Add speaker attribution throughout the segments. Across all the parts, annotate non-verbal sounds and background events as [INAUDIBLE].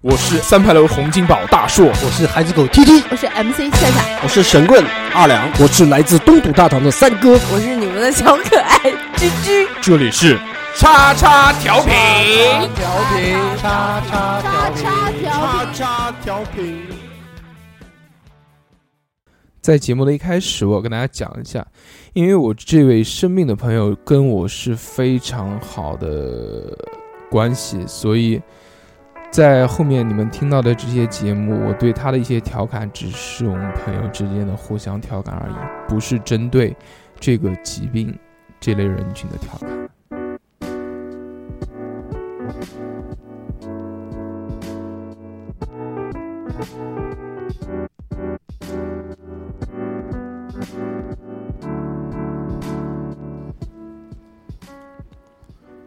Speaker 1: 我是三牌楼洪金宝大硕，
Speaker 2: 我是孩子狗 T T，
Speaker 3: 我是 MC 夏夏，
Speaker 2: 我是神棍二两，我是来自东土大唐的三哥。
Speaker 3: 我是你们的小可爱居居。
Speaker 1: 这里是叉叉调频。
Speaker 2: 叉叉
Speaker 3: 叉叉调皮，
Speaker 2: 叉调频。
Speaker 1: 在节目的一开始，我要跟大家讲一下，因为我这位生命的朋友跟我是非常好的关系，所以在后面你们听到的这些节目，我对他的一些调侃只是我们朋友之间的互相调侃而已，不是针对这个疾病这类人群的调侃。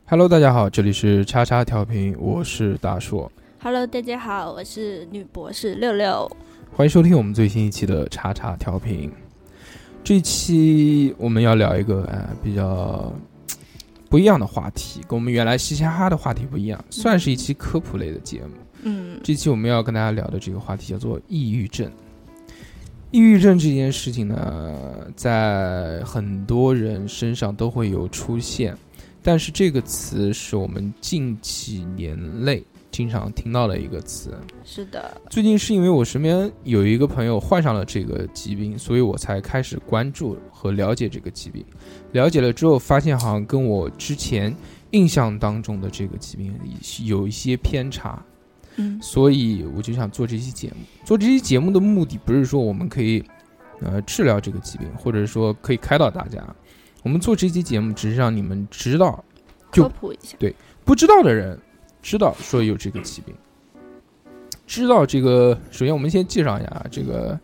Speaker 1: Hello，大家好，这里是叉叉调频，我是大硕，
Speaker 3: [LAUGHS] Hello，大家好，我是女博士六六。
Speaker 1: 欢迎收听我们最新一期的叉叉调频。这一期我们要聊一个呃比较嘖不一样的话题，跟我们原来嘻嘻哈哈的话题不一样，算是一期科普类的节目。
Speaker 3: 嗯，
Speaker 1: 这期我们要跟大家聊的这个话题叫做抑郁症。抑郁症这件事情呢，在很多人身上都会有出现，但是这个词是我们近几年内经常听到的一个词。
Speaker 3: 是的，
Speaker 1: 最近是因为我身边有一个朋友患上了这个疾病，所以我才开始关注和了解这个疾病。了解了之后，发现好像跟我之前印象当中的这个疾病有一些偏差，
Speaker 3: 嗯，
Speaker 1: 所以我就想做这期节目。做这期节目的目的不是说我们可以呃治疗这个疾病，或者说可以开导大家。我们做这期节目只是让你们知道，就
Speaker 3: 科普一下。
Speaker 1: 不知道的人知道说有这个疾病，知道这个。首先，我们先介绍一下啊，这个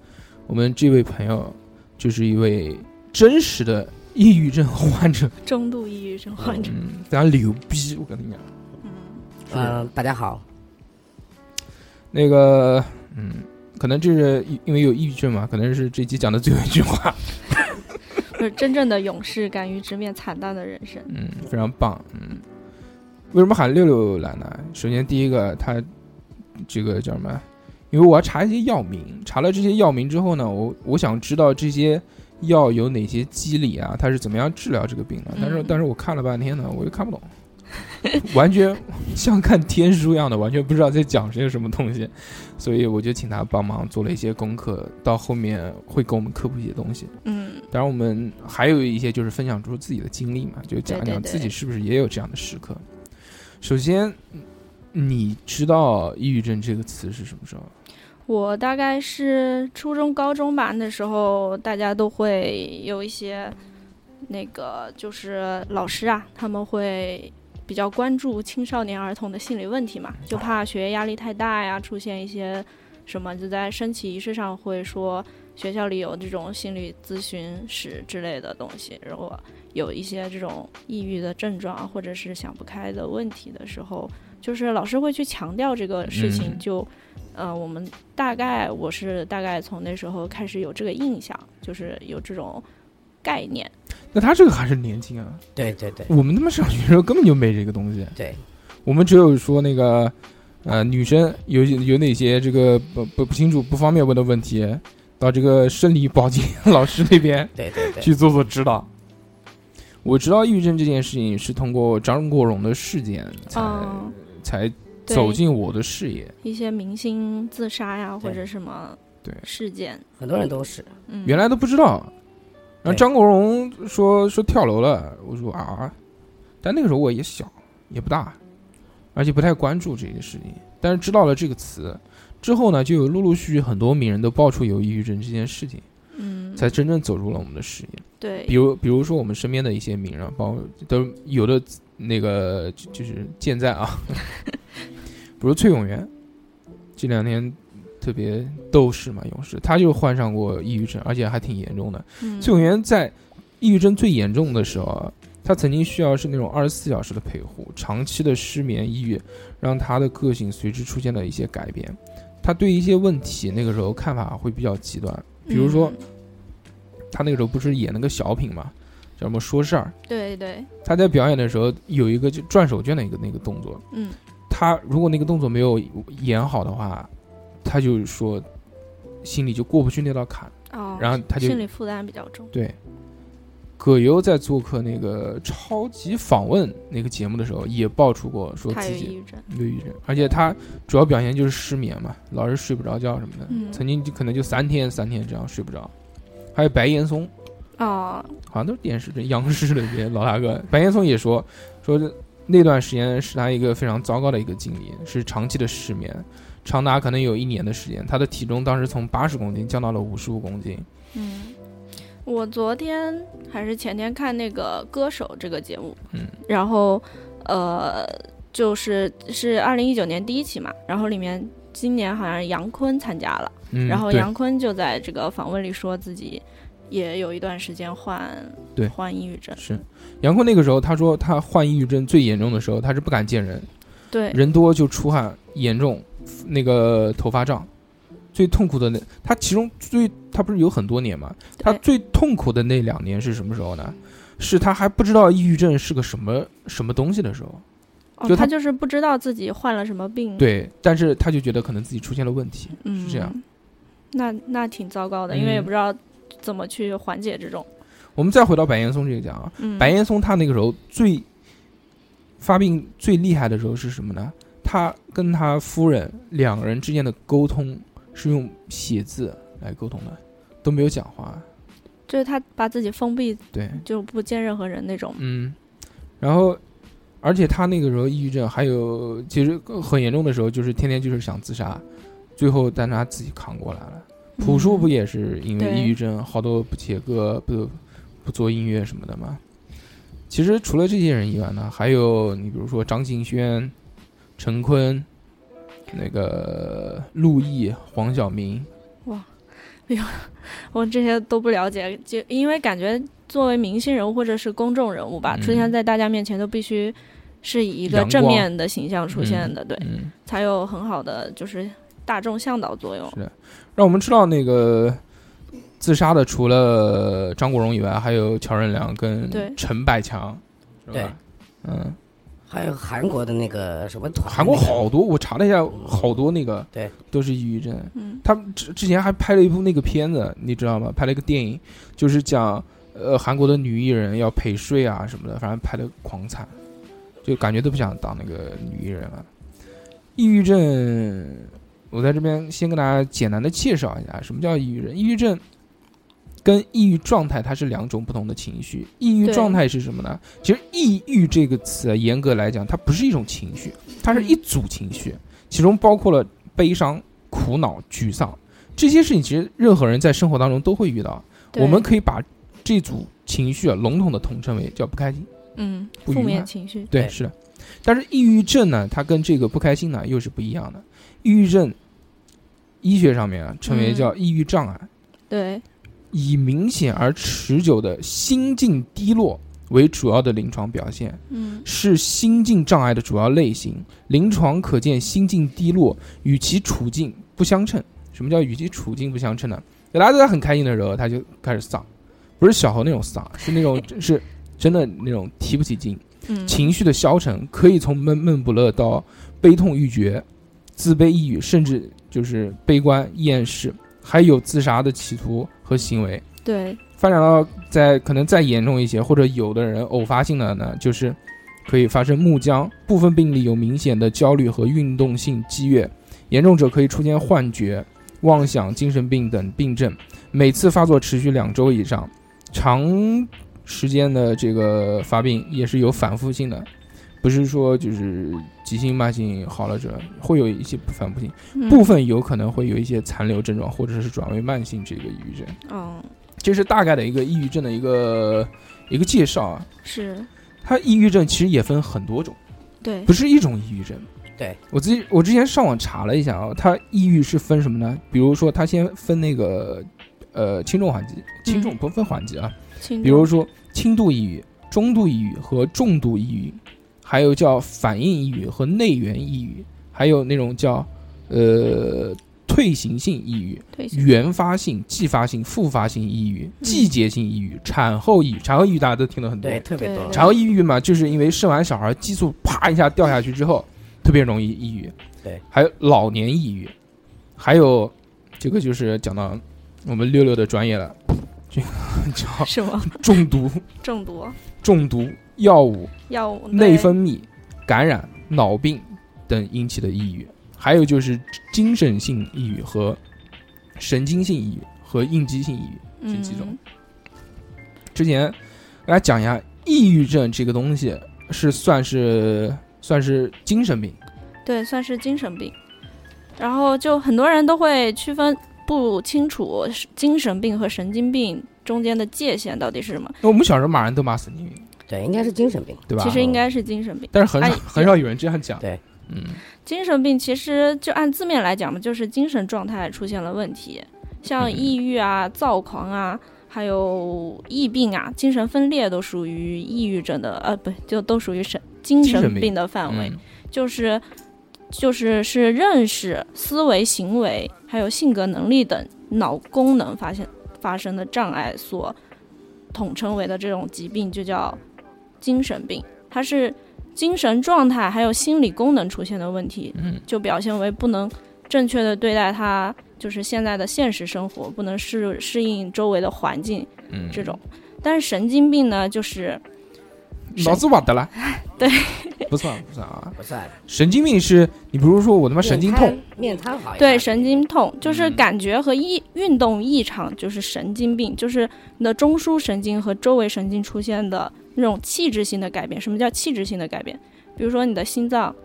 Speaker 1: 我们这位朋友就是一位真实的抑郁症患者， [LAUGHS]
Speaker 3: 中度抑郁症患者，
Speaker 1: 嗯，非常牛逼，我跟你讲，
Speaker 3: 嗯，
Speaker 4: 呃
Speaker 2: 嗯，大家好，
Speaker 1: 那个，嗯，可能这是因因为有抑郁症嘛，可能是这期讲的最后一句话，
Speaker 3: 就是真正的勇士，敢于直面惨淡的人生。
Speaker 1: 嗯，非常棒，嗯。为什么喊六六来呢？首先，第一个，他这个叫什么？因为我要查一些药名，查了这些药名之后呢，我我想知道这些药有哪些机理啊，它是怎么样治疗这个病的。但是，
Speaker 3: 嗯
Speaker 1: 但是我看了半天呢，我又看不懂，完全像看天书一样的，完全不知道在讲些什么东西。所以我就请他帮忙做了一些功课，到后面会给我们科普一些东西。
Speaker 3: 嗯，
Speaker 1: 当然，我们还有一些就是分享出自己的经历嘛，就讲一
Speaker 3: 对对
Speaker 1: 讲
Speaker 3: 对
Speaker 1: 自己是不是也有这样的时刻。首先，你知道“抑郁症”这个词是什么时候？
Speaker 3: 我大概是初中、高中吧，那时候大家都会有一些那个，就是老师啊，他们会比较关注青少年儿童的心理问题嘛，就怕学业压力太大呀，出现一些什么，就在升旗仪式上会说学校里有这种心理咨询室之类的东西，如果有一些这种抑郁的症状啊或者是想不开的问题的时候，就是老师会去强调这个事情，
Speaker 1: 嗯
Speaker 3: 就。呃，我们大概我是大概从那时候开始有这个印象，就是有这种概念。
Speaker 1: 那他这个还是年轻啊，
Speaker 4: 对对对
Speaker 1: 我们他妈上学的时候根本就没这个东西，
Speaker 4: 对，
Speaker 1: 我们只有说那个，呃，女生有有哪些这个不不不清楚不方便问的问题，到这个生理保健 [LAUGHS] 老师那边
Speaker 4: 对对对，
Speaker 1: 去做做指导。我知道抑郁症这件事情是通过张国荣的事件才、
Speaker 3: 嗯，
Speaker 1: 才
Speaker 3: 对
Speaker 1: 走进我的视野。
Speaker 3: 一些明星自杀呀，或
Speaker 4: 对
Speaker 3: 者什么
Speaker 1: 对
Speaker 3: 事件，
Speaker 4: 很多人都是
Speaker 3: 嗯，
Speaker 1: 原来都不知道。然后
Speaker 4: 对
Speaker 1: 张国荣说说跳楼了，我说啊，但那个时候我也小，也不大，而且不太关注这些事情。但是知道了这个词之后呢，就有陆陆续续很多名人都爆出有抑郁症这件事情，
Speaker 3: 嗯，
Speaker 1: 才真正走入了我们的视野。
Speaker 3: 对
Speaker 1: 比，如，比如说我们身边的一些名人，包括都有的那个就就是健在啊， [LAUGHS] 比如崔永元，这两天特别斗士嘛，勇士，他就患上过抑郁症，而且还挺严重的。
Speaker 3: 嗯
Speaker 1: 崔永元在抑郁症最严重的时候啊，他曾经需要是那种二十四小时的陪护，长期的失眠、抑郁，让他的个性随之出现了一些改变。他对一些问题那个时候看法会比较极端，比如说
Speaker 3: 嗯
Speaker 1: 他那个时候不是演那个小品嘛，叫什么说事儿。
Speaker 3: 对对，
Speaker 1: 他在表演的时候有一个就转手绢的一个那个动作，
Speaker 3: 嗯，
Speaker 1: 他如果那个动作没有演好的话，他就说心里就过不去那道坎，
Speaker 3: 哦，
Speaker 1: 然后他就
Speaker 3: 心理负担比较重。
Speaker 1: 对。葛优在做客那个《超级访问》那个节目的时候，也爆出过说
Speaker 3: 他
Speaker 1: 自
Speaker 3: 有
Speaker 1: 己
Speaker 3: 抑郁症，
Speaker 1: 忧郁症，而且他主要表现就是失眠嘛，老是睡不着觉什么的，
Speaker 3: 嗯
Speaker 1: 曾经就可能就三天三天这样睡不着。还有白岩松，
Speaker 3: 哦，
Speaker 1: 好像都是电视这央视的这些老大哥。 [LAUGHS] 白岩松也说，说那段时间是他一个非常糟糕的一个经历，是长期的失眠，长达可能有一年的时间，他的体重当时从八十公斤降到了五十五公斤。
Speaker 3: 嗯，我昨天还是前天看那个《歌手》这个节目，
Speaker 1: 嗯，
Speaker 3: 然后呃，就是是二零一九年第一期嘛，然后里面今年好像杨坤参加了，
Speaker 1: 嗯，
Speaker 3: 然后
Speaker 1: 对
Speaker 3: 杨坤就在这个访问里说自己也有一段时间患
Speaker 1: 对
Speaker 3: 患抑郁症，
Speaker 1: 是杨坤那个时候，他说他患抑郁症最严重的时候，他是不敢见人，
Speaker 3: 对，
Speaker 1: 人多就出汗，严重那个头发胀，最痛苦的那他其中最他不是有很多年嘛，他
Speaker 3: 对
Speaker 1: 最痛苦的那两年是什么时候呢？是他还不知道抑郁症是个什么什么东西的时候，
Speaker 3: 哦
Speaker 1: 就他
Speaker 3: 他就是不知道自己患了什么病，，
Speaker 1: 对，但是他就觉得可能自己出现了问题，
Speaker 3: 嗯，
Speaker 1: 是这样。
Speaker 3: 那那挺糟糕的，因为也
Speaker 1: 嗯
Speaker 3: 不知道怎么去缓解这种。
Speaker 1: 我们再回到白岩松这个讲啊，
Speaker 3: 嗯，
Speaker 1: 白岩松他那个时候最发病最厉害的时候是什么呢？他跟他夫人两个人之间的沟通是用写字来沟通的，都没有讲话，
Speaker 3: 就是他把自己封闭，
Speaker 1: 对，
Speaker 3: 就不见任何人那种。
Speaker 1: 嗯，然后，而且他那个时候抑郁症还有，其实很严重的时候就是天天就是想自杀，最后但是他自己扛过来了。朴树
Speaker 3: 嗯
Speaker 1: 不也是因为
Speaker 3: 对
Speaker 1: 抑郁症，好多不写歌，不不做音乐什么的嘛。其实除了这些人以外呢，还有你比如说张敬轩、陈坤、那个陆毅、黄晓明，
Speaker 3: 我这些都不了解，就因为感觉作为明星人物或者是公众人物吧，
Speaker 1: 嗯
Speaker 3: 出现在大家面前都必须是以一个
Speaker 1: 阳光
Speaker 3: 正面的形象出现的，对，
Speaker 1: 嗯，
Speaker 3: 才有很好的就是大众向导作用
Speaker 1: 是。让我们知道那个自杀的，除了张国荣以外，还有乔任梁跟
Speaker 3: 对
Speaker 1: 陈百强，是吧
Speaker 4: 对？
Speaker 1: 嗯，
Speaker 4: 还有韩国的那个什么团，
Speaker 1: 韩国好多，我查了一下，好多那个
Speaker 4: 对
Speaker 1: 都是抑郁症。
Speaker 3: 嗯，
Speaker 1: 他们之之前还拍了一部那个片子，你知道吗？拍了一个电影，就是讲呃韩国的女艺人要陪睡啊什么的，反正拍的狂惨，就感觉都不想当那个女艺人了。抑郁症，我在这边先跟大家简单的介绍一下什么叫抑郁症。抑郁症跟抑郁状态它是两种不同的情绪。抑郁
Speaker 3: 对
Speaker 1: 状态是什么呢？其实“抑郁”这个词啊，严格来讲，它不是一种情绪，它是一组情绪，其中包括了悲伤、苦恼、沮丧这些事情。其实任何人在生活当中都会遇到。
Speaker 3: 对
Speaker 1: 我们可以把这组情绪啊笼统的统称为叫不开心。
Speaker 3: 嗯
Speaker 1: 不愉
Speaker 3: 负面
Speaker 1: 快
Speaker 3: 情绪，
Speaker 1: 对，
Speaker 4: 对
Speaker 1: 是的。但是抑郁症呢，它跟这个不开心呢又是不一样的。抑郁症，医学上面啊称为
Speaker 3: 嗯
Speaker 1: 叫抑郁障碍，
Speaker 3: 对，
Speaker 1: 以明显而持久的心境低落为主要的临床表现，
Speaker 3: 嗯
Speaker 1: 是心境障碍的主要类型。临床可见心境低落与其处境不相称。什么叫与其处境不相称呢？大家都在很开心的时候，他就开始丧，不是小猴那种丧，是那种是真的那种提不起劲。
Speaker 3: 嗯，
Speaker 1: 情绪的消沉可以从闷闷不乐到悲痛欲绝、自卑抑郁，甚至就是悲观厌世，还有自杀的企图和行为。
Speaker 3: 对，
Speaker 1: 发展到在可能再严重一些，或者有的人偶发性的呢，就是可以发生木僵，部分病例有明显的焦虑和运动性激越，严重者可以出现幻觉、妄想、精神病等病症，每次发作持续两周以上，长时间的这个发病也是有反复性的。不是说就是急性慢性好了之后会有一些反复性，
Speaker 3: 嗯
Speaker 1: 部分有可能会有一些残留症状，或者是转为慢性这个抑郁症。
Speaker 3: 嗯
Speaker 1: 这是大概的一个抑郁症的一个一个介绍啊。
Speaker 3: 是，
Speaker 1: 它抑郁症其实也分很多种，
Speaker 3: 对
Speaker 1: 不，是一种抑郁症。
Speaker 4: 对
Speaker 1: 我自己，我之前上网查了一下啊，它抑郁是分什么呢？比如说，它先分那个呃轻重缓急，轻重不分缓急啊。
Speaker 3: 轻
Speaker 1: 比如
Speaker 3: 重
Speaker 1: 说轻度抑郁、中度抑郁和重度抑郁，还有叫反应抑郁和内源抑郁，还有那种叫呃退行性抑郁。
Speaker 3: 退行
Speaker 1: 原发性、继发性、复发性抑郁、季节性抑郁、产后抑郁。产后抑郁大家都听了很多
Speaker 4: 嗯对，特别
Speaker 3: 对
Speaker 4: 多
Speaker 3: 对。
Speaker 1: 产后抑郁嘛，就是因为生完小孩激素啪一下掉下去之后，特别容易抑郁。
Speaker 4: 对，
Speaker 1: 还有老年抑郁，还有这个就是讲到我们六六的专业了，这个叫
Speaker 3: [LAUGHS] 是吗？
Speaker 1: 中毒、
Speaker 3: 中毒、
Speaker 1: 中毒、药物、
Speaker 3: 药物、
Speaker 1: 内
Speaker 3: 对嗯
Speaker 1: 分泌、感染、脑病等引起的抑郁，还有就是精神性抑郁和神经性抑郁和应激性抑郁。这几种
Speaker 3: 嗯
Speaker 1: 之前给大家讲一下，抑郁症这个东西是算是算是精神病，
Speaker 3: 对，算是精神病。然后就很多人都会区分不清楚是精神病和神经病中间的界限到底是什么，
Speaker 1: 那我们小时候骂人都骂神经病，
Speaker 4: 对，应该是精神病。
Speaker 1: 对吧？
Speaker 3: 其实应该是精神病。
Speaker 1: 但是很少
Speaker 3: 哎
Speaker 1: 很少有人这样讲。
Speaker 4: 对，
Speaker 1: 嗯，
Speaker 3: 精神病其实就按字面来讲嘛，就是精神状态出现了问题，像
Speaker 1: 嗯
Speaker 3: 抑郁啊、躁狂啊，还有疫病啊、精神分裂都属于抑郁症的，呃，不就都属于神精
Speaker 1: 精神
Speaker 3: 神
Speaker 1: 病
Speaker 3: 病的范围，
Speaker 1: 嗯
Speaker 3: 就是就是是认识、思维、行为，还有性格能力等脑功能发现发生的障碍所统称为的这种疾病，就叫精神病。它是精神状态还有心理功能出现的问题，
Speaker 1: 嗯
Speaker 3: 就表现为不能正确的对待他，就是现在的现实生活，不能适适应周围的环境
Speaker 1: 嗯，
Speaker 3: 这种。但是神经病呢，就是
Speaker 1: 脑嗯子瓦的了，
Speaker 3: [LAUGHS] 对，
Speaker 1: 不算不算啊。
Speaker 4: 不算，
Speaker 1: 神经病是你比如说我他妈神经痛，
Speaker 4: 面瘫，面瘫好一点
Speaker 3: 对，神经痛就是
Speaker 1: 嗯
Speaker 3: 感觉和异运动异常，就是神经病，就是你的中枢神经和周围神经出现的那种器质性的改变。什么叫器质性的改变？比如说你的心脏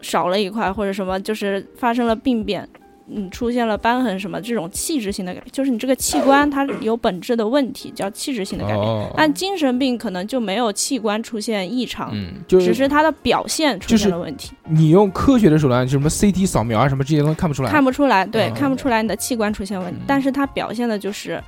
Speaker 3: 少了一块，或者什么，就是发生了病变，嗯，出现了瘢痕什么，这种器质性的改变，就是你这个器官它有本质的问题，叫器质性的啊改变。
Speaker 1: 哦，
Speaker 3: 但精神病可能就没有器官出现异常，
Speaker 1: 嗯，就
Speaker 3: 只
Speaker 1: 是
Speaker 3: 是它的表现出
Speaker 1: 就是
Speaker 3: 现了问题。
Speaker 1: 你用科学的手段，什么 CT 扫描啊，什么这些东西看不出来，
Speaker 3: 看不出来，对，
Speaker 1: 嗯
Speaker 3: 看不出来你的器官出现问题
Speaker 1: 嗯，
Speaker 3: 但是它表现的就是，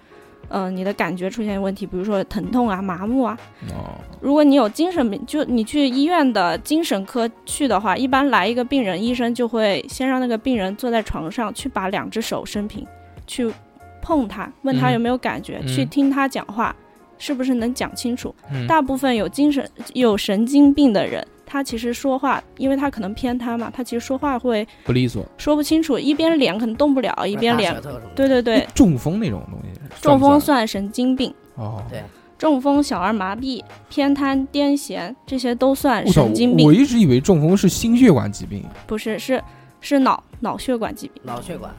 Speaker 3: 嗯，你的感觉出现问题，比如说疼痛啊、麻木啊。
Speaker 1: 哦，
Speaker 3: 如果你有精神病，就你去医院的精神科去的话，一般来一个病人，医生就会先让那个病人坐在床上，去把两只手伸平，去碰他，问他
Speaker 1: 嗯
Speaker 3: 有没有感觉，
Speaker 1: 嗯
Speaker 3: 去听他讲话，是不是能讲清楚。
Speaker 1: 嗯
Speaker 3: 大部分有精神有神经病的人，他其实说话，因为他可能偏瘫嘛，他其实说话会。
Speaker 1: 不利索，
Speaker 3: 说不清楚，一边脸可能动不了，一边脸
Speaker 4: 大舌，头什么的
Speaker 3: 对对对，
Speaker 4: [LAUGHS]
Speaker 1: 中风那种东西，
Speaker 3: 中
Speaker 1: 不
Speaker 3: 风
Speaker 1: 算
Speaker 3: 算神经病，
Speaker 1: 哦，
Speaker 4: 对
Speaker 3: 中风、小儿麻痹、偏瘫、癫痫这些都算
Speaker 1: 我操
Speaker 3: 神经，
Speaker 1: 我
Speaker 3: 病，
Speaker 1: 一直以为中风是心血管疾病，
Speaker 3: 不是是是脑脑血管疾病，
Speaker 4: 脑血管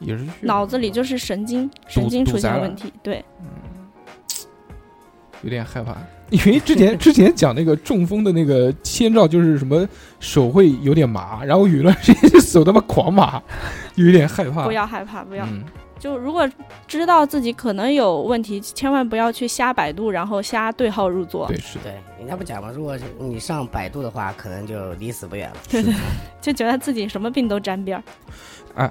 Speaker 1: 也是血
Speaker 3: 脑子里就是神经神经
Speaker 1: 堵
Speaker 3: 出
Speaker 1: 塞
Speaker 3: 现
Speaker 1: 了
Speaker 3: 问题，对，
Speaker 1: 有点害怕，因为之前之前讲那个中风的那个先兆就是什么手会有点麻，然后有一段时间就手他妈狂麻，有点害怕。
Speaker 3: 不要害怕，不要。
Speaker 1: 啊嗯，
Speaker 3: 就如果知道自己可能有问题，千万不要去瞎百度，然后瞎对号入座
Speaker 1: 对，，是的，
Speaker 4: 对，人家不讲吗？如果是你上百度的话，可能就离死不远了。
Speaker 3: 对对，就觉得自己什么病都沾边儿。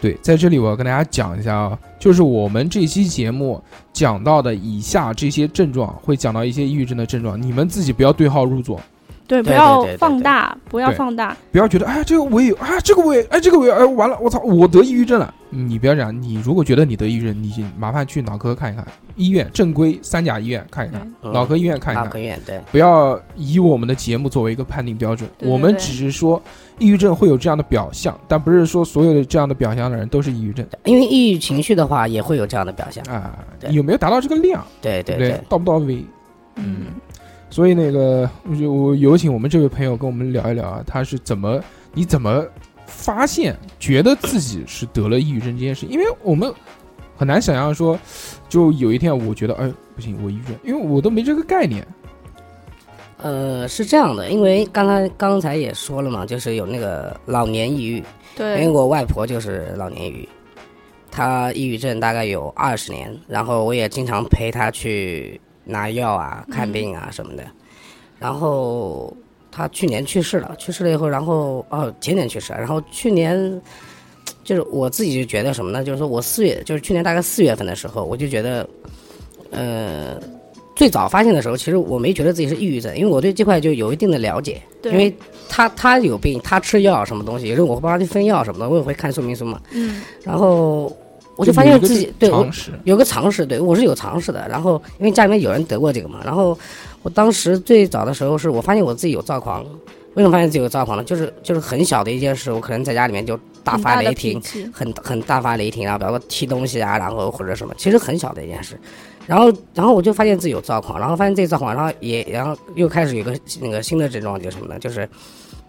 Speaker 1: 对，在这里我要跟大家讲一下啊，就是我们这期节目讲到的以下这些症状，会讲到一些抑郁症的症状，你们自己不要对号入座，
Speaker 3: 对，不
Speaker 4: 对
Speaker 3: 要
Speaker 4: 对对对
Speaker 3: 放
Speaker 4: 对
Speaker 3: 大，不要
Speaker 1: 对
Speaker 3: 放大，
Speaker 1: 不要觉得哎这个我也有，哎这个我也，哎这个我也，哎完了，我操，我得抑郁症了。你不要这样，你如果觉得你得抑郁症，你麻烦去脑科看一看，医院正规三甲医院看一看，
Speaker 4: 嗯
Speaker 1: 脑科医院看一
Speaker 4: 脑
Speaker 1: 看
Speaker 4: 科。院对，
Speaker 1: 不要以我们的节目作为一个判定标准，
Speaker 3: 对对
Speaker 1: 我们
Speaker 3: 对
Speaker 1: 只是说抑郁症会有这样的表象，但不是说所有的这样的表象的人都是抑郁症
Speaker 4: 因为抑郁情绪的话也会有这样的表现。
Speaker 1: 啊。
Speaker 4: 对
Speaker 1: 有没有达到这个量，
Speaker 4: 对对
Speaker 1: 不对？到不到位？
Speaker 3: 嗯，
Speaker 1: 所以那个，我就我有请我们这位朋友跟我们聊一聊啊，他是怎么，你怎么发现觉得自己是得了抑郁症这件事？因为我们很难想象说，就有一天我觉得，哎，不行，我抑郁症，因为我都没这个概念。
Speaker 4: 呃，是这样的，因为刚才刚才也说了嘛，就是有那个老年抑郁，因为
Speaker 3: 对，
Speaker 4: 我外婆就是老年抑郁，她抑郁症大概有二十年，然后我也经常陪她去拿药啊、看病啊什么的。然后她去年去世了，去世了以后，然后哦前年去世了，然后去年就是我自己就觉得什么呢？就是说我四月，就是去年大概四月份的时候，我就觉得，呃。最早发现的时候，其实我没觉得自己是抑郁症，因为我对这块就有一定的了解。
Speaker 3: 对，
Speaker 4: 因为他他有病，他吃药什么东西，有时候我会帮他去分药什么的，我也会看说明书嘛。
Speaker 3: 嗯，
Speaker 4: 然后我
Speaker 1: 我
Speaker 4: 就发现自己对我
Speaker 1: 常识，
Speaker 4: 有个常识，对我是有常识的。然后因为家里面有人得过这个嘛，然后我当时最早的时候是我发现我自己有躁狂，为什么发现自己有躁狂呢？就是就是很小的一件事，我可能在家里面就大
Speaker 3: 很
Speaker 4: 发
Speaker 3: 的
Speaker 4: 雷
Speaker 3: 脾
Speaker 4: 霆，
Speaker 3: 气，
Speaker 4: 很很大发雷霆啊，比方说踢东西啊，然后或者什么，其实很小的一件事。然后，然后我就发现自己有躁狂，然后发现自己躁狂，然后也，然后又开始有个那个新的症状，就是什么呢？就是，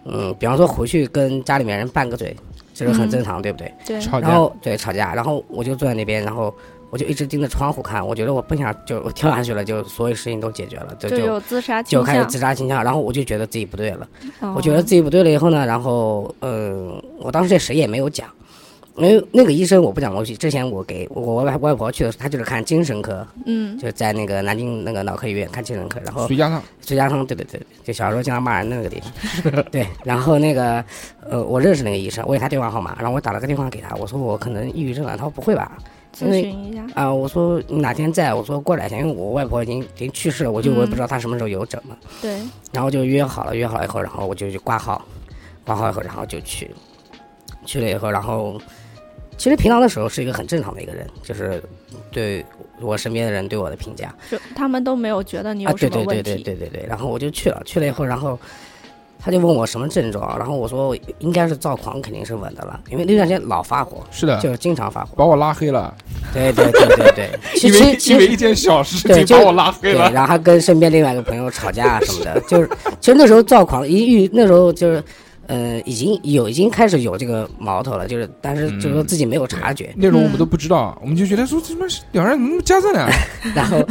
Speaker 4: 嗯，比方说回去跟家里面人拌个嘴，这是很
Speaker 3: 嗯
Speaker 4: 正常，对不对？
Speaker 3: 对，
Speaker 1: 吵
Speaker 4: 然
Speaker 1: 架，
Speaker 4: 后对吵架，然后我就坐在那边，然后我就一直盯着窗户看，我觉得我不想就我跳下去了，就所有事情都解决了，就
Speaker 3: 就
Speaker 4: 就
Speaker 3: 有自杀倾
Speaker 4: 就开始
Speaker 3: 向。
Speaker 4: 自杀倾向，然后我就觉得自己不对了。
Speaker 3: 哦
Speaker 4: 我觉得自己不对了以后呢，然后嗯，我当时也谁也没有讲，因为那个医生我不讲过去。之前我给我外外婆去的时候，她就是看精神科，
Speaker 3: 嗯，
Speaker 4: 就是在那个南京那个脑科医院看精神科，然后
Speaker 1: 徐家浪，
Speaker 4: 崔家汤，对对对，就小时候经常骂人的那个地方， [LAUGHS] 对。然后那个呃，我认识那个医生，我有他电话号码，然后我打了个电话给他，我说我可能抑郁症了，他说不会吧？因
Speaker 3: 咨
Speaker 4: 为
Speaker 3: 询一下。
Speaker 4: 啊、我说你哪天在？我说过两天，因为我外婆已经已经去世了，我就我也不知道她什么时候有诊嘛。
Speaker 3: 对，
Speaker 4: 然后就约好了，约好以后，然后我就去挂号，挂号以后，然后就去，去了以后，然后其实平常的时候是一个很正常的一个人，就是对我身边的人对我的评价
Speaker 3: 就他们都没有觉得你
Speaker 4: 啊，
Speaker 3: 有
Speaker 4: 对
Speaker 3: 什
Speaker 4: 对
Speaker 3: 么
Speaker 4: 对
Speaker 3: 问
Speaker 4: 对
Speaker 3: 题。
Speaker 4: 对对对，然后我就去了，去了以后，然后他就问我什么症状，然后我说应该是躁狂，肯定是稳的了，因为那段时间老发火，
Speaker 1: 是
Speaker 3: 啊
Speaker 1: 的，
Speaker 4: 就是经常发火，
Speaker 1: 把我拉黑了，
Speaker 4: 对对对对对，其
Speaker 1: 因
Speaker 4: 实
Speaker 1: 为
Speaker 4: 其
Speaker 1: 因
Speaker 4: 实
Speaker 1: 为一件小事
Speaker 4: 对
Speaker 1: 情
Speaker 4: 就
Speaker 1: 把我拉黑
Speaker 4: 对，
Speaker 1: 了，
Speaker 4: 然后还跟身边另外一个朋友吵架啊什么的，就是其实那时候躁狂，一遇那时候就是，呃，已经有已经开始有这个苗头了，就是但是就是说
Speaker 1: 嗯
Speaker 4: 自己没有察觉，
Speaker 1: 内容我们都不知
Speaker 4: 嗯
Speaker 1: 道，我们就觉得说这他妈是两人怎么那么夹着
Speaker 4: [LAUGHS]
Speaker 1: 呢？
Speaker 4: 然后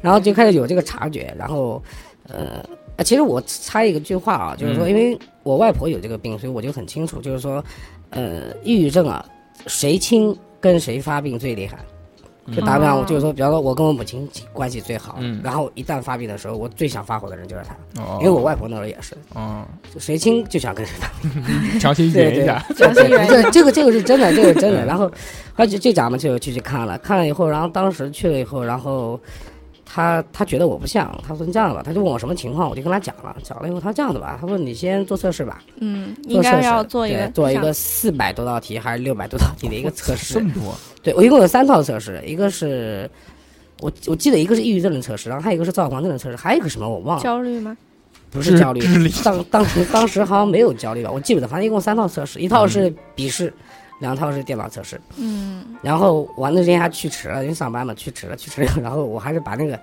Speaker 4: 然后就开始有这个察觉，然后呃，啊其实我插一个句话啊，就是说
Speaker 1: 嗯
Speaker 4: 因为我外婆有这个病，所以我就很清楚，就是说，呃，抑郁症啊，谁轻跟谁发病最厉害。就打比方，
Speaker 3: 哦
Speaker 4: 我就是说，比方说，我跟我母亲关系最好，
Speaker 1: 嗯
Speaker 4: 然后一旦发病的时候，我最想发火的人就是她，
Speaker 1: 哦
Speaker 4: 因为我外婆那时候也是，
Speaker 1: 哦，
Speaker 4: 就谁亲就想跟谁
Speaker 1: [LAUGHS]
Speaker 4: 打，
Speaker 1: 强行圆一下，
Speaker 3: 强行圆
Speaker 4: 这这个这个是真的，这个是真的。
Speaker 1: 嗯
Speaker 4: 然后，而且这家嘛就就去看了，看了以后，然后当时去了以后，然后他他觉得我不像，他说这样吧，他就问我什么情况，我就跟他讲了，讲了以后他这样子吧，他说你先做测试吧，
Speaker 3: 嗯，应
Speaker 4: 做测
Speaker 3: 该
Speaker 4: 试
Speaker 3: 要做一
Speaker 4: 对
Speaker 3: 个
Speaker 4: 做一
Speaker 3: 像
Speaker 4: 个四百多道题还是六百多道题的一个测
Speaker 1: 这
Speaker 4: 试，
Speaker 1: 么多，
Speaker 4: 对我一共有三套测试，一个是。我我记得一个是抑郁症的测试，然后还有一个是躁狂症的测试，还有一个什么我忘了，
Speaker 3: 焦虑吗？
Speaker 4: 不是焦虑
Speaker 1: 智力，
Speaker 4: 当当时当时好像没有焦虑吧，我记不得，反正一共三套测试，一套是笔试，两套是电脑测试。
Speaker 3: 嗯，
Speaker 4: 然后完那时间还去迟了，因为上班嘛，去迟了， [LAUGHS] 去迟了。然后我还是把那个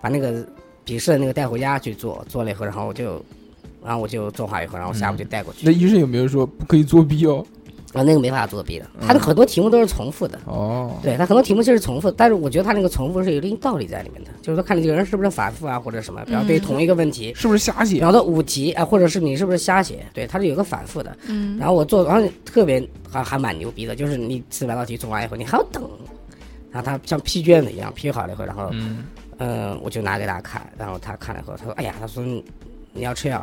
Speaker 4: 把那个笔试的那个带回家去做，做了以后，然后我就然后我就做好以后，然后下午就带过去。
Speaker 1: 那医生有没有说不可以作弊哦？
Speaker 4: 然后那个没法作弊的，他的很多题目都是重复的。
Speaker 1: 哦，
Speaker 4: 对他很多题目就是重复，但是我觉得他那个重复是有一定道理在里面的，就是说看你这个人是不是反复啊，或者什么，比方对于同一个问题，
Speaker 1: 是不是瞎
Speaker 4: 比
Speaker 1: 写？
Speaker 4: 方说五题啊，或者是你是不是瞎写，对，它是有个反复的。
Speaker 3: 嗯
Speaker 4: 然后我做，然后特别还还蛮牛逼的，就是你四百道题做完以后，你还要等，然后他像批卷子一样批好了以后，然后
Speaker 1: 嗯，
Speaker 4: 嗯、我就拿给他看，然后他看了以后，他说：“哎呀，他说你你要吃药。”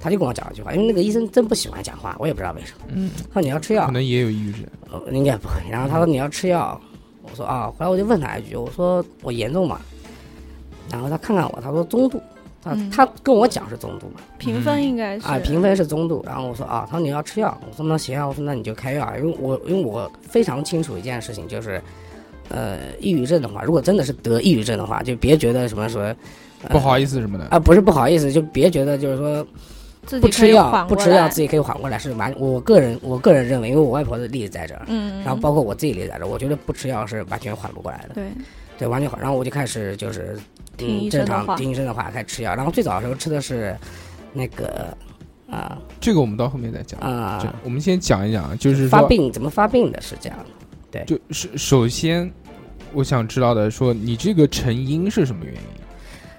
Speaker 4: 他就跟我讲一句话，因为那个医生真不喜欢讲话，我也不知道为什么。
Speaker 1: 嗯，
Speaker 4: 他说你要吃药
Speaker 1: 可，能也有抑郁症。
Speaker 4: 呃应该不会。然后他说你要吃药，我说啊，后来我就问他一句，我说我严重吗？然后他看看我，他说中度。他、
Speaker 3: 嗯
Speaker 4: 他跟我讲是中度嘛，
Speaker 3: 评分应该是
Speaker 4: 啊，评分是中度。然后我说啊，他说你要吃药，我说那行啊，我说那你就开药啊，因为我因为我非常清楚一件事情，就是，呃，抑郁症的话，如果真的是得抑郁症的话，就别觉得什么说、呃
Speaker 1: 不好意思什么的。
Speaker 4: 啊，不是不好意思，就别觉得就是说
Speaker 3: 自
Speaker 4: 不
Speaker 3: 己可
Speaker 4: 吃
Speaker 3: 以
Speaker 4: 药
Speaker 3: 缓
Speaker 4: 不
Speaker 3: 过
Speaker 4: 吃药
Speaker 3: 来
Speaker 4: 自己可以缓过来是完，我个人我个人认为，因为我外婆的例子在这儿，
Speaker 3: 嗯，
Speaker 4: 然后包括我自己例子在这儿，我觉得不吃药是完全缓不过来的，
Speaker 3: 对，
Speaker 4: 对，完全缓。然后我就开始就是
Speaker 3: 听
Speaker 4: 嗯
Speaker 3: 医
Speaker 4: 正
Speaker 3: 生的
Speaker 4: 常
Speaker 3: 话
Speaker 4: 听医生的话开始吃药，然后最早的时候吃的是那个啊
Speaker 1: 这个我们到后面再讲。
Speaker 4: 啊。
Speaker 1: 这我们先讲一讲啊，就是
Speaker 4: 发
Speaker 1: 说，
Speaker 4: 病怎么发病的是这样的，
Speaker 1: 就是首先我想知道的，说你这个成因是什么原因？。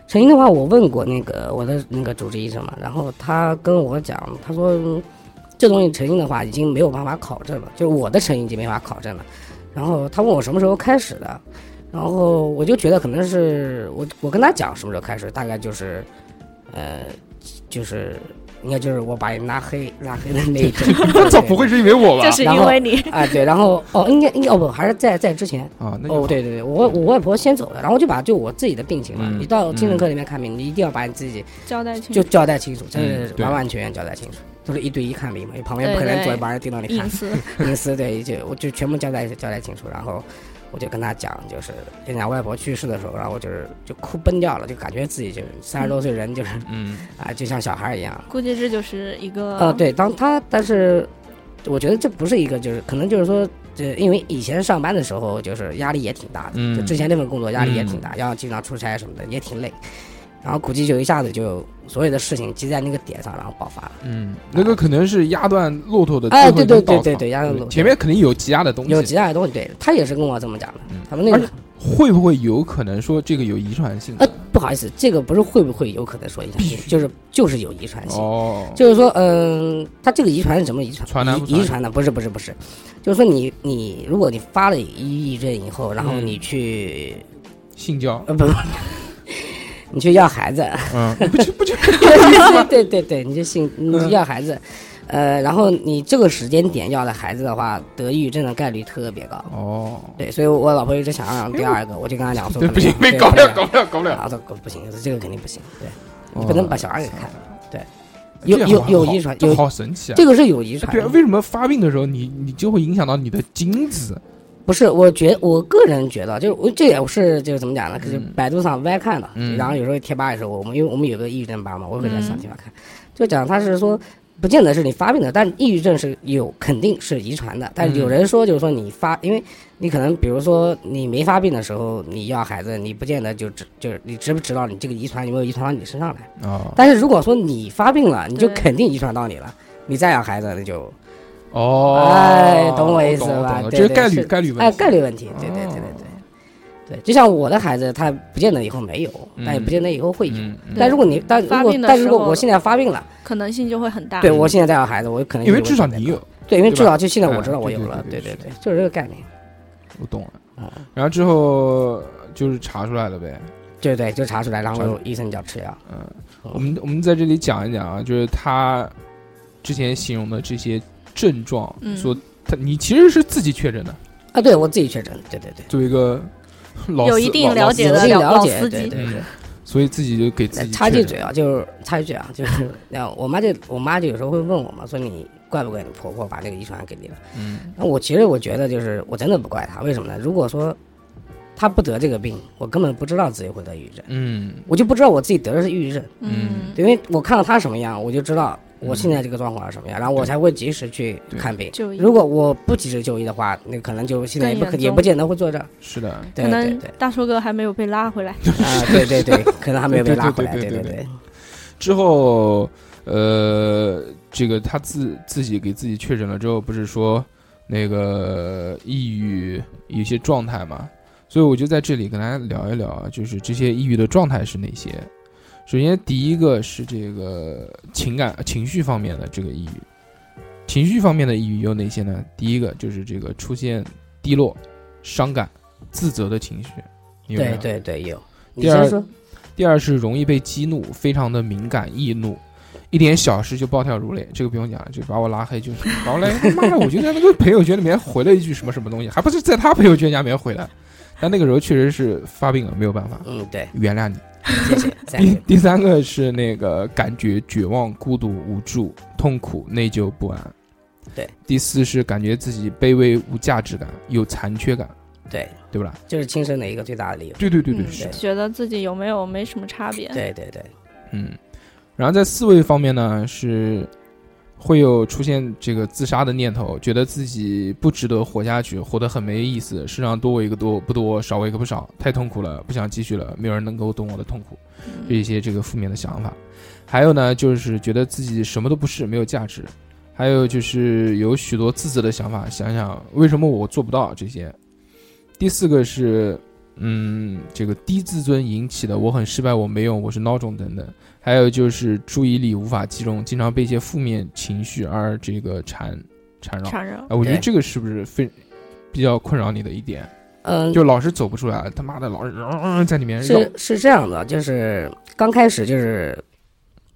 Speaker 4: 成因的话，我问过那个我的那个主治医生嘛，然后他跟我讲，他说、嗯这东西成因的话已经没有办法考证了，就是我的成因已经没法考证了。然后他问我什么时候开始的，然后我就觉得可能是我我跟他讲什么时候开始，大概就是，呃，就是应该就是我把你拉黑拉黑的那一天
Speaker 1: [LAUGHS] 我操，不会是因为我吧
Speaker 3: [LAUGHS] 就？是
Speaker 4: 然
Speaker 3: 因
Speaker 4: 后
Speaker 3: 为你
Speaker 4: 啊？对，然后哦，应该应该哦不，还是在在之前。
Speaker 1: 啊，那就
Speaker 4: 哦，
Speaker 1: 好，
Speaker 4: 对对对，我我外婆先走了，然后我就把就我自己的病情嘛，
Speaker 1: 嗯
Speaker 4: 你到精神科里面看病，你一定要把你自己
Speaker 3: [LAUGHS] 交代清
Speaker 4: 就
Speaker 3: 楚
Speaker 4: 交代清楚，真的
Speaker 1: 嗯
Speaker 4: 是
Speaker 1: 对
Speaker 4: 完完全全交代清楚，都是一对一看病嘛，因为旁边
Speaker 3: 对嗯
Speaker 4: 不可能
Speaker 3: 对
Speaker 4: [LAUGHS] 坐一帮人盯到你看
Speaker 3: 隐私，
Speaker 4: 隐私，对，就我就全部交代交代清楚，然后。我就跟他讲，就是跟讲外婆去世的时候，然后我就是就哭崩掉了，就感觉自己就是三十多岁人，就是
Speaker 1: 嗯
Speaker 4: 啊，就像小孩儿一样。
Speaker 3: 估计这就是一个
Speaker 4: 呃，，对，当他但是我觉得这不是一个，就是可能就是说，这因为以前上班的时候就是压力也挺大的，
Speaker 1: 嗯
Speaker 4: 就之前那份工作压力也挺大，要经常出差什么的也挺累，然后估计就一下子就所有的事情积在那个点上，然后爆发了。
Speaker 1: 嗯，那个可能是压断骆驼的
Speaker 4: 哎
Speaker 1: 最后一
Speaker 4: 对对
Speaker 1: 根稻
Speaker 4: 对
Speaker 1: 草
Speaker 4: 对对压断骆驼
Speaker 1: 前面肯定有积压的东西，
Speaker 4: 有其他的东西，对他也是跟我这么讲的
Speaker 1: 嗯，
Speaker 4: 他们那
Speaker 1: 而
Speaker 4: 个
Speaker 1: 且会不会有可能说这个有遗传性的？
Speaker 4: 呃不好意思，这个不是会不会有可能说遗传
Speaker 1: 必 [LAUGHS]
Speaker 4: 性，
Speaker 1: 须
Speaker 4: 就是就是有遗传性。
Speaker 1: 哦，
Speaker 4: 就是说，嗯，他这个遗传是什么遗传？
Speaker 1: 传男不
Speaker 4: 遗
Speaker 1: 传女
Speaker 4: 遗传的不是不是不是，就是说你你如果你发了抑郁症以后，然后
Speaker 1: 嗯
Speaker 4: 你去、
Speaker 1: 性 [LAUGHS] 交，
Speaker 4: 呃不， [LAUGHS] 你去要孩子，
Speaker 1: [LAUGHS] 嗯，不就不就
Speaker 4: 对对对对，你就性你就要孩子，呃，然后你这个时间点要了孩子的话，得抑郁症的概率特别高。
Speaker 1: 哦，
Speaker 4: 对，所以我老婆一直想让第二个，我就跟她讲说
Speaker 1: 对，哎 [LAUGHS] 不行，
Speaker 4: 能
Speaker 1: 没搞不了，搞不了，搞不
Speaker 4: 对
Speaker 1: 了，
Speaker 4: 啊，这个不行，这个肯定不行，对，
Speaker 1: 你
Speaker 4: 你不能把小孩给看了。有
Speaker 1: 这样
Speaker 4: 有
Speaker 1: 好
Speaker 4: 有遗传
Speaker 1: 这
Speaker 4: 有
Speaker 1: 好神奇啊！
Speaker 4: 这个是有遗传
Speaker 1: 对啊，
Speaker 4: 的，
Speaker 1: 为什么发病的时候你你就会影响到你的精子？
Speaker 4: 不是，我觉我个人觉得，就是我这也是就是怎么讲呢？就是
Speaker 1: 嗯
Speaker 4: 百度上歪看的，
Speaker 1: 嗯
Speaker 4: 然后有时候贴吧也是我们，因为我们有个抑郁症吧嘛，我会在上贴吧看，就讲他是
Speaker 1: 嗯
Speaker 4: 说。不见得是你发病的，但抑郁症是有肯定是遗传的。但是有人说，就是说你发，因为你可能比如说你没发病的时候，你要孩子，你不见得就知就是你知不知道你这个遗传有没有遗传到你身上来。
Speaker 1: 哦
Speaker 4: 但是如果说你发病了，你就
Speaker 3: 对
Speaker 4: 肯定遗传到你了，你再要孩子那就
Speaker 1: 哦，
Speaker 4: 哎懂我意思
Speaker 1: 懂了
Speaker 4: 吧
Speaker 1: 懂了这是
Speaker 4: 对对
Speaker 1: 概率
Speaker 4: 是
Speaker 1: 概率问
Speaker 4: 哎
Speaker 1: 题哦
Speaker 4: 概率问题。对对对对对。对，就像我的孩子，他不见得以后没有，但也不见得以后会有。
Speaker 1: 嗯嗯
Speaker 4: 但如果你，但如
Speaker 3: 发
Speaker 4: 果
Speaker 3: 病的
Speaker 4: 但
Speaker 3: 时
Speaker 4: 如果
Speaker 3: 候
Speaker 4: 我现在发病了，
Speaker 3: 可能性就会很大。
Speaker 4: 对我现在再有孩子，我可能
Speaker 1: 因为
Speaker 4: 就
Speaker 1: 至少
Speaker 4: 会
Speaker 1: 你有，
Speaker 4: 对，因为
Speaker 1: 对
Speaker 4: 至
Speaker 1: 吧
Speaker 4: 少就现在我知道
Speaker 1: 哎
Speaker 4: 我
Speaker 1: 对
Speaker 4: 有
Speaker 1: 对
Speaker 4: 了，
Speaker 1: 对对
Speaker 4: 对对对，就是这个概念，
Speaker 1: 我懂了。
Speaker 4: 嗯，
Speaker 1: 然后之后就是查出来了呗。
Speaker 4: 对对，就查出来，然
Speaker 1: 查
Speaker 4: 后医生就要吃药，
Speaker 1: 嗯，我
Speaker 4: 哦
Speaker 1: 们我们在这里讲一讲啊，就是他之前形容的这些症状，
Speaker 3: 嗯
Speaker 1: 说他你其实是自己确诊的，
Speaker 4: 啊，对我自己确诊，对对对，
Speaker 1: 作为一个老
Speaker 3: 有
Speaker 1: 司
Speaker 3: 一定
Speaker 1: 老老
Speaker 3: 了
Speaker 1: 司
Speaker 3: 解
Speaker 4: 有
Speaker 3: 的
Speaker 4: 些
Speaker 3: 老
Speaker 4: 了
Speaker 3: 老
Speaker 4: 解，
Speaker 3: 司
Speaker 4: 对
Speaker 3: 机
Speaker 4: 对对。
Speaker 1: 所以自己就给自己
Speaker 4: 插
Speaker 1: 确
Speaker 4: 句
Speaker 1: 诊
Speaker 4: 嘴啊，就是插一句啊，就是那我妈就我妈就有时候会问我嘛，说你怪不怪你婆婆把这个遗传给你了？
Speaker 1: 嗯
Speaker 4: 那我其实我觉得就是我真的不怪她，为什么呢？如果说她不得这个病，我根本不知道自己会得抑郁症，
Speaker 1: 嗯
Speaker 4: 我就不知道我自己得的是抑郁症，
Speaker 1: 嗯
Speaker 3: 嗯，
Speaker 4: 因为我看到她什么样，我就知道我现在这个状况是什么样，然后我才会及时去
Speaker 1: 对
Speaker 4: 看病。
Speaker 3: 就
Speaker 4: 如果我不及时就医的话，那可能就现在也
Speaker 3: 更
Speaker 4: 不
Speaker 3: 严
Speaker 4: 也
Speaker 3: 重
Speaker 4: 不见得会坐这儿。
Speaker 1: 是的，
Speaker 4: 对
Speaker 3: 可
Speaker 4: 对
Speaker 3: 能
Speaker 4: 对，
Speaker 3: 大硕哥还没有被拉回来。
Speaker 4: 啊对对对，可能还没有
Speaker 1: 对
Speaker 4: 被
Speaker 1: 对
Speaker 4: 拉
Speaker 1: 对
Speaker 4: 回来。
Speaker 1: [LAUGHS] 对
Speaker 4: 对
Speaker 1: 对
Speaker 4: 对
Speaker 1: 对
Speaker 4: 对，
Speaker 1: 之后，呃，这个他自自己给自己确诊了之后，不是说那个抑郁有些状态嘛？所以我就在这里跟大家聊一聊啊，就是这些抑郁的状态是哪些。首先，第一个是这个情感情绪方面的这个抑郁，情绪方面的抑郁有哪些呢？第一个就是这个出现低落、伤感、自责的情绪，你有没有
Speaker 4: 对对对有。你
Speaker 1: 第二
Speaker 4: 先说，
Speaker 1: 第二是容易被激怒，非常的敏感易怒，一点小事就暴跳如雷。这个不用讲了，就把我拉黑就行。把我拉黑，妈的，我就在那个朋友圈里面回了一句什么什么东西，还不是在他朋友圈下面回的。但那个时候确实是发病了，没有办法，
Speaker 4: 嗯，
Speaker 1: [LAUGHS]
Speaker 4: 对，
Speaker 1: 原谅你。
Speaker 4: 谢谢，再
Speaker 1: 第
Speaker 4: 见。
Speaker 1: 第三个是那个感觉绝望、孤独、无助、痛苦、内疚、不安。
Speaker 4: 对。
Speaker 1: 第四是感觉自己卑微、无价值感、有残缺感，
Speaker 4: 对，
Speaker 1: 对不啦？
Speaker 4: 就是亲生的一个最大的理由。
Speaker 1: 对对对对，
Speaker 3: 嗯
Speaker 1: 是的。
Speaker 3: 觉得自己有没有没什么差别。
Speaker 4: 对对对，
Speaker 1: 嗯，然后在思维方面呢，是会有出现这个自杀的念头，觉得自己不值得活下去，活得很没意思，世上多我一个多不多，少我一个不少，太痛苦了，不想继续了，没有人能够懂我的痛苦，
Speaker 3: 嗯
Speaker 1: 这一些这个负面的想法。还有呢，就是觉得自己什么都不是，没有价值。还有就是有许多自责的想法，想想为什么我做不到这些。第四个是，嗯，这个低自尊引起的，我很失败，我没用，我是孬种等等。还有就是注意力无法集中，经常被一些负面情绪而这个缠缠绕。哎、
Speaker 3: 缠绕。
Speaker 1: 我觉得
Speaker 4: 对
Speaker 1: 这个是不是非比较困扰你的一点？
Speaker 4: 嗯，
Speaker 1: 就老是走不出来，他妈的老是、嗯在里面绕。
Speaker 4: 是是这样的，就是刚开始就是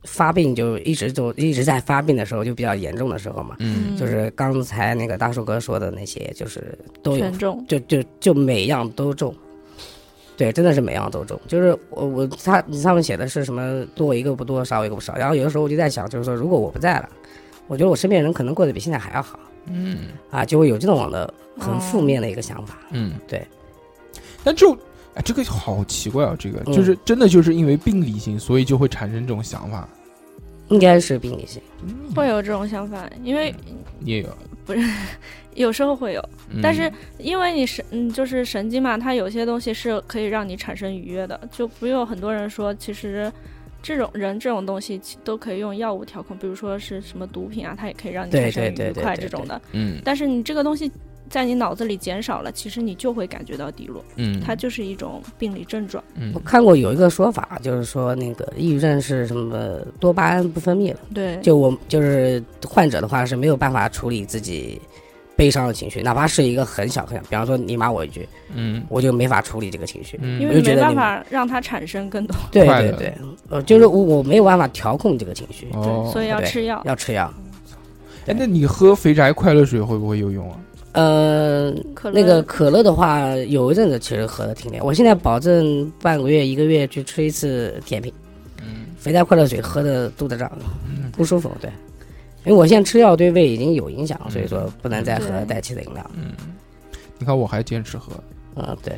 Speaker 4: 发病，就一直就一直在发病的时候，就比较严重的时候嘛，
Speaker 1: 嗯
Speaker 4: 就是刚才那个大树哥说的那些，就是都有
Speaker 3: 权，重，
Speaker 4: 就就就每样都中。对，真的是每样都中。就是我我他你上面写的是什么多一个不多，少一个不少。然后有的时候我就在想，就是说如果我不在了，我觉得我身边人可能过得比现在还要好
Speaker 1: 嗯
Speaker 4: 啊，就会有这种的很负
Speaker 3: 哦
Speaker 4: 面的一个想法。
Speaker 1: 嗯，但这种哎，这个好奇怪啊，这
Speaker 3: 嗯
Speaker 1: 个就是真的就是因为病理性，所以就会产生这种想法。
Speaker 4: 应该是病理性。
Speaker 3: 会有这种想法，因为
Speaker 4: 嗯
Speaker 1: 你也有，
Speaker 3: 有时候会有，
Speaker 1: 嗯
Speaker 3: 但是因为你神嗯就是神经嘛，它有些东西是可以让你产生愉悦的，就不有很多人说其实。这种人这种东西其都可以用药物调控，比如说是什么毒品啊，它也可以让你
Speaker 4: 对
Speaker 3: 产生
Speaker 4: 对对
Speaker 3: 愉
Speaker 4: 对
Speaker 3: 快
Speaker 4: 对
Speaker 3: 这种的。
Speaker 1: 嗯
Speaker 3: 但是你这个东西在你脑子里减少了，其实你就会感觉到低落，
Speaker 1: 嗯，
Speaker 3: 它就是一种病理症状。
Speaker 1: 嗯
Speaker 4: 我看过有一个说法，就是说那个抑郁症是什么多巴胺不分泌了，
Speaker 3: 对，
Speaker 4: 就我就是患者的话是没有办法处理自己悲伤的情绪，哪怕是一个很小很小，比方说你骂我一句，
Speaker 1: 嗯
Speaker 4: 我就没法处理这个情绪。
Speaker 1: 嗯，
Speaker 3: 因
Speaker 4: 我就
Speaker 3: 为你
Speaker 4: 觉
Speaker 3: 没
Speaker 4: 得
Speaker 3: 办
Speaker 4: 你
Speaker 3: 法让它产生更多，
Speaker 4: 对
Speaker 1: 快
Speaker 4: 对
Speaker 1: 乐
Speaker 4: 对，呃，就是我我没有办法调控这个情绪，
Speaker 1: 哦，
Speaker 3: 所以要
Speaker 4: 对
Speaker 3: 吃药。
Speaker 4: 要吃药。
Speaker 1: 哎，那你喝肥宅快乐水会不会有用啊？
Speaker 4: 呃，
Speaker 3: 可
Speaker 4: 那
Speaker 3: 乐
Speaker 4: 个可乐的话，有一阵子其实喝的挺烈，我现在保证半个月一个月去吃一次甜品。
Speaker 1: 嗯
Speaker 4: 肥宅快乐水喝的肚子胀，不舒服。对，因为我现在吃药对胃已经有影响，所以说不能再喝
Speaker 3: 对
Speaker 4: 带气的饮料。
Speaker 1: 嗯，你看我还坚持喝， [LAUGHS]
Speaker 4: 嗯，对，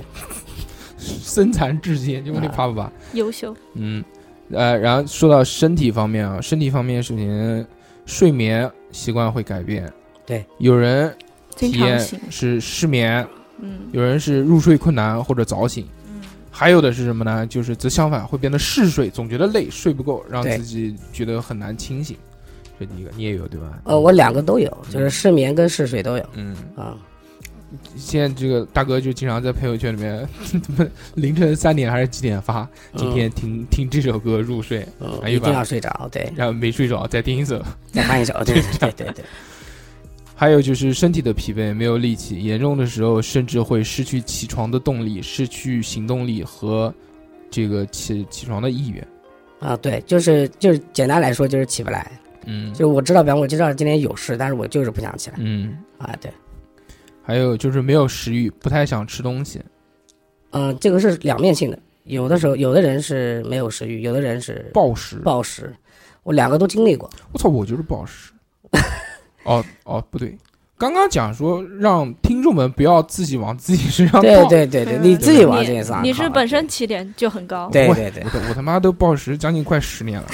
Speaker 1: 身残志坚，就问你
Speaker 3: 啊
Speaker 1: 怕不怕？
Speaker 3: 优秀，
Speaker 1: 嗯，呃，然后说到身体方面啊，身体方面首先睡眠习惯会改变，
Speaker 4: 对，
Speaker 1: 有人体
Speaker 3: 经常
Speaker 1: 验
Speaker 3: 性，
Speaker 1: 是失眠，
Speaker 3: 嗯
Speaker 1: 有人是入睡困难或者早醒，
Speaker 3: 嗯，
Speaker 1: 还有的是什么呢？就是则相反会变得嗜睡，总觉得累，睡不够，让
Speaker 4: 对
Speaker 1: 自己觉得很难清醒。这第一个，你也有对吧？
Speaker 4: 呃，我两个都有，就是失眠跟嗜睡都有。
Speaker 1: 嗯，
Speaker 4: 啊、
Speaker 1: 现在这个大哥就经常在朋友圈里面，怎么凌晨三点还是几点发？
Speaker 4: 嗯
Speaker 1: 今天听、听这首歌入睡，
Speaker 4: 嗯，
Speaker 1: 哎
Speaker 4: 一
Speaker 1: 呦吧
Speaker 4: 定要睡着，对，
Speaker 1: 然后没睡着再听一首。
Speaker 4: 再换一首，对对对
Speaker 1: [LAUGHS]
Speaker 4: 对，
Speaker 1: 还有就是身体的疲惫，没有力气，严重的时候甚至会失去起床的动力，失去行动力和这个起起床的意愿。
Speaker 4: 啊，对，就是就是简单来说就是起不来，
Speaker 1: 嗯
Speaker 4: 就是我知道，比方我知道今天有事，但是我就是不想起来
Speaker 1: 嗯，
Speaker 4: 啊，对，
Speaker 1: 还有就是没有食欲，不太想吃东西，
Speaker 4: 嗯、这个是两面性的，有的时候有的人是没有食欲，有的人是
Speaker 1: 暴食。
Speaker 4: 暴食，我两个都经历过，
Speaker 1: 我操，我就是暴食。哦哦，不对，刚刚讲说让听众们不要自己往自己身上
Speaker 4: 对
Speaker 1: 倒。
Speaker 4: 对对对，
Speaker 3: 嗯
Speaker 4: 你自己
Speaker 1: 哦对
Speaker 4: 往
Speaker 3: 你
Speaker 4: 这上靠，
Speaker 3: 你是本身起点就很高，
Speaker 4: 嗯对
Speaker 1: 我
Speaker 4: 对对
Speaker 1: 我他我他妈都暴食将近快十年了。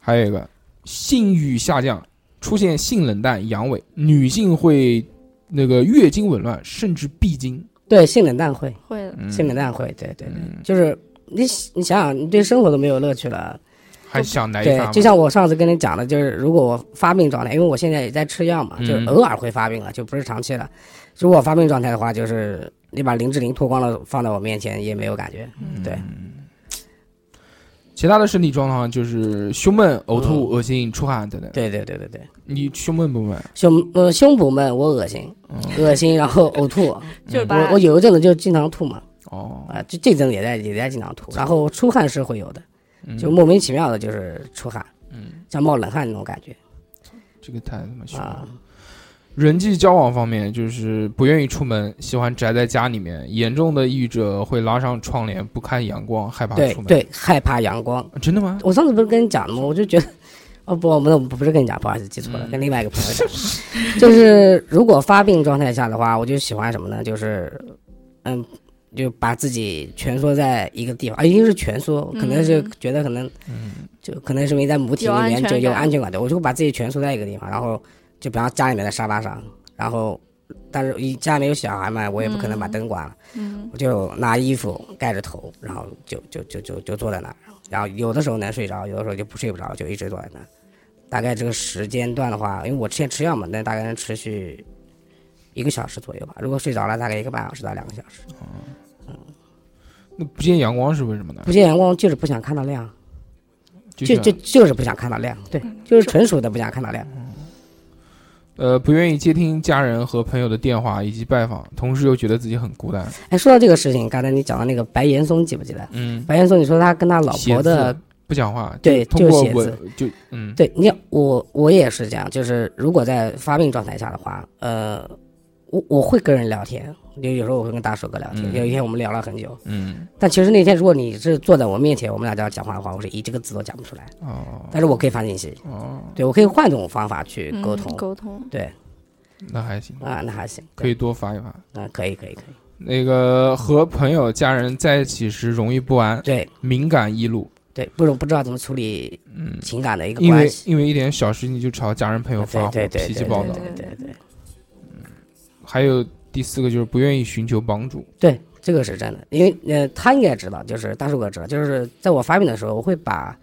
Speaker 1: 还有一个性欲下降，出现性冷淡、阳痿，女性会那个月经紊乱，甚至闭经。
Speaker 4: 对性冷淡会，
Speaker 3: 会的，
Speaker 1: 嗯
Speaker 4: 性冷淡会，对对对，
Speaker 1: 嗯，
Speaker 4: 就是你你想想，你对生活都没有乐趣了，
Speaker 1: 还想来一
Speaker 4: 对
Speaker 1: 发，吗
Speaker 4: 就像我上次跟你讲的，就是如果我发病状态，因为我现在也在吃药嘛，
Speaker 1: 嗯
Speaker 4: 就是偶尔会发病了，啊就不是长期了。如果我发病状态的话，就是你把林志玲脱光了放在我面前也没有感觉，对，
Speaker 1: 其他的身体状况就是胸闷、呕吐、恶心、出汗等等。
Speaker 4: 对对对对对，
Speaker 1: 你胸闷不闷？啊
Speaker 4: 胸呃胸不闷，我恶心， [LAUGHS] 恶心然后呕吐，
Speaker 3: 就是
Speaker 4: 嗯
Speaker 3: 把
Speaker 4: 我我有一阵子就经常吐嘛，
Speaker 1: 哦，
Speaker 4: 啊，就这阵子也在也在经常吐，然后出汗是会有的，就莫名其妙的就是出汗，
Speaker 1: 嗯，
Speaker 4: 像冒冷汗那种感觉
Speaker 1: 这个太他妈凶
Speaker 4: 啊
Speaker 1: 了。，人际交往方面，就是不愿意出门，喜欢宅在家里面。严重的抑郁者会拉上窗帘，不看阳光，害怕
Speaker 4: 对
Speaker 1: 出门。
Speaker 4: 对，害怕阳光。
Speaker 1: 啊，真的吗？
Speaker 4: 我上次不是跟你讲了吗？我就觉得，哦不，我们不是跟你讲，不好意思，记错了，
Speaker 1: 嗯
Speaker 4: 跟另外一个朋友讲的，就是如果发病状态下的话，我就喜欢什么呢？就是，嗯，就把自己蜷缩在一个地方，啊，一定是蜷缩，可能是
Speaker 3: 嗯
Speaker 4: 觉得可能，就可能是因为在母体
Speaker 3: 有
Speaker 4: 里
Speaker 3: 安
Speaker 4: 面
Speaker 3: 全
Speaker 4: 就有
Speaker 3: 感
Speaker 4: 安全感的，我就会把自己蜷缩在一个地方，然后就比方家里面的沙发上，然后。但是一家里面有小孩嘛，我也不可能把
Speaker 3: 嗯
Speaker 4: 灯关了，
Speaker 3: 嗯，
Speaker 4: 我就拿衣服盖着头，然后就就就就就坐在那儿，然后有的时候能睡着，有的时候就不睡不着，就一直坐在那儿。大概这个时间段的话，因为我之前吃药嘛，那大概能持续一个小时左右吧。如果睡着了，大概一个半小时到两个小时。
Speaker 1: 那不见阳光是为什么呢？
Speaker 4: 不见阳光就是不想看到亮，
Speaker 1: 就
Speaker 4: 就就是就是不想看到亮，对，
Speaker 3: 嗯
Speaker 4: 就是纯属的不想看到亮。
Speaker 1: 呃，不愿意接听家人和朋友的电话以及拜访，同时又觉得自己很孤单。
Speaker 4: 哎，说到这个事情，刚才你讲的那个白岩松记不记得？
Speaker 1: 嗯，
Speaker 4: 白岩松，你说他跟他老
Speaker 1: 写
Speaker 4: 婆的
Speaker 1: 字不讲话，
Speaker 4: 对
Speaker 1: 通过
Speaker 4: 就写字
Speaker 1: 文就嗯
Speaker 4: 对，你看我我也是这样，就是如果在发病状态下的话，呃，我我会跟人聊天，就有时候我会跟大手哥聊天，
Speaker 1: 嗯
Speaker 4: 有一天我们聊了很久，
Speaker 1: 嗯
Speaker 4: 但其实那天如果你是坐在我面前，我们俩这样讲话的话，我是一这个字都讲不出来，
Speaker 1: 哦
Speaker 4: 但是我可以发信息，
Speaker 1: 哦，
Speaker 4: 对我可以换种方法去
Speaker 3: 嗯
Speaker 4: 沟通，
Speaker 3: 沟通，
Speaker 4: 对
Speaker 1: 那还行，
Speaker 4: 啊，那还行，
Speaker 1: 可以多发一发。
Speaker 4: 对，啊，可以可以可以，
Speaker 1: 那个和朋友、家人在一起时容易不安，
Speaker 4: 对
Speaker 1: 敏感易怒，
Speaker 4: 对，不容不知道怎么处理
Speaker 1: 嗯，
Speaker 4: 情感的一个
Speaker 1: 因
Speaker 4: 关
Speaker 1: 为
Speaker 4: 系。
Speaker 1: 因为一点小事情就朝家人朋友发火，
Speaker 4: 对对对，
Speaker 1: 脾气
Speaker 4: 对
Speaker 1: 暴
Speaker 4: 对
Speaker 1: 躁。
Speaker 4: 对对对
Speaker 1: 还有第四个就是不愿意寻求帮助，
Speaker 4: 对，这个是真的，因为呃，他应该知道，就是大树哥知道，就是在我发病的时候，我会把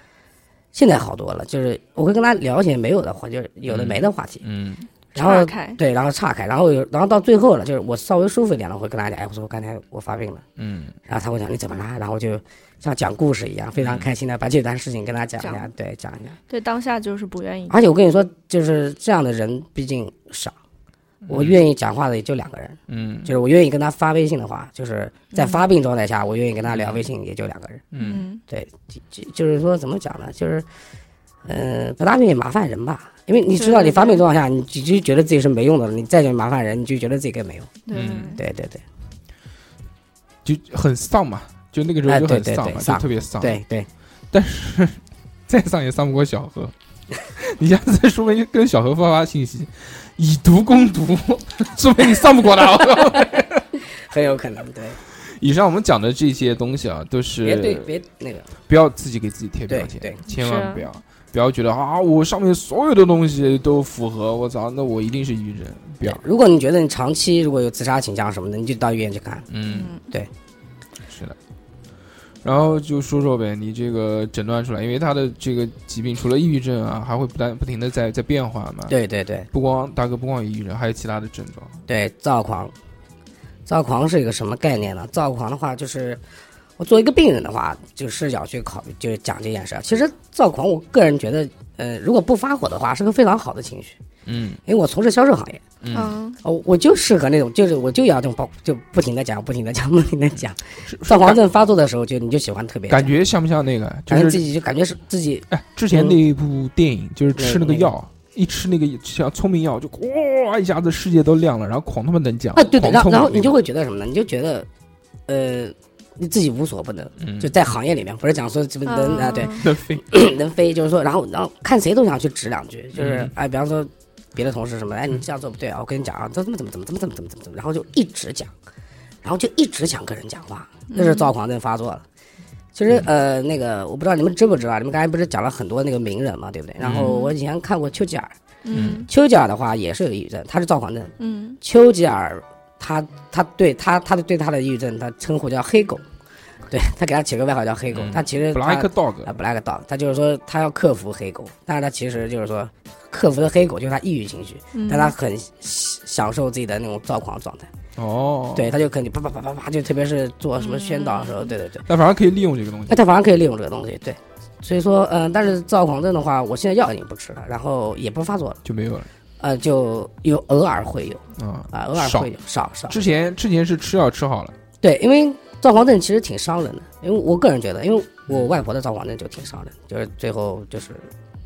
Speaker 4: 现在好多了，就是我会跟他聊一些没有的话，就是有的没的话题，
Speaker 1: 嗯
Speaker 4: 然后
Speaker 3: 岔开，
Speaker 4: 对，然后岔开，然后有，然后到最后了，就是我稍微舒服一点了，我会跟他讲，哎，我说我刚才我发病了，
Speaker 1: 嗯，
Speaker 4: 然后他会讲你怎么啦，然后就像讲故事一样，非
Speaker 1: 嗯
Speaker 4: 常开心的把这段事情跟他讲一下，对，讲一下。
Speaker 3: 对当下就是不愿意。
Speaker 4: 而且我跟你说，就是这样的人毕竟少，我愿意讲话的也就两个人，
Speaker 1: 嗯
Speaker 4: 就是我愿意跟他发微信的话，就是在发病状态下，我愿意跟他聊微信也就两个人。
Speaker 1: 嗯
Speaker 3: 嗯，
Speaker 4: 就就是说怎么讲呢？就是，呃，不大愿意麻烦人吧，因为你知道你发病状态下，你就就觉得自己是没用的了，你再去麻烦人，你就觉得自己更没用。
Speaker 3: 对对
Speaker 1: 嗯
Speaker 3: 对
Speaker 4: 对对对
Speaker 1: 就很丧嘛，就那个时候
Speaker 4: 哎
Speaker 1: 就
Speaker 4: 对
Speaker 1: 很
Speaker 4: 对
Speaker 1: 丧
Speaker 4: 对
Speaker 1: 嘛，就
Speaker 4: 丧
Speaker 1: 特别丧。，
Speaker 4: 对对，
Speaker 1: 但是 [LAUGHS] 再丧也丧不过小何。 [LAUGHS] 你下次说明跟小何发发信息，以毒攻毒， [LAUGHS] 说明你丧不过他。
Speaker 4: [LAUGHS] 很有可能对。
Speaker 1: 以上我们讲的这些东西啊，都是
Speaker 4: 别对别那个，
Speaker 1: 不要自己给自己贴标
Speaker 4: 对
Speaker 1: 签
Speaker 4: 对，
Speaker 1: 千
Speaker 3: 是
Speaker 1: 万不要不要觉得啊，我上面所有的东西都符合，我操，那我一定是愚人，不要，
Speaker 4: 如果你觉得你长期如果有自杀倾向什么的，你就到医院去看。
Speaker 1: 嗯，
Speaker 3: 嗯，
Speaker 1: 是的。然后就说说呗，你这个诊断出来，因为他的这个疾病除了抑郁症啊，还会不断不停的在在变化嘛。，
Speaker 4: 对对对
Speaker 1: 不光大哥不光有抑郁症，还有其他的症状。
Speaker 4: 对，躁狂，躁狂是一个什么概念呢？躁狂的话就是。我作为一个病人的话，就视角去考虑，就是讲这件事儿。其实躁狂，我个人觉得，呃，如果不发火的话，是个非常好的情绪。
Speaker 1: 嗯
Speaker 4: 因为我从事销售行业，
Speaker 3: 嗯，
Speaker 4: 哦，我就适合那种，就是我就要这种暴，就不停的讲，不停的讲，不停的讲。
Speaker 1: 是
Speaker 4: 躁狂
Speaker 1: 感
Speaker 4: 症发作的时候，就你就喜欢特别
Speaker 1: 感
Speaker 4: 讲
Speaker 1: 觉像不像那个？就
Speaker 4: 感觉自
Speaker 1: 是
Speaker 4: 己就感觉是自己
Speaker 1: 哎，之前
Speaker 4: 嗯
Speaker 1: 那部电影就是吃那个
Speaker 4: 那个
Speaker 1: 药，一吃那个像聪明药，就哇一下子世界都亮了，然后狂他妈能讲
Speaker 4: 啊，对对，
Speaker 1: 呃狂
Speaker 4: 然后
Speaker 1: 冲
Speaker 4: 然后
Speaker 1: 那
Speaker 4: 你
Speaker 1: 个
Speaker 4: 就会觉得什么呢？你就觉得，呃，你自己无所不能，
Speaker 1: 嗯
Speaker 4: 就在行业里面，不是讲说怎么
Speaker 3: 嗯
Speaker 4: 能啊，对，
Speaker 1: 能飞，
Speaker 4: 能飞，就是说，然后然后看谁都想去指两句，就是
Speaker 1: 嗯
Speaker 4: 哎，比方说别的同事什么，哎，你这样做不对啊，我跟你讲啊，怎么怎么怎么怎么怎么怎么怎么怎么，然后就一直讲，然后就一直想跟人讲话，
Speaker 1: 嗯
Speaker 4: 那是躁狂症发作了。其实呃，那个我不知道你们知不知道，你们刚才不是讲了很多那个名人嘛，对不对？然后
Speaker 3: 嗯
Speaker 4: 我以前看过丘吉尔，
Speaker 3: 嗯
Speaker 4: 丘吉尔的话也是有抑郁症，他是躁狂症，
Speaker 3: 嗯
Speaker 4: 丘吉尔他他对他他对他的抑郁症，他称呼叫黑狗，对他给他起个外号叫黑狗。
Speaker 1: 嗯
Speaker 4: 他其实他
Speaker 1: Black
Speaker 4: 啊
Speaker 1: Dog，
Speaker 4: black dog，他就是说他要克服黑狗，但是他其实就是说克服的黑狗就是他抑郁情绪，
Speaker 3: 嗯，
Speaker 4: 但他很享享受自己的那种躁狂状态。
Speaker 1: 哦，
Speaker 4: 对，，他就肯定啪啪啪啪啪，就特别是做什么宣导的时候，对对对，
Speaker 1: 但反正可以利用这个东西
Speaker 4: 那，他反而可以利用这个东西，对。所以说，嗯、但是躁狂症的话，我现在药已经不吃了，然后也不发作了，
Speaker 1: 就没有了
Speaker 4: 呃，就有偶尔会有
Speaker 1: 啊。
Speaker 4: 啊、偶尔
Speaker 1: 少
Speaker 4: 会有，少少。
Speaker 1: 之前之前是吃药吃好了，
Speaker 4: 对，因为躁狂症其实挺伤人的，因为我个人觉得，因为我外婆的躁狂症就挺伤人，就是最后就是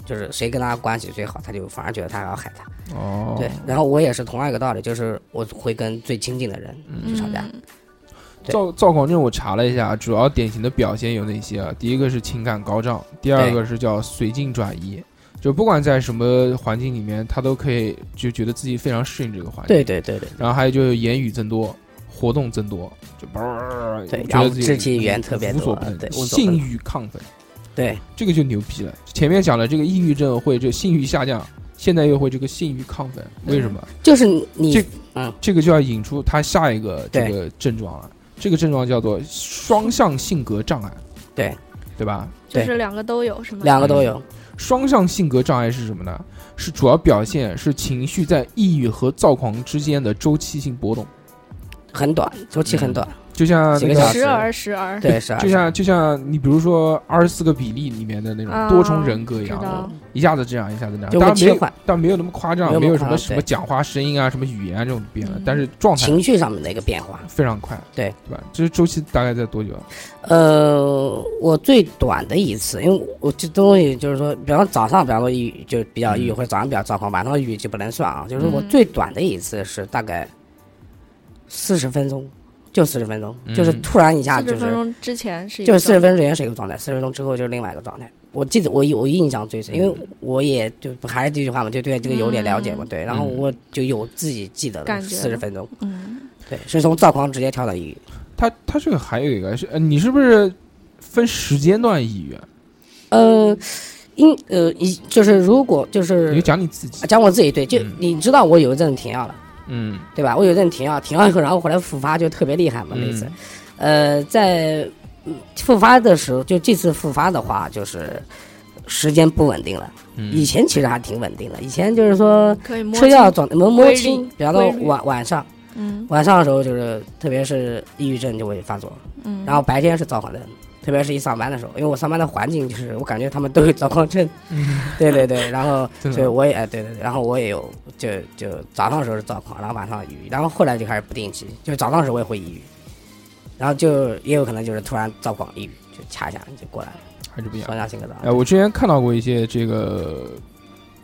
Speaker 4: 就是谁跟她关系最好，她就反而觉得她要害她。
Speaker 1: 哦，
Speaker 4: 对，然后我也是同样一个道理，就是我会跟最亲近的人去吵架。
Speaker 3: 嗯
Speaker 4: 对
Speaker 1: 躁躁狂症我查了一下，主要典型的表现有哪些啊？第一个是情感高涨，第二个是叫随境转移，就不管在什么环境里面，他都可以就觉得自己非常适应这个环境。
Speaker 4: 对对对对
Speaker 1: 然后还有就是言语增多，活动增多，就啵儿，
Speaker 4: 对
Speaker 1: 觉
Speaker 4: 然
Speaker 1: 得
Speaker 4: 后
Speaker 1: 自己
Speaker 4: 肢体语言特别
Speaker 1: 无所
Speaker 4: 多
Speaker 1: 不能，
Speaker 4: 对无所不
Speaker 1: 性
Speaker 4: 能
Speaker 1: 欲亢奋，
Speaker 4: 对
Speaker 1: 这个就牛逼了。前面讲了这个抑郁症会这性欲下降，现在又会这个性欲亢奋，为什么？
Speaker 4: 就是你
Speaker 1: 这这个就要引出他下一个这
Speaker 4: 对
Speaker 1: 个症状了。这个症状叫做双向性格障碍，
Speaker 4: 对
Speaker 1: 对吧？
Speaker 3: 就
Speaker 4: 对
Speaker 3: 是两个都有是吗？
Speaker 4: 两个都有，
Speaker 1: 双向性格障碍是什么呢？是主要表现是情绪在抑郁和躁狂之间的周期性波动，
Speaker 4: 很短，周期很短，
Speaker 1: 就像
Speaker 4: 几
Speaker 1: 那
Speaker 4: 个小
Speaker 1: 个
Speaker 4: 时
Speaker 3: 时而时而，
Speaker 4: 对是啊，
Speaker 1: 就像就像你比如说二十四个比例里面的那种
Speaker 3: 啊
Speaker 1: 多重人格一
Speaker 3: 知
Speaker 1: 样，
Speaker 3: 道，
Speaker 1: 一下子这样，一下子那样，
Speaker 4: 就会
Speaker 1: 当然没
Speaker 4: 切
Speaker 1: 有
Speaker 4: 换，
Speaker 1: 但没有那么夸张，
Speaker 4: 没有
Speaker 1: 没有
Speaker 4: 那么
Speaker 1: 什
Speaker 4: 夸
Speaker 1: 么
Speaker 4: 张
Speaker 1: 什么
Speaker 4: 对
Speaker 1: 讲话声音啊、什么语言啊这种变了
Speaker 3: 嗯，
Speaker 1: 但是状态
Speaker 4: 情绪上面的一个变化。
Speaker 1: 非常快，
Speaker 4: 对
Speaker 1: 对吧？这周期大概在多久啊？
Speaker 4: 呃，我最短的一次，因为我这东西就是说，比方早上，比方说抑郁就比较抑郁，
Speaker 1: 嗯
Speaker 4: 或者早上比较躁狂，晚上抑郁就不能算啊。就是
Speaker 1: 嗯
Speaker 4: 我最短的一次是大
Speaker 3: 嗯
Speaker 4: 概四十分钟，就四十分钟，就是
Speaker 1: 嗯
Speaker 4: 突然一下
Speaker 3: 四
Speaker 4: 就
Speaker 3: 十分
Speaker 4: 是
Speaker 3: 钟之前是一
Speaker 4: 就
Speaker 3: 个
Speaker 4: 是四十分钟之前是一个状态，四十分钟之后就是另外一个状态。我记得我有我印象
Speaker 3: 嗯
Speaker 4: 最深，因为我也就还是这句话嘛，就对这个有点了解嘛，对。然后
Speaker 1: 嗯
Speaker 4: 我就有自己记得
Speaker 3: 感
Speaker 4: 的
Speaker 3: 觉
Speaker 4: 四十分钟，
Speaker 3: 嗯
Speaker 4: 对，是从躁狂直接跳到抑郁。
Speaker 1: 他他这个还有一个是，呃，你是不是分时间段抑郁啊？
Speaker 4: 呃，因呃一就是哎如果就
Speaker 1: 你就是讲你自己，
Speaker 4: 讲我自己对，就
Speaker 1: 嗯
Speaker 4: 你知道我有一阵停药了，
Speaker 1: 嗯
Speaker 4: 对吧？我有一阵停药，停药以后，然后后来复发就特别厉害嘛，那次。
Speaker 1: 嗯
Speaker 4: 呃，在嗯复发的时候，就这次复发的话，就是时间不稳定了。
Speaker 1: 嗯
Speaker 4: 以前其实还挺稳定的，以前就是说
Speaker 3: 可以摸
Speaker 4: 吃药
Speaker 3: 清
Speaker 4: 总能摸
Speaker 3: 规律
Speaker 4: 清，比方说
Speaker 3: 规律
Speaker 4: 晚晚上，
Speaker 3: 嗯
Speaker 4: 晚上的时候就是特别是抑郁症就会发作，
Speaker 3: 嗯，
Speaker 4: 然后白天是躁狂症。特别是一上班的时候，因为我上班的环境就是，我感觉他们都有躁狂症，
Speaker 1: 嗯
Speaker 4: 对对对，然后
Speaker 1: 真的
Speaker 4: 所以我也哎对对对，然后我也有就就早上的时候是躁狂，然后晚上抑郁，然后后来就开始不定期，就早上的时候我也会抑郁，然后就也有可能就是突然躁狂抑郁，就掐一下就过来了，
Speaker 1: 还是不一样
Speaker 4: 双。向性格障
Speaker 1: 哎，
Speaker 4: 碍。
Speaker 1: 我之前看到过一些这个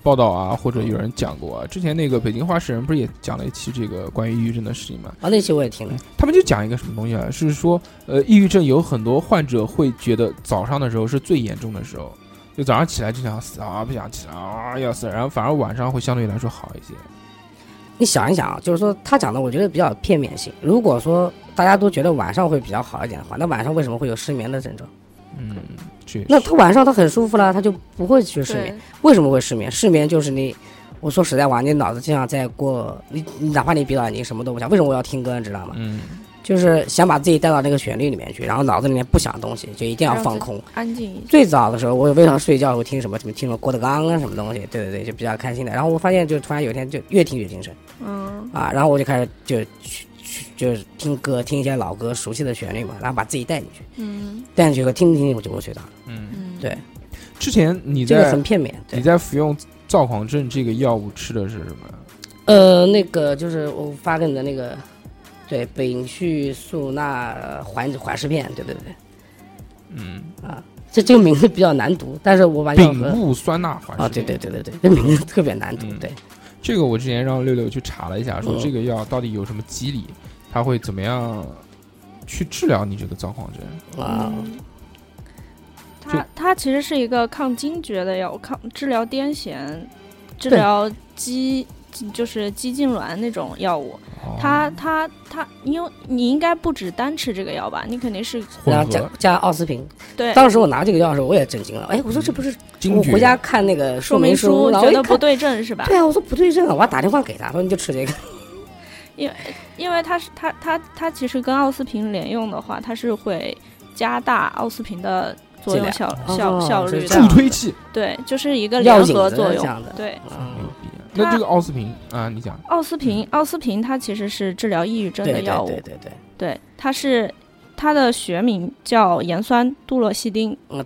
Speaker 1: 报道啊，或者有人讲过啊。之前那个北京话事人不是也讲了一期这个关于抑郁症的事情嘛？
Speaker 4: 啊，那期我也听了，
Speaker 1: 他们就讲一个什么东西啊？是说，呃，抑郁症有很多患者会觉得早上的时候是最严重的时候，就早上起来就想死啊，不想起来啊，要死，然后反而晚上会相对来说好一些。
Speaker 4: 你想一想啊，就是说他讲的我觉得比较片面性。如果说大家都觉得晚上会比较好一点的话，那晚上为什么会有失眠的症状？
Speaker 1: 嗯，这也
Speaker 4: 那
Speaker 1: 是
Speaker 4: 他晚上他很舒服了，他就不会去失眠。
Speaker 3: 对，
Speaker 4: 为什么会失眠？失眠就是你，我说实在话，你脑子就像在过你，你哪怕你闭上眼睛什么都不想，为什么我要听歌，你知道吗？
Speaker 1: 嗯，
Speaker 4: 就是想把自己带到那个旋律里面去，然后脑子里面不想的东西，就一定要
Speaker 3: 让
Speaker 4: 放
Speaker 3: 自
Speaker 1: 嗯
Speaker 3: 己
Speaker 4: 空。
Speaker 3: 安静一些。
Speaker 4: 最早的时候，我为了睡觉会听什么什么听什么郭德纲啊什么东西，对对对，就比较开心的。然后我发现，就突然有一天就越听越精神
Speaker 3: 嗯
Speaker 4: 啊，然后我就开始就去去就是听歌，听一些老歌熟悉的旋律嘛，然后把自己带进去，
Speaker 3: 嗯
Speaker 4: 带进去以后听听听我就会睡着了，
Speaker 3: 嗯，
Speaker 4: 对
Speaker 1: 之前你
Speaker 4: 这个
Speaker 1: 在
Speaker 4: 很片面。对
Speaker 1: 你。在服用躁狂症这个药物吃的是什么？
Speaker 4: 呃，那个就是我发给你的那个，对，丙烯唑钠缓缓释片，对对对，
Speaker 1: 嗯，
Speaker 4: 这这个名字比较难读，但是我把药
Speaker 1: 丙
Speaker 4: 和
Speaker 1: 戊酸钠环
Speaker 4: 啊，
Speaker 1: 释
Speaker 4: 对
Speaker 1: 片
Speaker 4: 对对对对，这名字特别难读，
Speaker 1: 嗯
Speaker 4: 对，
Speaker 1: 这个我之前让六六去查了一下，说
Speaker 4: 嗯
Speaker 1: 这个药到底有什么机理，它会怎么样去治疗你这个躁狂症？
Speaker 4: 啊，
Speaker 3: 嗯它
Speaker 1: 就
Speaker 3: 它其实是一个抗惊厥的药，抗治疗癫痫、治
Speaker 4: 对
Speaker 3: 疗肌就是肌痉挛那种药物。
Speaker 1: 哦
Speaker 3: 它它它，因为你应该不止单吃这个药吧？你肯定是
Speaker 1: 混
Speaker 4: 然后加
Speaker 1: 合嗯
Speaker 4: 加奥司匹。
Speaker 3: 对，
Speaker 4: 当时我拿这个药的时候，我也震惊了，哎，我说这不是
Speaker 1: 惊
Speaker 4: 我
Speaker 1: 厥
Speaker 4: 回家看那个
Speaker 3: 说
Speaker 4: 明
Speaker 3: 明书
Speaker 4: 然后
Speaker 3: 觉
Speaker 4: 我一
Speaker 3: 得不
Speaker 4: 看，
Speaker 3: 对症是吧？
Speaker 4: 对啊，我说不对症啊，我还打电话给他，说你就吃
Speaker 3: [LAUGHS]
Speaker 4: 这个， [LAUGHS]
Speaker 3: 因为它是它它它其实跟奥司匹林联用的话，它是会加大奥司匹林的作用
Speaker 4: 剂
Speaker 3: 效
Speaker 4: 哦
Speaker 3: 效效
Speaker 4: 是
Speaker 3: 率
Speaker 4: 这样
Speaker 1: 助
Speaker 3: 的，
Speaker 1: 推器，
Speaker 3: 对，就是一个
Speaker 4: 药
Speaker 3: 联
Speaker 4: 引
Speaker 3: 合
Speaker 4: 子啊
Speaker 3: 作
Speaker 4: 这
Speaker 3: 用。
Speaker 4: 样的，
Speaker 3: 对，
Speaker 1: 牛
Speaker 4: 嗯，
Speaker 1: 逼！那
Speaker 3: 它
Speaker 1: 这个奥司匹林啊，你讲
Speaker 3: 奥司匹林奥司匹林它其实是治疗抑郁症
Speaker 4: 对
Speaker 3: 的
Speaker 4: 对
Speaker 3: 药物，
Speaker 4: 对对对，
Speaker 3: 对，它是它的学名叫盐酸杜洛西汀。
Speaker 4: 嗯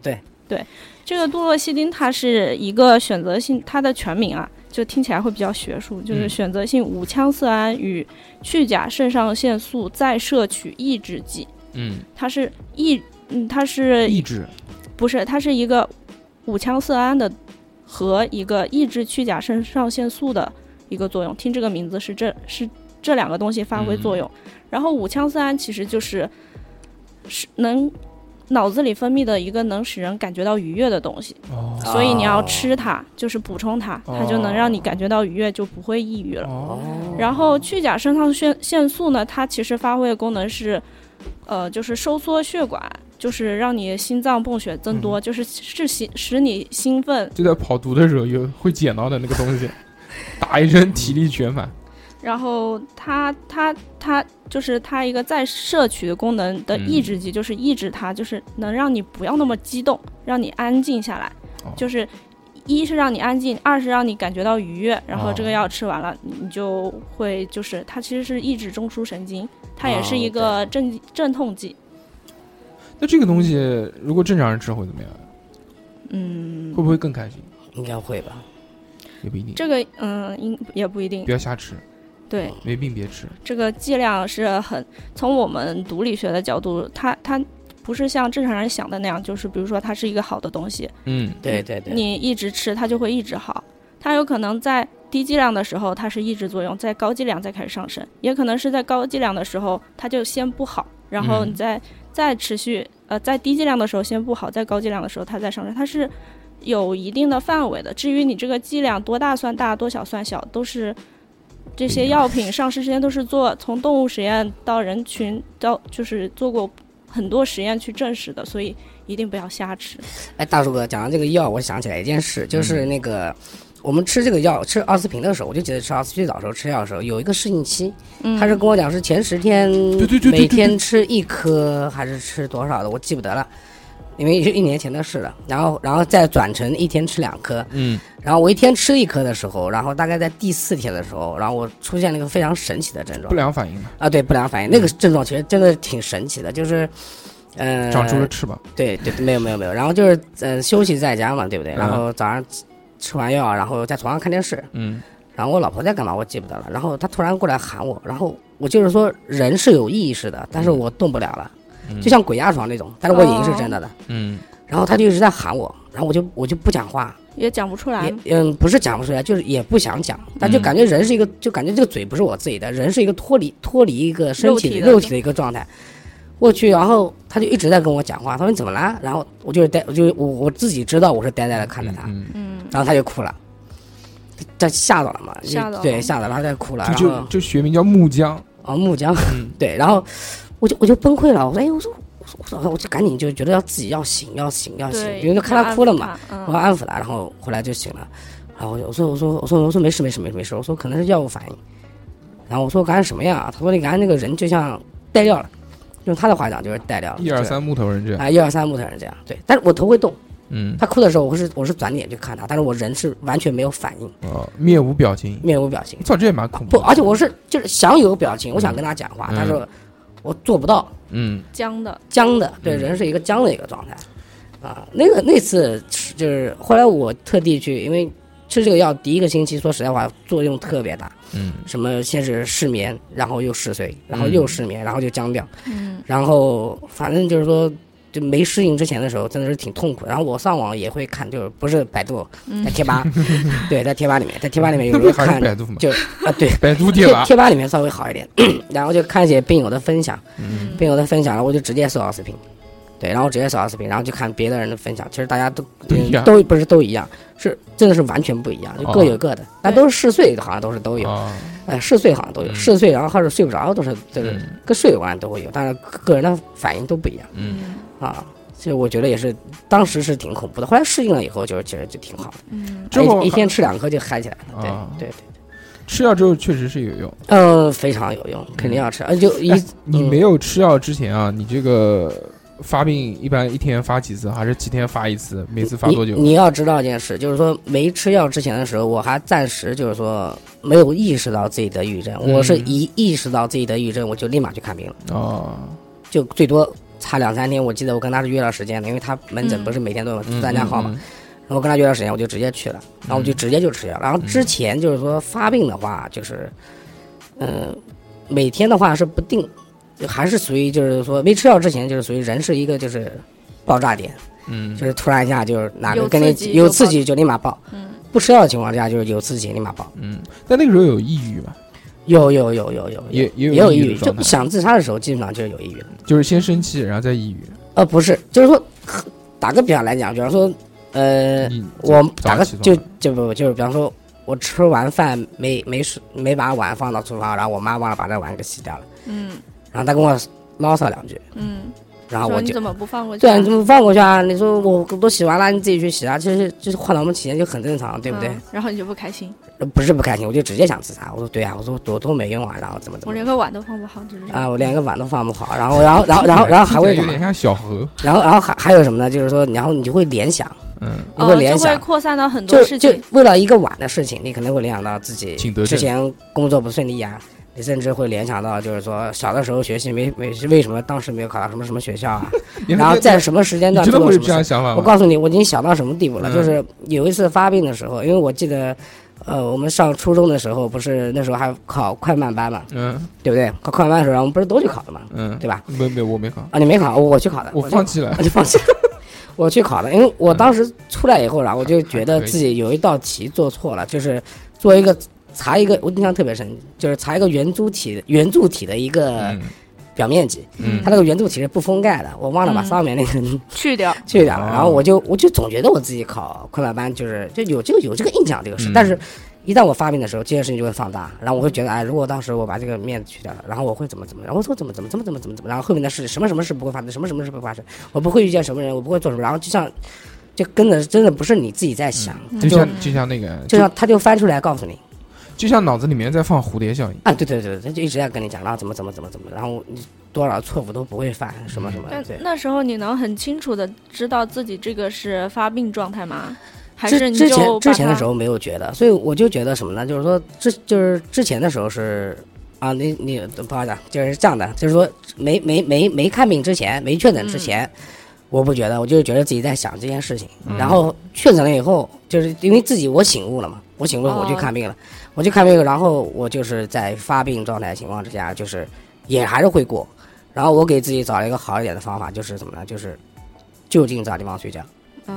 Speaker 4: 对，
Speaker 3: 这个杜洛西汀它是一个选择性，它的全名啊，就听起来会比较学术，就是
Speaker 1: 嗯
Speaker 3: 选择性五羟色胺与去甲肾上腺素再摄取抑制剂。
Speaker 1: 嗯，
Speaker 3: 它是抑，嗯，它是
Speaker 1: 抑制
Speaker 3: 不是？它是一个五羟色胺的和一个抑制去甲肾上腺素的一个作用。听这个名字是这是这两个东西发挥作用。然后五羟色胺其实就是是能脑子里分泌的一个能使人感觉到愉悦的东西，
Speaker 1: 哦
Speaker 4: 啊
Speaker 3: 所以你要
Speaker 4: 哦
Speaker 3: 吃它，就是补充它，它就能让你感觉到愉悦，就不会抑郁了。
Speaker 1: 哦，
Speaker 3: 然后去甲肾上腺腺素呢，它其实发挥的功能是，呃，就是收缩血管，就是让你心脏泵血增
Speaker 1: 嗯
Speaker 3: 多，就是是使使你兴奋，
Speaker 1: 就在跑毒的时候有会捡到的那个东
Speaker 4: [LAUGHS]
Speaker 1: 西，打一针体力全满。
Speaker 3: 然后它它它就是它一个再摄取的功能
Speaker 1: 嗯
Speaker 3: 的抑制剂，就是抑制它，就是能让你不要那么激动，让你安静下来
Speaker 1: 哦，
Speaker 3: 就是。一是让你安静，二是让你感觉到愉悦，然后这个
Speaker 1: 哦
Speaker 3: 药吃完了，你你就会就是它其实是抑制中枢神经，它也是
Speaker 4: 哦
Speaker 3: 一
Speaker 4: 对
Speaker 3: 个镇、镇痛剂。
Speaker 1: 那这个东西如果正常人吃会怎么样？
Speaker 3: 嗯
Speaker 1: 会，不会更开心？
Speaker 4: 应该会吧，
Speaker 1: 也不一定，
Speaker 3: 这个嗯，应也不一定
Speaker 1: 不。要瞎吃，
Speaker 3: 对，
Speaker 1: 没病别吃。
Speaker 3: 这个剂量是很从我们毒理学的角度，它它不是像正常人想的那样，就是比如说它是一个好的东西，
Speaker 1: 嗯，
Speaker 4: 对对对，
Speaker 3: 你一直吃它就会一直好。它有可能在低剂量的时候它是抑制作用，在高剂量再开始上升，也可能是在高剂量的时候它就先不好，然后
Speaker 1: 嗯
Speaker 3: 你再、再持续呃在低剂量的时候先不好，在高剂量的时候它再上升，它是有一定的范围的。至于你这个剂量多大算大，多小算小，都是这些药品上市之前都是做从动物实验到人群到就是做过很多实验去证实的，所以一定不要瞎吃。
Speaker 4: 哎，大叔哥讲到这个药，我想起来一件事，就是
Speaker 1: 嗯
Speaker 4: 那个、我们吃这个药，吃奥司匹的时候，我就觉得吃奥司匹早时候吃药的时候有一个适应期，
Speaker 3: 嗯，
Speaker 4: 他是跟我讲是前十天
Speaker 1: 对对对对
Speaker 4: 每
Speaker 1: 对
Speaker 4: 天吃一颗还是吃多少的，我记不得了，因为是一年前的事了。然后然后再转成一天吃两颗，
Speaker 1: 嗯，
Speaker 4: 然后我一天吃一颗的时候，然后大概在第四天的时候，然后我出现了一个非常神奇的症
Speaker 1: 不
Speaker 4: 状
Speaker 1: 良嗯反应嘛，
Speaker 4: 啊，对不良反应，那个症状其实真的挺神奇的，就是。呃，
Speaker 1: 长出了翅膀，
Speaker 4: 对对，没有没有没有。然后就是呃休息在家嘛，对不对？
Speaker 1: 嗯
Speaker 4: 然后早上吃吃完药，然后在床上看电视。
Speaker 1: 嗯
Speaker 4: 然后我老婆在干嘛我记不得了。然后她突然过来喊我，然后我就是说人是有意识的，但是我动不了了，
Speaker 1: 嗯
Speaker 4: 就像鬼压床那种，但是我已经是真的了。
Speaker 1: 嗯
Speaker 4: 然后她就一直在喊我，然后我就我就不讲话，
Speaker 3: 也讲不出来
Speaker 4: 也。嗯不是讲不出来，就是也不想讲，但就
Speaker 1: 嗯
Speaker 4: 感觉人是一个，就感觉这个嘴不是我自己的，人是一个脱离脱离一个身体
Speaker 3: 肉体的
Speaker 4: 肉体的一个状态。过去，然后他就一直在跟我讲话，他说你怎么啦？然后我就是呆，我就我我自己知道我是呆呆的看着他，
Speaker 1: 嗯，
Speaker 3: 嗯，
Speaker 4: 然后他就哭了，他吓到了嘛，
Speaker 3: 吓到了
Speaker 4: 对吓到了，然后他就嗯哭了，
Speaker 1: 就
Speaker 4: 然
Speaker 1: 就
Speaker 4: 后
Speaker 1: 就学名叫木僵，
Speaker 4: 哦木匠，
Speaker 1: 嗯
Speaker 4: [LAUGHS] 对，然后我就我就崩溃了，我说哎我说我说我说我就赶紧就觉得要自己要醒要醒要醒，
Speaker 3: 对，
Speaker 4: 啊因为就看他哭了嘛，
Speaker 3: 嗯，
Speaker 4: 我安抚他，然后后来就醒了。然后我说我说我说我说没事没事没事没事，我说可能是药物反应。然后我说我感染什么样啊？他说你感染那个人就像带掉了，用他的话讲就是带掉了。
Speaker 1: 一二三木头人这
Speaker 4: 就是。
Speaker 1: 样，
Speaker 4: 啊啊，一二三木头人这样对，但是我头会动。
Speaker 1: 嗯，
Speaker 4: 他哭的时候，我是我是转脸去看他，但是我人是完全没有反应，
Speaker 1: 哦，面无表情，
Speaker 4: 面无表情。
Speaker 1: 操，这也蛮恐怖
Speaker 4: 啊
Speaker 1: 的，
Speaker 4: 不，而且我是就是想有表情，我想跟他讲话，
Speaker 1: 嗯
Speaker 4: 但是我做不到，
Speaker 1: 嗯，
Speaker 3: 僵的，
Speaker 4: 僵的，对，
Speaker 1: 嗯
Speaker 4: 人是一个僵的一个状态，啊，那个那次吃就是后来我特地去，因为吃这个药第一个星期，说实在话作用特别大，
Speaker 1: 嗯，
Speaker 4: 什么先是失眠，然后又嗜睡，然后又失眠，然后就僵掉，
Speaker 3: 嗯，
Speaker 4: 然后反正就是说就没适应之前的时候真的是挺痛苦的，然后我上网也会看，就是不是百度，
Speaker 3: 嗯
Speaker 4: 在贴吧，对，在贴吧里面，在贴吧里面有
Speaker 1: 那
Speaker 4: 时
Speaker 1: 不是
Speaker 4: 候
Speaker 1: [LAUGHS] 还
Speaker 4: 看
Speaker 1: 是百度吗？
Speaker 4: 就啊对。
Speaker 1: 百度贴吧，
Speaker 4: 贴吧里面稍微好一点， [CLEARS THROAT] 然后就看一些病友的分享，
Speaker 1: 嗯
Speaker 4: 病友的分享，然后我就直接搜奥司匹，对，然后直接搜奥司匹，然后去看别的人的分享，其实大家都呃
Speaker 1: 不一样
Speaker 4: 都不是都一样，是真的是完全不一样，就各有各的，但都是嗜睡，好像都是都有，
Speaker 1: 啊，
Speaker 4: 哎，嗜睡好像都有，
Speaker 1: 嗯
Speaker 4: 嗜睡然后或者睡不着都是就是
Speaker 1: 嗯
Speaker 4: 跟睡有关都会有，但是个人的反应都不一样
Speaker 1: 嗯，
Speaker 4: 啊。所以我觉得也是，当时是挺恐怖的。后来适应了以后，就是其实就挺好的，哎
Speaker 3: 嗯，
Speaker 1: 之后
Speaker 4: 一一天吃两颗就嗨起来了。对、
Speaker 1: 啊
Speaker 4: 对对，
Speaker 1: 吃药之后确实是有用。
Speaker 4: 嗯，非常有用，肯定要吃。呃，就一、
Speaker 1: 哎你
Speaker 4: 嗯
Speaker 1: 没有吃药之前啊，你这个发病一般一天发几次，还是几天发一次？每次发多久
Speaker 4: 你？？你要知道一件事，就是说没吃药之前的时候，我还暂时就是说没有意识到自己得抑郁症。
Speaker 1: 嗯
Speaker 4: 我是一意识到自己得抑郁症，我就立马去看病了，
Speaker 1: 哦，
Speaker 4: 就最多差两三天。我记得我跟他是约了时间的，因为他门诊
Speaker 3: 嗯
Speaker 4: 不是每天都有
Speaker 1: 嗯
Speaker 4: 三家号嘛，？然后我跟他约了时间，我就直接去了，然后我就直接就吃药。然后
Speaker 1: 嗯
Speaker 4: 之前就是说发病的话，就是嗯、呃每天的话是不定，就还是属于就是说没吃药之前，就是属于人是一个就是爆炸点。
Speaker 1: 嗯，
Speaker 4: 就是突然一下就是哪
Speaker 3: 有
Speaker 4: 个跟你
Speaker 3: 刺激
Speaker 4: 有
Speaker 3: 就
Speaker 4: 刺
Speaker 3: 爆
Speaker 4: 激就立马爆，
Speaker 3: 嗯
Speaker 4: 不吃药的情况下就是有刺激立马爆，
Speaker 1: 嗯，但那个时候有抑郁嘛，
Speaker 4: 有有有有有
Speaker 1: 也也
Speaker 4: 也
Speaker 1: 有抑
Speaker 4: 有
Speaker 1: 郁的状
Speaker 4: 郁，就
Speaker 1: 态
Speaker 4: 想自杀的时候基本上就是有抑郁的。
Speaker 1: 就是先生气，然后再抑郁。
Speaker 4: 呃，不是，就是说打个比方来讲，比方说呃，
Speaker 1: 你
Speaker 4: 我
Speaker 1: 早
Speaker 4: 打
Speaker 1: 上
Speaker 4: 个
Speaker 1: 起床
Speaker 4: 就就不就是比方说我吃完饭没没吃没把碗放到厨房，然后我妈忘了把这碗给洗掉了，
Speaker 3: 嗯
Speaker 4: 然后她跟我唠叨两句，
Speaker 3: 嗯，
Speaker 4: 然后
Speaker 3: 说
Speaker 4: 啊我
Speaker 3: 你
Speaker 4: 就
Speaker 3: 怎么不放过去
Speaker 4: 对
Speaker 3: 啊？
Speaker 4: 啊，你怎么放过去啊？你说我都洗完了，你自己去洗啊，这是这是换到我们体验就很正常，对不对？
Speaker 3: 嗯？然后你就不开心，
Speaker 4: 不是不开心，我就直接想自杀。我说对啊，我说多多没用啊，然后怎么怎
Speaker 3: 我
Speaker 4: 么
Speaker 3: 连个碗都放不好，就是这样
Speaker 4: 啊，我连个碗都放不好，然后然后然后然后然后还会
Speaker 1: 有 [LAUGHS]
Speaker 4: 什
Speaker 1: 点
Speaker 4: 么？
Speaker 1: 像小何，
Speaker 4: 然后然后还还有什么呢？就是说，然后你就会联想，
Speaker 1: 嗯，
Speaker 4: 你
Speaker 3: 哦，
Speaker 4: 会联
Speaker 3: 就会
Speaker 4: 想，
Speaker 3: 扩散到很多
Speaker 4: 就
Speaker 3: 事
Speaker 4: 就
Speaker 3: 情。
Speaker 4: 为了一个碗的事情，你可能会联想到自己
Speaker 1: 景德镇
Speaker 4: 之前工作不顺利啊，你甚至会联想到就是说小的时候学习没没是为什么当时没有考到什么什么学校啊，
Speaker 1: 你
Speaker 4: 然后
Speaker 1: 还
Speaker 4: 在什么时间
Speaker 1: 你
Speaker 4: 段
Speaker 1: 真
Speaker 4: 做
Speaker 1: 的
Speaker 4: 了
Speaker 1: 会有
Speaker 4: 什么
Speaker 1: 这
Speaker 4: 事
Speaker 1: 样想法
Speaker 4: 我
Speaker 1: 吗？
Speaker 4: 告诉你，我已经想到什么地步了，
Speaker 1: 嗯
Speaker 4: 就是有一次发病的时候，因为我记得，呃，我们上初中的时候，不是那时候还考快慢班嘛，
Speaker 1: 嗯
Speaker 4: 对不对？考快慢班的时候，我们不是都去考了嘛，
Speaker 1: 嗯，
Speaker 4: 对吧？
Speaker 1: 没没我没考，
Speaker 4: 啊，你没考，我去考的，
Speaker 1: 我
Speaker 4: 我去
Speaker 1: 放弃了
Speaker 4: [LAUGHS] 我。就放弃了，我去考的，因为我当时出来以后，然后我就觉
Speaker 1: 还
Speaker 4: 得
Speaker 1: 可以
Speaker 4: 自己有一道题做错了，就是做一个查一个，我印象特别深，就是查一个圆柱体圆柱体的一个
Speaker 1: 嗯
Speaker 4: 表面积，
Speaker 1: 嗯
Speaker 4: 它那个圆柱体是不封盖的，我忘了把
Speaker 3: 嗯
Speaker 4: 上面那个。
Speaker 3: 去掉，
Speaker 4: 去掉了，
Speaker 1: 哦
Speaker 4: 然后我就我就总觉得我自己考快板班就是就有这个有这个印象这个事，
Speaker 1: 嗯
Speaker 4: 但是一旦我发病的时候，这件事情就会放大，然后我会觉得，哎，如果当时我把这个面子去掉了，然后我会怎么怎么，然后我会怎么怎么怎么怎么怎么怎么，然后后面的事什么什么事不会发生，什么什么事不会发生，我不会遇见什么人，我不会做什么，然后就像，这根本真的不是你自己在想，
Speaker 1: 就
Speaker 3: 嗯
Speaker 1: 像就像那个，就
Speaker 4: 就像他就翻出来告诉你，
Speaker 1: 就像脑子里面在放蝴蝶效应。嗯
Speaker 4: 啊，对对对，他就一直在跟你讲，然后怎么怎么怎么怎么，然后你多少错误都不会犯，什么什么，
Speaker 3: 但
Speaker 4: 啊对。
Speaker 3: 那时候你能很清楚的知道自己这个是发病状态吗？还
Speaker 4: 之
Speaker 3: 是你
Speaker 4: 之
Speaker 3: 就
Speaker 4: 前之前的时
Speaker 3: 候，
Speaker 4: 候没有觉得，所以我就觉得什么呢？就是说之就是之前的时候是啊，你你不好讲，啊就是这样的，就是说没没没没看病之前，没确诊
Speaker 3: 嗯
Speaker 4: 之前，我不觉得，我就是觉得自己在想这件事情。然后确诊了以后，就是因为自己我醒悟了嘛，我醒悟了我就
Speaker 3: 哦
Speaker 4: 看病了，我就看病了，然后我就是在发病状态情况之下，就是也还是会过。然后我给自己找了一个好一点的方法，就是怎么呢？就是就近找地方睡觉，
Speaker 3: 嗯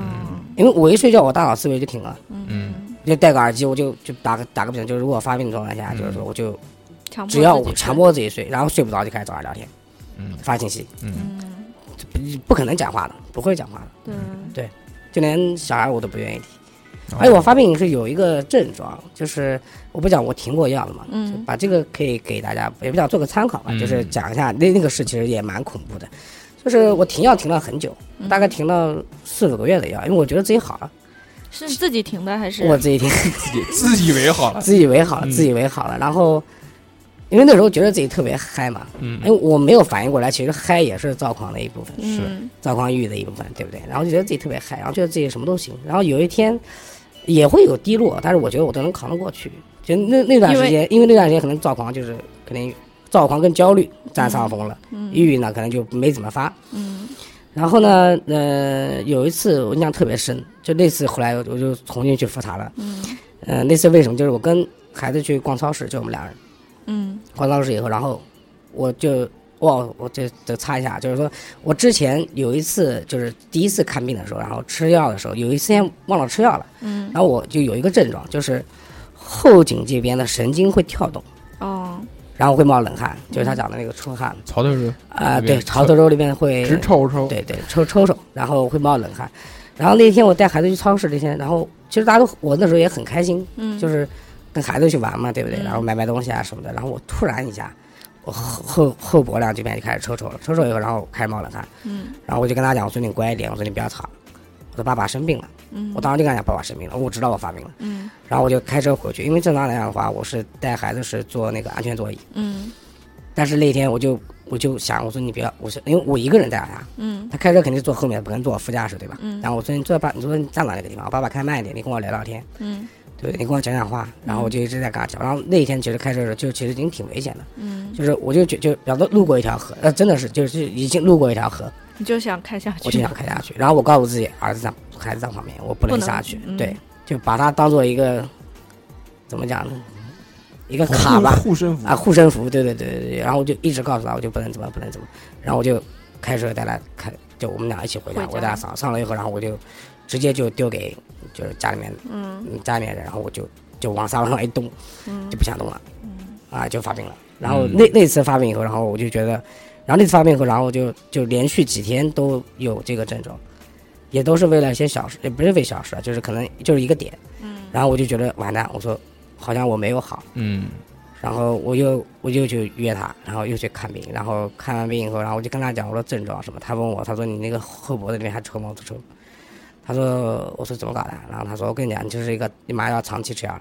Speaker 4: 因为我一睡觉，我大脑思维就停了。
Speaker 1: 嗯，
Speaker 4: 就戴个耳机，我就就打个打个比方，就是如果发病的状态下，
Speaker 1: 嗯
Speaker 4: 就是说我就
Speaker 3: 强迫
Speaker 4: 只要
Speaker 3: 自己
Speaker 4: 我
Speaker 3: 睡
Speaker 4: 强，迫自己睡，然后睡不着就开始找人聊天，
Speaker 1: 嗯
Speaker 4: 发信息，
Speaker 1: 嗯，
Speaker 3: 嗯，
Speaker 4: 不可能讲话的，不会讲话的，
Speaker 3: 对，
Speaker 4: 就连小孩我都不愿意理。
Speaker 1: 哦
Speaker 4: 而且哎我发病是有一个症状，就是我不讲我停过药了嘛，
Speaker 3: 嗯
Speaker 4: 就把这个可以给大家也不讲做个参考吧，
Speaker 1: 嗯
Speaker 4: 就是讲一下那那个事其实也蛮恐怖的，就是我停药停了很久，
Speaker 3: 嗯
Speaker 4: 大概停了四五个月的药，因为我觉得自己好了，
Speaker 3: 是自己停的还是
Speaker 4: 我自己停。
Speaker 1: 自己自以为好了。
Speaker 4: 自以为好了，
Speaker 1: 嗯
Speaker 4: 自以为好了。然后，因为那时候觉得自己特别嗨嘛，
Speaker 1: 嗯
Speaker 4: 因为我没有反应过来，其实嗨也是躁狂的一部分，
Speaker 3: 嗯
Speaker 4: 躁狂抑郁的一部分，对不对？然后就觉得自己特别嗨，然后觉得自己什么都行。然后有一天也会有低落，但是我觉得我都能扛得过去。就那那段时间，因为那段时间可能躁狂就是肯定躁狂跟焦虑占上风了，抑
Speaker 3: 嗯
Speaker 4: 郁呢可能就没怎么发。
Speaker 3: 嗯
Speaker 4: 然后呢，呃，有一次我印象特别深，就那次后来我就重新去复查了。
Speaker 3: 嗯
Speaker 4: 嗯，那次为什么？就是我跟孩子去逛超市，就我们俩人
Speaker 3: 嗯
Speaker 4: 逛超市以后，然后我就哇，我这得擦一下，就是说我之前有一次就是第一次看病的时候，然后吃药的时候，有一次间忘了吃药了，
Speaker 3: 嗯
Speaker 4: 然后我就有一个症状，就是后颈这边的神经会跳动，
Speaker 3: 哦
Speaker 4: 然后会冒冷汗，就是他讲的那个出汗
Speaker 1: 曹豆豆
Speaker 4: 啊、
Speaker 1: 嗯那边
Speaker 4: 对，潮头肉里面会
Speaker 1: 直抽抽，
Speaker 4: 对对，抽抽抽，然后会冒冷汗。然后那天我带孩子去超市那天，然后其实大家都我那时候也很开心，
Speaker 3: 嗯，
Speaker 4: 就是跟孩子去玩嘛，对不对？
Speaker 3: 嗯
Speaker 4: 然后买买东西啊什么的。然后我突然一下，我后后后脖梁这边就开始抽抽了，抽抽以后，然后开始冒冷汗。
Speaker 3: 嗯
Speaker 4: 然后我就跟他讲，我说你乖一点，我说你不要吵。我说爸爸生病了，
Speaker 3: 嗯，
Speaker 4: 我当时就跟他讲爸爸生病了，我知道我发病了。
Speaker 3: 嗯
Speaker 4: 然后我就开车回去，因为正常来讲的话，我是带孩子是坐那个安全座椅，
Speaker 3: 嗯
Speaker 4: 但是那天我就我就想，我说你不要，我说因为我一个人带着他，
Speaker 3: 嗯
Speaker 4: 他开车肯定坐后面，不可能坐我副驾驶对吧？
Speaker 3: 嗯
Speaker 4: 然后我说你坐爸，你说你站到那个地方，我爸爸开慢一点，你跟我聊聊天。
Speaker 3: 嗯
Speaker 4: 对你跟我讲讲话，然后我就一直在跟他讲。然后那一天其实开车的时候，就其实已经挺危险的，
Speaker 3: 嗯，
Speaker 4: 就是我就觉就比方说路过一条河，呃，真的是就是已经路过一条河，
Speaker 3: 你就想看下去，
Speaker 4: 我就想开下去。然后我告诉自己，儿子在孩子在旁边，我不
Speaker 3: 不
Speaker 4: 能
Speaker 3: 能
Speaker 4: 下去，
Speaker 3: 嗯
Speaker 4: 对，就把他当做一个怎么讲呢，一个卡吧，
Speaker 1: 护身符
Speaker 4: 啊，护身符，对对对对对。然后我就一直告诉他，我就不能怎么不能怎么，然后我就开车带他开，就我们俩一起回家，
Speaker 3: 回家
Speaker 4: 我带他上上了以后，然后我就直接就丢给就是家里面
Speaker 3: 嗯
Speaker 4: 嗯家里面人，然后我就就往沙发上一蹲，
Speaker 3: 嗯
Speaker 4: 就不想动了，啊，就发病了。然后
Speaker 1: 嗯
Speaker 4: 那那次发病以后，然后我就觉得，然后那次发病以后，然后就就连续几天都有这个症状，也都是为了一些小事，也不是为小事啊，就是可能就是一个点。
Speaker 3: 嗯
Speaker 4: 然后我就觉得完蛋，我说好像我没有好，
Speaker 1: 嗯
Speaker 4: 然后我又我又去约他，然后又去看病，然后看完病以后，然后我就跟他讲我说症状啊什么，他问我，他说你那个后脖子里面还抽吗？我说抽。他说我说怎么搞的？然后他说我跟你讲，你就是一个你马上要长期吃药了，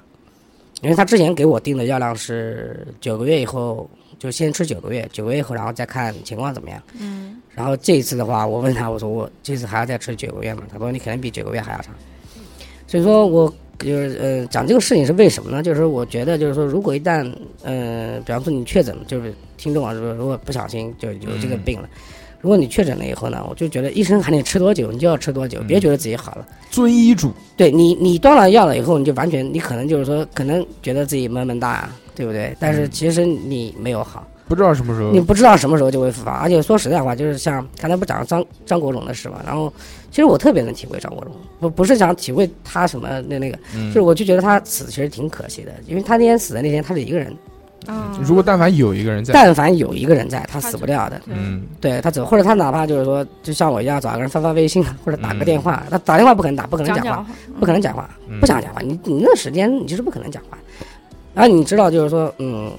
Speaker 4: 因为他之前给我定的药量是九个月以后就先吃九个月，九个月以后然后再看情况怎么样。
Speaker 3: 嗯
Speaker 4: 然后这一次的话，我问他我说我这次还要再吃九个月吗？他说你可能比九个月还要长。所以说我就是呃讲这个事情是为什么呢？就是我觉得就是说，如果一旦呃，比方说你确诊，就是听众啊，如果如果不小心就有这个病了。如果你确诊了以后呢，我就觉得医生喊你吃多久，你就要吃多久，别觉得自己好了。
Speaker 1: 遵医嘱，
Speaker 4: 对你，你断了药了以后，你就完全，你可能就是说，可能觉得自己闷闷哒，对不对？但是其实你没有好，
Speaker 1: 不知道什么时候
Speaker 4: 你不知道什么时候就会复发。而且说实在话，就是像刚才不讲张张国荣的事嘛，然后其实我特别能体会张国荣，我不是想体会
Speaker 1: 嗯
Speaker 4: 他什么那那个，就是我就觉得他死其实挺可惜的，因为他那天死的那天他是一个人，
Speaker 3: 啊，
Speaker 1: 如果但凡有一个人在，
Speaker 4: 但凡有一个人在，他
Speaker 3: 他
Speaker 4: 死
Speaker 3: 就
Speaker 4: 不掉的。
Speaker 3: 对
Speaker 1: 嗯，
Speaker 4: 对他走，或者他哪怕就是说，就像我一样，找个人翻翻微信啊，或者打
Speaker 1: 嗯
Speaker 4: 个电话。他打电话不可能打，不可能
Speaker 3: 讲
Speaker 4: 嗯讲话，
Speaker 3: 讲话，
Speaker 4: 不可能讲话，
Speaker 1: 嗯
Speaker 4: 不想讲话。你你那时间你就是不可能讲话。然后你知道就是说，嗯，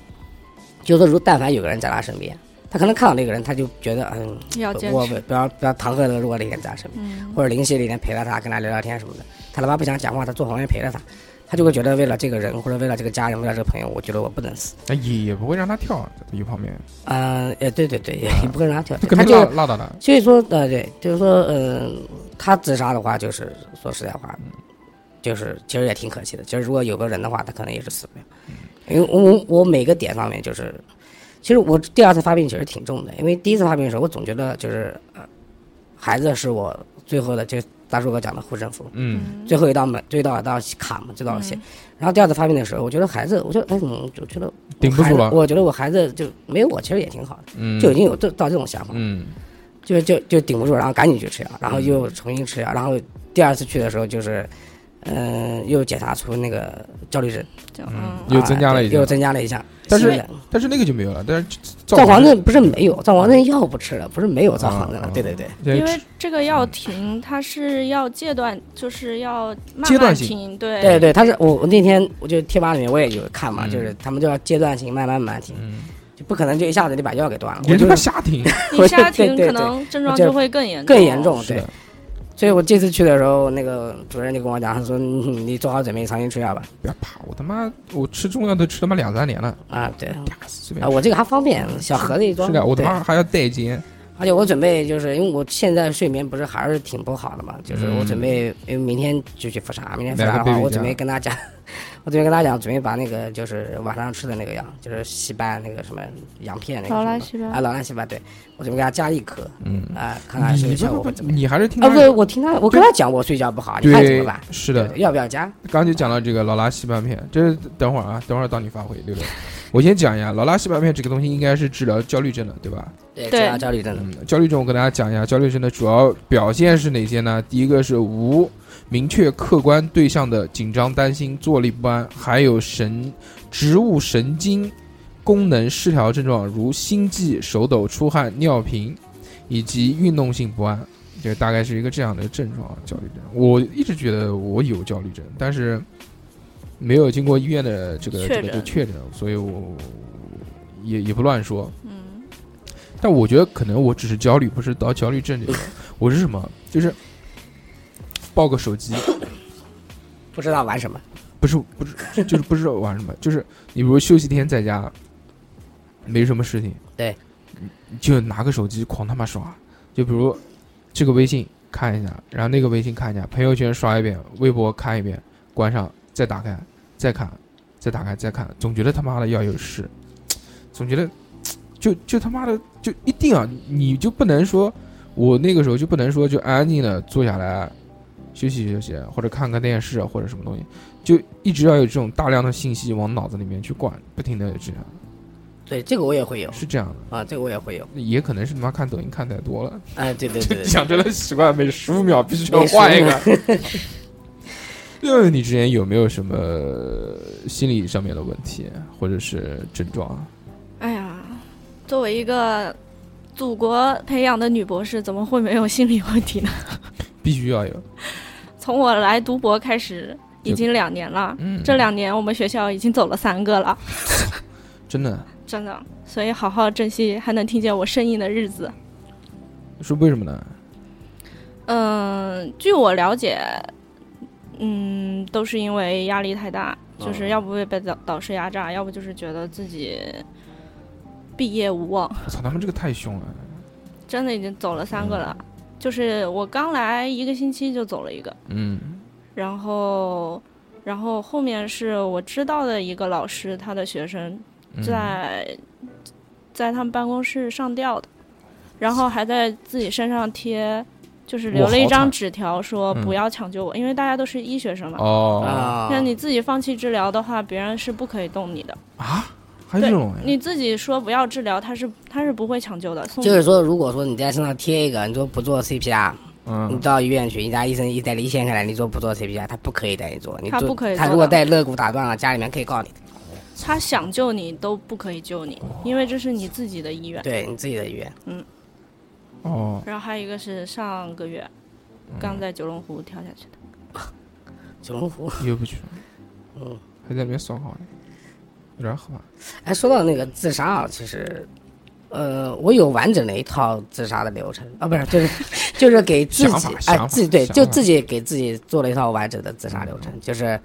Speaker 4: 就是说，如但凡有个人在他身边，他可能看到那个人，他就觉得，嗯，
Speaker 3: 嗯要坚
Speaker 4: 我
Speaker 3: 持，
Speaker 4: 不要不要唐鹤的，如果那个人在他身边，
Speaker 3: 嗯，
Speaker 4: 或者林夕那天陪着他，跟他聊聊天什么的，他他妈不想讲话，他坐旁边陪着他，他就会觉得为了这个人或者为了这个家人，为了这个朋友，我觉得我不能死。
Speaker 1: 那也也不会让他跳啊一旁边，
Speaker 4: 嗯，也对对对，也也不跟他跳，
Speaker 1: 肯
Speaker 4: 他
Speaker 1: 定
Speaker 4: 就
Speaker 1: 落落到嗯了。
Speaker 4: 所以说，呃，对，就是说，嗯、他自杀的话，就是说实在话，就是其实也挺可惜的。其实如果有个人的话，他可能也是死不了。因为我我每个点上面就是，其实我第二次发病其实挺重的，因为第一次发病的时候，我总觉得就是，呃，孩子是我最后的，就是大叔哥讲的护身符，
Speaker 1: 嗯
Speaker 4: 最后一道门，最后一道一道坎嘛，最后一道线。然后第二次发病的时候，我觉得孩子，我觉得，哎，嗯，我觉得我
Speaker 1: 顶不
Speaker 4: 孩
Speaker 1: 住
Speaker 4: 子
Speaker 1: 了
Speaker 4: 我觉得我孩子就没有我，其实也挺好的，
Speaker 1: 嗯，
Speaker 4: 就已经有这到这种想法了。
Speaker 1: 嗯
Speaker 4: 就就就顶不住，然后赶紧去吃药，然后又重新吃药，然后第二次去的时候就是，嗯、又检查出那个焦虑症，
Speaker 3: 就
Speaker 1: 嗯
Speaker 3: 嗯，
Speaker 1: 又增加了一
Speaker 4: 啊
Speaker 1: 项
Speaker 4: 又增加了一项。
Speaker 1: 但是
Speaker 4: 新的
Speaker 1: 但是那个就没有了，但是赵
Speaker 4: 赵
Speaker 1: 黄
Speaker 4: 黄症不是没有，赵黄症药不吃了，不是没有赵黄症
Speaker 1: 啊
Speaker 4: 了，对对对，
Speaker 3: 因
Speaker 1: 因
Speaker 3: 为这个药停，它是要戒断，就是要慢
Speaker 1: 阶段
Speaker 3: 慢
Speaker 1: 性
Speaker 3: 停，对
Speaker 4: 对对，他是我我那天我就贴吧里面我也有看嘛，
Speaker 1: 嗯
Speaker 4: 就是他们就要阶段性慢慢慢慢停，
Speaker 1: 嗯，
Speaker 4: 就不可能就一下子就把药给断了，我
Speaker 1: 人他
Speaker 4: 就
Speaker 1: 妈瞎听，
Speaker 3: 你下
Speaker 4: 对
Speaker 3: 停
Speaker 4: 对对
Speaker 3: 可能症状
Speaker 4: 就
Speaker 3: 就会更严
Speaker 4: 更严重，
Speaker 1: 是
Speaker 4: 哦对
Speaker 1: 的。
Speaker 4: 所以我这次去的时候，那个主任就跟我讲，他说你你做好准备，重新吃药吧。
Speaker 1: 不要怕，我他妈我吃中药都吃他妈两三年了，
Speaker 4: 啊，对，
Speaker 1: 啪随
Speaker 4: 啊，
Speaker 1: 便
Speaker 4: 我这个还方便，小盒子一装。
Speaker 1: 吃点，我他
Speaker 4: 对
Speaker 1: 妈还要带煎，
Speaker 4: 而且我准备就是因为我现在睡眠不是还是挺不好的嘛，就是我准备因为明天就去复查，明天复
Speaker 1: 嗯买
Speaker 4: 查的
Speaker 1: 个
Speaker 4: 话，
Speaker 1: baby
Speaker 4: 我
Speaker 1: 酱
Speaker 4: 准备跟他讲， [LAUGHS] 我准备跟他讲，准备把那个就是晚上吃的那个药，就是西班那个什么羊片那个
Speaker 3: 劳
Speaker 4: 什
Speaker 3: 拉
Speaker 4: 么
Speaker 3: 西班
Speaker 4: 啊，老兰西班，对我准备给他加一颗
Speaker 1: 嗯，
Speaker 4: 啊，看看是
Speaker 1: 你
Speaker 4: 效
Speaker 1: 不
Speaker 4: 果
Speaker 1: 不
Speaker 4: 会
Speaker 1: 不
Speaker 4: 怎么样。
Speaker 1: 你还是听
Speaker 4: 啊，
Speaker 1: 他
Speaker 4: 不是，我听他，我跟他讲我睡觉不好，你看怎么
Speaker 1: 对
Speaker 4: 办？，
Speaker 1: 是的
Speaker 4: 对，要不要加？
Speaker 1: 刚刚就讲到这个劳拉西半片，这是等会儿啊，等会儿到你发挥，六六。我先讲一下劳拉西半片这个东西，应该是治疗焦虑症的，对吧？
Speaker 4: 对，
Speaker 3: 对
Speaker 4: 治疗焦虑症的。
Speaker 1: 嗯，焦虑症我跟大家讲一下，焦虑症的主要表现是哪些呢？第一个是无明确客观对象的紧张、担心、坐立不安，还有神植物神经功能失调症状，如心悸、手抖、出汗、尿频，以及运动性不安，就大概是一个这样的症状。焦虑症，我一直觉得我有焦虑症，但是没有经过医院的这个
Speaker 3: 确
Speaker 1: 这个这个
Speaker 3: 诊
Speaker 1: 确诊，所以我也也不乱说。
Speaker 3: 嗯，
Speaker 1: 但我觉得可能我只是焦虑，不是到焦虑症这个。我是什么？就是抱个手机，
Speaker 4: 不知道玩什么，
Speaker 1: 不是不是， [LAUGHS] 就是不知道玩什么。就是你比如休息天在家，没什么事情，
Speaker 4: 对
Speaker 1: 你，你就拿个手机狂他妈刷。就比如这个微信看一下，然后那个微信看一下，朋友圈刷一遍，微博看一遍，关上，再打开，再看，再打开，再看，总觉得他妈的要有事，总觉得就就他妈的就一定啊，你就不能说，我那个时候就不能说就安安静静的坐下来休息休息，或者看看电视啊或者什么东西，就一直要有这种大量的信息往脑子里面去灌，不停的这样，
Speaker 4: 对这个我也会有
Speaker 1: 是这样的。
Speaker 4: 啊，这个我也会有。
Speaker 1: 也可能是他妈看抖音看太多了，
Speaker 4: 哎，对对 [LAUGHS]
Speaker 1: [LAUGHS]
Speaker 4: 对对，对
Speaker 1: 养成了习惯，每十五秒必须要
Speaker 4: 每15
Speaker 1: 换一个。
Speaker 4: [LAUGHS]
Speaker 1: 六六，你之前有没有什么心理上面的问题或者是症状啊？
Speaker 3: 哎呀，作为一个祖国培养的女博士，怎么会没有心理问题呢？ [LAUGHS]
Speaker 1: 必须要有。
Speaker 3: 从我来读博开始，已
Speaker 1: 就
Speaker 3: 经两年了。
Speaker 1: 嗯，
Speaker 3: 这两年我们学校已经走了三个了，
Speaker 1: 真的
Speaker 3: 真的，所以好好珍惜还能听见我声音的日子。
Speaker 1: 是为什么呢？
Speaker 3: 嗯，据我了解，嗯，都是因为压力太大，就是要不被导导师压榨，要不就是觉得自己毕业无望。
Speaker 1: 我操，他们这个太凶了。
Speaker 3: 真的已经走了三个了，就是我刚来一个星期就走了一个，
Speaker 1: 嗯
Speaker 3: 然后，然后后面是我知道的一个老师，他的学生
Speaker 1: 嗯
Speaker 3: 在、在他们办公室上吊的，然后还在自己身上贴，就是留
Speaker 1: 哇
Speaker 3: 了一
Speaker 1: 好
Speaker 3: 张
Speaker 1: 惨
Speaker 3: 纸条说
Speaker 1: 嗯
Speaker 3: 不要抢救我，因为大家都是医学生嘛。
Speaker 1: 哦
Speaker 4: 啊
Speaker 3: 那，你自己放弃治疗的话，别人是不可以动你的。
Speaker 1: 啊，还有这种哎
Speaker 3: 你自己说不要治疗，他是他是不会抢救的。送
Speaker 4: 就是说，如果说你在身上贴一个，你说不做 CPR，你
Speaker 1: 嗯，
Speaker 4: 到医院去，人家医生一带离线下来，你说不做 CPR，他不可以带你做，你
Speaker 3: 他
Speaker 4: 做
Speaker 3: 不可以
Speaker 4: 他
Speaker 3: 做
Speaker 4: 如果
Speaker 3: 的
Speaker 4: 带肋骨打断了，家里面可以告你的。
Speaker 3: 他想救你都不可以救你，因为这是你自己的意愿。
Speaker 4: 对你自己的意愿。
Speaker 1: 哦，
Speaker 3: 然后还有一个是上个月刚在九龙湖跳下去的，
Speaker 4: 九龙湖，
Speaker 1: 又不去，
Speaker 4: 嗯，
Speaker 1: 还在里面烧烤呢，有点可怕。
Speaker 4: 哎，说到那个自杀啊，其实，呃，我有完整的一套自杀的流程啊，不是，就是 [LAUGHS] 就是给自
Speaker 1: 想法
Speaker 4: 己，
Speaker 1: 想
Speaker 4: 哎
Speaker 1: 法，
Speaker 4: 自己对，
Speaker 1: 想
Speaker 4: 就
Speaker 1: 法嗯
Speaker 4: 自己给自己做了一套完整的自杀流程，就是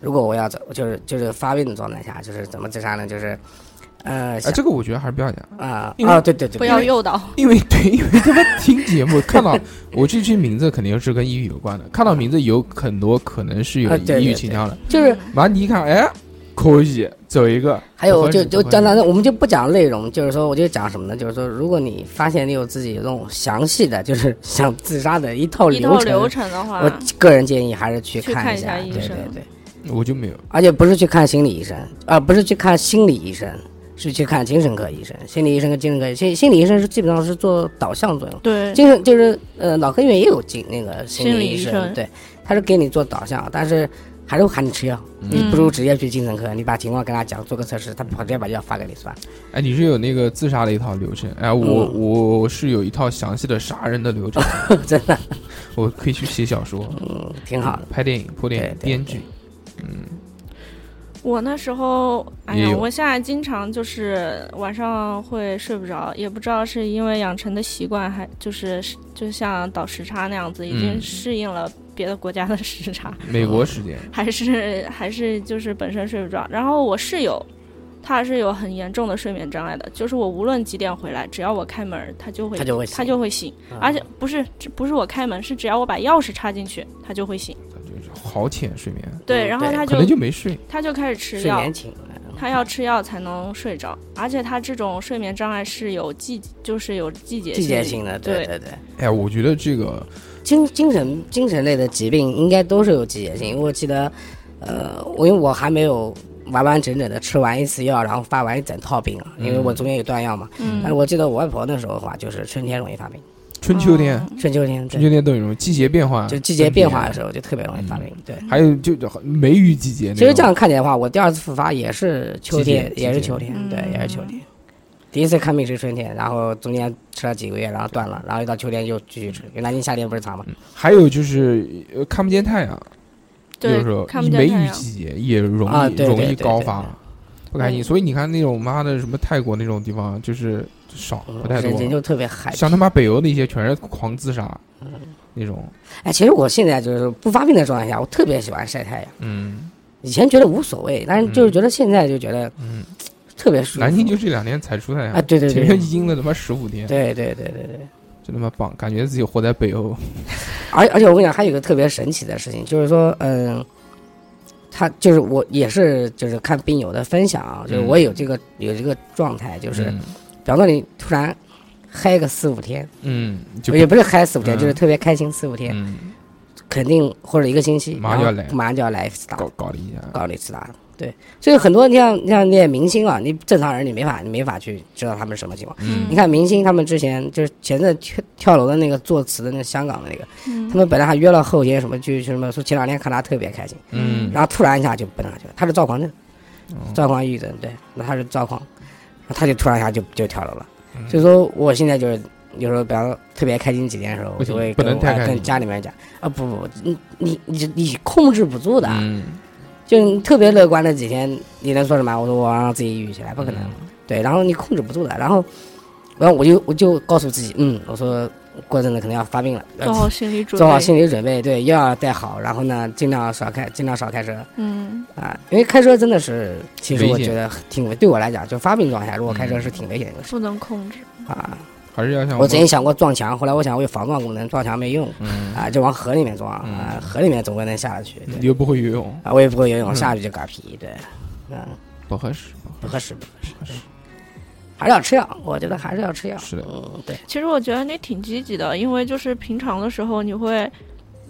Speaker 4: 如果我要走，就是就是发病的状态下，就是怎么自杀呢？就是，呃，
Speaker 1: 哎，
Speaker 4: 想
Speaker 1: 这个我觉得还是不要讲，
Speaker 4: 啊
Speaker 1: 因为
Speaker 4: 啊，对对对，
Speaker 3: 不要
Speaker 4: 对
Speaker 3: 诱导。
Speaker 1: 因为 [LAUGHS] 对，因为他们听节目看到我这期名字肯定是跟抑郁有关的，看到名字有很多可能是有
Speaker 4: 啊对
Speaker 1: 抑郁
Speaker 4: 对
Speaker 1: 倾向的。
Speaker 4: 就是
Speaker 1: 完你一看，哎，可以走一个，
Speaker 4: 还有
Speaker 1: 不合
Speaker 4: 就
Speaker 1: 适
Speaker 4: 就
Speaker 1: 不合
Speaker 4: 当
Speaker 1: 适
Speaker 4: 然我们就不讲内容，就是说我就讲什么呢？就是说，如果你发现你有自己有这种详细的，就是 [LAUGHS] 想自杀的一套
Speaker 3: 一套
Speaker 4: 流
Speaker 3: 流
Speaker 4: 程，
Speaker 3: 程的话
Speaker 4: 我，个人建议还是去
Speaker 3: 去
Speaker 4: 看
Speaker 3: 看
Speaker 4: 一
Speaker 3: 一
Speaker 4: 下
Speaker 3: 下医
Speaker 4: 对
Speaker 3: 生
Speaker 4: 对对，
Speaker 1: 我就没有。
Speaker 4: 而且不是去看心理医生，啊，不是去看心理医生，是去看精神科医生。心理医生跟精神科医生，心心理医生是基本上是做导向作用。
Speaker 3: 对
Speaker 4: 精神就是呃，脑科医院也有精那个心
Speaker 3: 心
Speaker 4: 理
Speaker 3: 理
Speaker 4: 医
Speaker 3: 医
Speaker 4: 生，
Speaker 3: 生
Speaker 4: 对，他是给你做导向，但是还是会喊你吃药。你不如
Speaker 3: 嗯
Speaker 4: 直接去精神科，你把情况跟他讲，做个测试，他跑直接把药发给你算。
Speaker 1: 哎，你是有那个自杀的一套流程，哎，我、
Speaker 4: 嗯
Speaker 1: 我我是有一套详细的杀人的流程，
Speaker 4: [LAUGHS] 真的，
Speaker 1: 我可以去写小说，
Speaker 4: 嗯，挺好的。
Speaker 1: 拍电影、拍电
Speaker 4: 对
Speaker 1: 影、
Speaker 4: 对
Speaker 1: 编剧，
Speaker 3: 我那时候，哎
Speaker 1: 也
Speaker 3: 呀，
Speaker 1: 有
Speaker 3: 我现在经常就是晚上会睡不着，也不知道是因为养成的习惯，还就是就像倒时差那样子，已经
Speaker 1: 嗯
Speaker 3: 适应了别的国家的时差， [LAUGHS]
Speaker 1: 美
Speaker 4: 嗯
Speaker 1: 国时间，
Speaker 3: 还是还是就是本身睡不着。然后我室友，他是有很严重的睡眠障碍的，就是我无论几点回来，只要我开门，他就会
Speaker 4: 他就会
Speaker 3: 他就会醒，
Speaker 4: 嗯
Speaker 3: 而且不是只不是我开门，是只要我把钥匙插进去，他就会醒。
Speaker 1: 就是好浅睡眠，
Speaker 3: 对，
Speaker 4: 嗯
Speaker 3: 然后
Speaker 4: 对
Speaker 3: 他
Speaker 1: 可
Speaker 3: 就
Speaker 1: 能就没睡。
Speaker 3: 他就开始吃
Speaker 4: 睡
Speaker 3: 药，
Speaker 4: 眠情，
Speaker 3: 他要吃药才能睡着，而且他这种睡眠障碍是有季，就是有季节
Speaker 4: 季节性的，对
Speaker 3: 对
Speaker 4: 对对。
Speaker 1: 哎，我觉得这个
Speaker 4: 精精神精神类的疾病应该都是有季节性，因为我记得，呃，我因为我还没有完完整整的吃完一次药，然后发完一整套病啊，因为我中间有断药嘛。但是
Speaker 3: 嗯，
Speaker 4: 我记得我外婆那时候的话，就是春天容易发病，
Speaker 1: 春秋天，
Speaker 3: 嗯
Speaker 4: 春秋天，对
Speaker 1: 春秋天都有一种季节变化，
Speaker 4: 就季节变化的
Speaker 1: 冬
Speaker 4: 时候就特别容易发病。对，
Speaker 1: 天，还有就就梅雨季啊嗯节那种。
Speaker 4: 其实这样看起来的话，我第二次复发也是秋天
Speaker 1: 季，节
Speaker 4: 也是
Speaker 1: 季节
Speaker 4: 秋天，对，
Speaker 3: 嗯
Speaker 4: 也是秋天。第一次看病是春天，然后中间吃了几个月，然后断了，然后又到秋天又继续吃。因为南京夏天不是长嘛，
Speaker 1: 还有就是呃看不见太阳，有时候
Speaker 3: 对，看不见
Speaker 1: 梅
Speaker 3: 太
Speaker 1: 雨
Speaker 3: 阳，
Speaker 1: 季节也容易、
Speaker 4: 啊对对
Speaker 1: 容易
Speaker 4: 对对
Speaker 1: 高发
Speaker 4: 对，嗯
Speaker 1: 不开心。所以你看那种妈的什么泰国那种地方，就是少不太
Speaker 4: 呃人
Speaker 1: 多，
Speaker 4: 人就特别嗨。
Speaker 1: 像他妈北欧那些全是狂自杀
Speaker 4: 嗯
Speaker 1: 那种，
Speaker 4: 哎，其实我现在就是不发病的状态下，我特别喜欢晒太阳。
Speaker 1: 嗯，
Speaker 4: 以前觉得无所谓，但是就是觉得现在就觉得，
Speaker 1: 嗯
Speaker 4: 特别舒服。
Speaker 1: 南京就这两天才出太阳
Speaker 4: 啊，，对对
Speaker 1: 前
Speaker 4: 对，
Speaker 1: 面阴了他妈十五天，
Speaker 4: 对对对对对。
Speaker 1: 真他妈棒，感觉自己活在北欧。
Speaker 4: 而而且我跟你讲，还有一个特别神奇的事情，就是说，嗯，他就是我也是就是看病友的分享啊，就是
Speaker 1: 嗯
Speaker 4: 我有这个有这个状态，就是
Speaker 1: 嗯
Speaker 4: 比方说你突然嗨个四五天，
Speaker 1: 嗯，就
Speaker 4: 也不是嗨四五天，
Speaker 1: 嗯
Speaker 4: 就是特别开心四五天，
Speaker 1: 嗯
Speaker 4: 肯定或者一个星期，
Speaker 1: 马上就要
Speaker 4: 然后
Speaker 1: 来
Speaker 4: 马上就要来一次大
Speaker 1: 搞搞了一下，
Speaker 4: 搞了一次大对，所以很多像像那些明星啊，你正常人你没法你没法去知道他们是什么情况。
Speaker 1: 嗯
Speaker 4: 你看明星他们之前就是前阵跳跳楼的那个作词的那香港的那个，他
Speaker 3: 嗯，
Speaker 4: 们本来还约了后天什么去去什么，说前两天看他特别开心，
Speaker 1: 嗯，
Speaker 4: 然后突然一下就奔上去了。他是躁狂症，
Speaker 1: 哦
Speaker 4: 躁狂抑郁症，对，那他是躁狂，然后他就突然一下就就跳楼了。
Speaker 1: 嗯
Speaker 4: 所以说我现在就是有时候，比方说特别开心几天的时候，
Speaker 1: 不
Speaker 4: 我
Speaker 1: 行
Speaker 4: 就会
Speaker 1: 不
Speaker 4: 跟
Speaker 1: 能
Speaker 4: 我
Speaker 1: 太开
Speaker 4: 跟
Speaker 1: 心
Speaker 4: 家里面讲啊，不不，不你你你你控制不住的，啊
Speaker 1: 嗯，
Speaker 4: 就你特别乐观的几天，你能说什么？我说我让自己抑郁起来，不可能。对，然后你控制不住的，然后，然后我就我就告诉自己，嗯，我说过阵子可能要发病了，
Speaker 3: 做好心哦理准备，
Speaker 4: 做好心理准备，对，药要带好，然后呢，尽量少开，尽量少开车
Speaker 3: 嗯，
Speaker 4: 啊，因为开车真的是，其实
Speaker 1: 危
Speaker 4: 我
Speaker 1: 险
Speaker 4: 觉得挺危，对我来讲，就发病状态下，如果开车
Speaker 1: 嗯
Speaker 4: 是挺危险的一个事
Speaker 3: 不能控制，
Speaker 4: 啊。
Speaker 1: 还是要像
Speaker 4: 我之前想过撞墙，后来我想我有防撞功能，撞墙没用
Speaker 1: 嗯，
Speaker 4: 啊，就往河里面撞啊，河里面总归能下得去，
Speaker 1: 你
Speaker 4: 对
Speaker 1: 又不会游泳，
Speaker 4: 啊，我也不会游泳，
Speaker 1: 嗯
Speaker 4: 下去就嗝屁，对，嗯，
Speaker 1: 不合适，不合
Speaker 4: 不合适，不合适，
Speaker 1: 适。
Speaker 4: 还是要吃药，我觉得还是要吃药，
Speaker 1: 是的
Speaker 4: 嗯，对，
Speaker 3: 其实我觉得你挺积极的，因为就是平常的时候你会，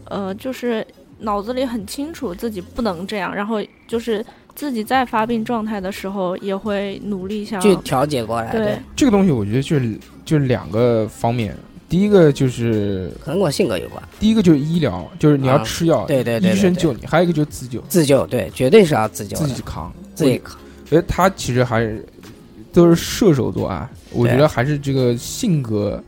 Speaker 3: 呃，就是脑子里很清楚自己不能这样，然后就是自己在发病状态的时候也会努力想，
Speaker 4: 去嗯调节过来，对
Speaker 3: 对，，
Speaker 1: 这个东西我觉得就是就是两个方面，第一个就是
Speaker 4: 可能跟我性格有关，
Speaker 1: 第一个就是医疗，就是你要
Speaker 4: 啊
Speaker 1: 吃药，
Speaker 4: 对对对对
Speaker 1: 医生
Speaker 4: 对
Speaker 1: 救你；还有一个就是自救，
Speaker 4: 自救，对，绝对是要自救
Speaker 1: 自
Speaker 4: 的
Speaker 1: 己，扛，
Speaker 4: 自己扛。
Speaker 1: 哎，他其实还是都是射手座啊，我觉
Speaker 4: 对
Speaker 1: 得还是这个性格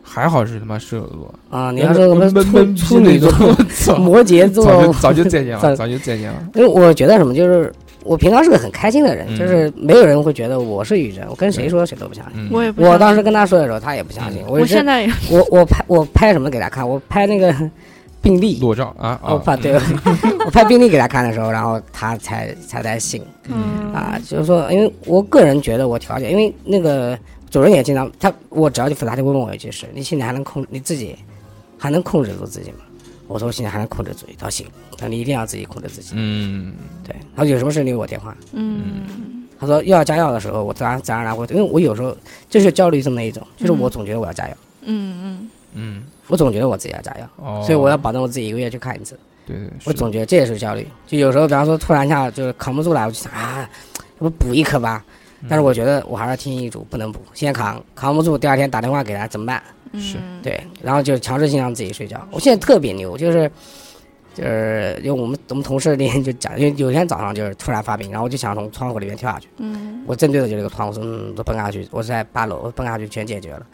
Speaker 1: 还好是他妈射手座。
Speaker 4: 啊，你要说什么
Speaker 1: 闷闷
Speaker 4: 处
Speaker 1: 闷
Speaker 4: 处
Speaker 1: 逼那
Speaker 4: 女座
Speaker 1: 种、 [LAUGHS] 我操，
Speaker 4: 摩羯座，
Speaker 1: 早就早就再见了，
Speaker 4: 早
Speaker 1: 早就再见了。
Speaker 4: 因为我觉得什么，就是我平常是个很开心的人，
Speaker 1: 嗯
Speaker 4: 就是没有人会觉得我是宇宙，我跟谁说谁都不相信。
Speaker 1: 嗯，
Speaker 3: 我也不知道。
Speaker 4: 我当时跟他说的时候，他也不相信。我
Speaker 3: 我
Speaker 4: 是
Speaker 3: 现在也
Speaker 4: 我我拍我拍什么给他看？我拍那个 [LAUGHS] 病历，
Speaker 1: 裸照啊啊
Speaker 4: 我，拍对， [LAUGHS] 我拍病历给他看的时候，然后他才才才信
Speaker 1: 嗯
Speaker 4: 啊。就是说，因为我个人觉得我调节，因为那个主任也经常他，我只要去复杂，他就问我一句是：你现在还能控你自己，还能控制住自己吗？我说我现在还能控制自己，他行，那你一定要自己控制自己。
Speaker 1: 嗯，
Speaker 4: 对，他说有什么事你给我电话。
Speaker 3: 嗯
Speaker 4: 他说要加药的时候，我自然自然而然会，因为我有时候就是焦虑症的一种，就是我总觉得我要加药，
Speaker 3: 嗯
Speaker 1: 嗯，
Speaker 4: 我总觉得我自己要加药，
Speaker 1: 哦，
Speaker 4: 所以我要保证我自己一个月去看一次。
Speaker 1: 对对，
Speaker 4: 我
Speaker 1: 是
Speaker 4: 总觉得这也是焦虑，就有时候比方说突然一下就是扛不住了，我就想啊，要不补一颗吧。但是我觉得我还是听医嘱，不能补，先扛，扛不住，第二天打电话给他怎么办？
Speaker 3: 嗯
Speaker 1: 是
Speaker 3: 嗯
Speaker 4: 对，然后就强制性让自己睡觉。我现在特别牛，就是就是因为我们我们同事那天就讲，因为有一天早上就是突然发病，然后我就想从窗户里面跳下去。
Speaker 3: 嗯
Speaker 4: 我正对着就是个窗，我说嗯，我奔下去，我是在八楼，我奔下去全解决了。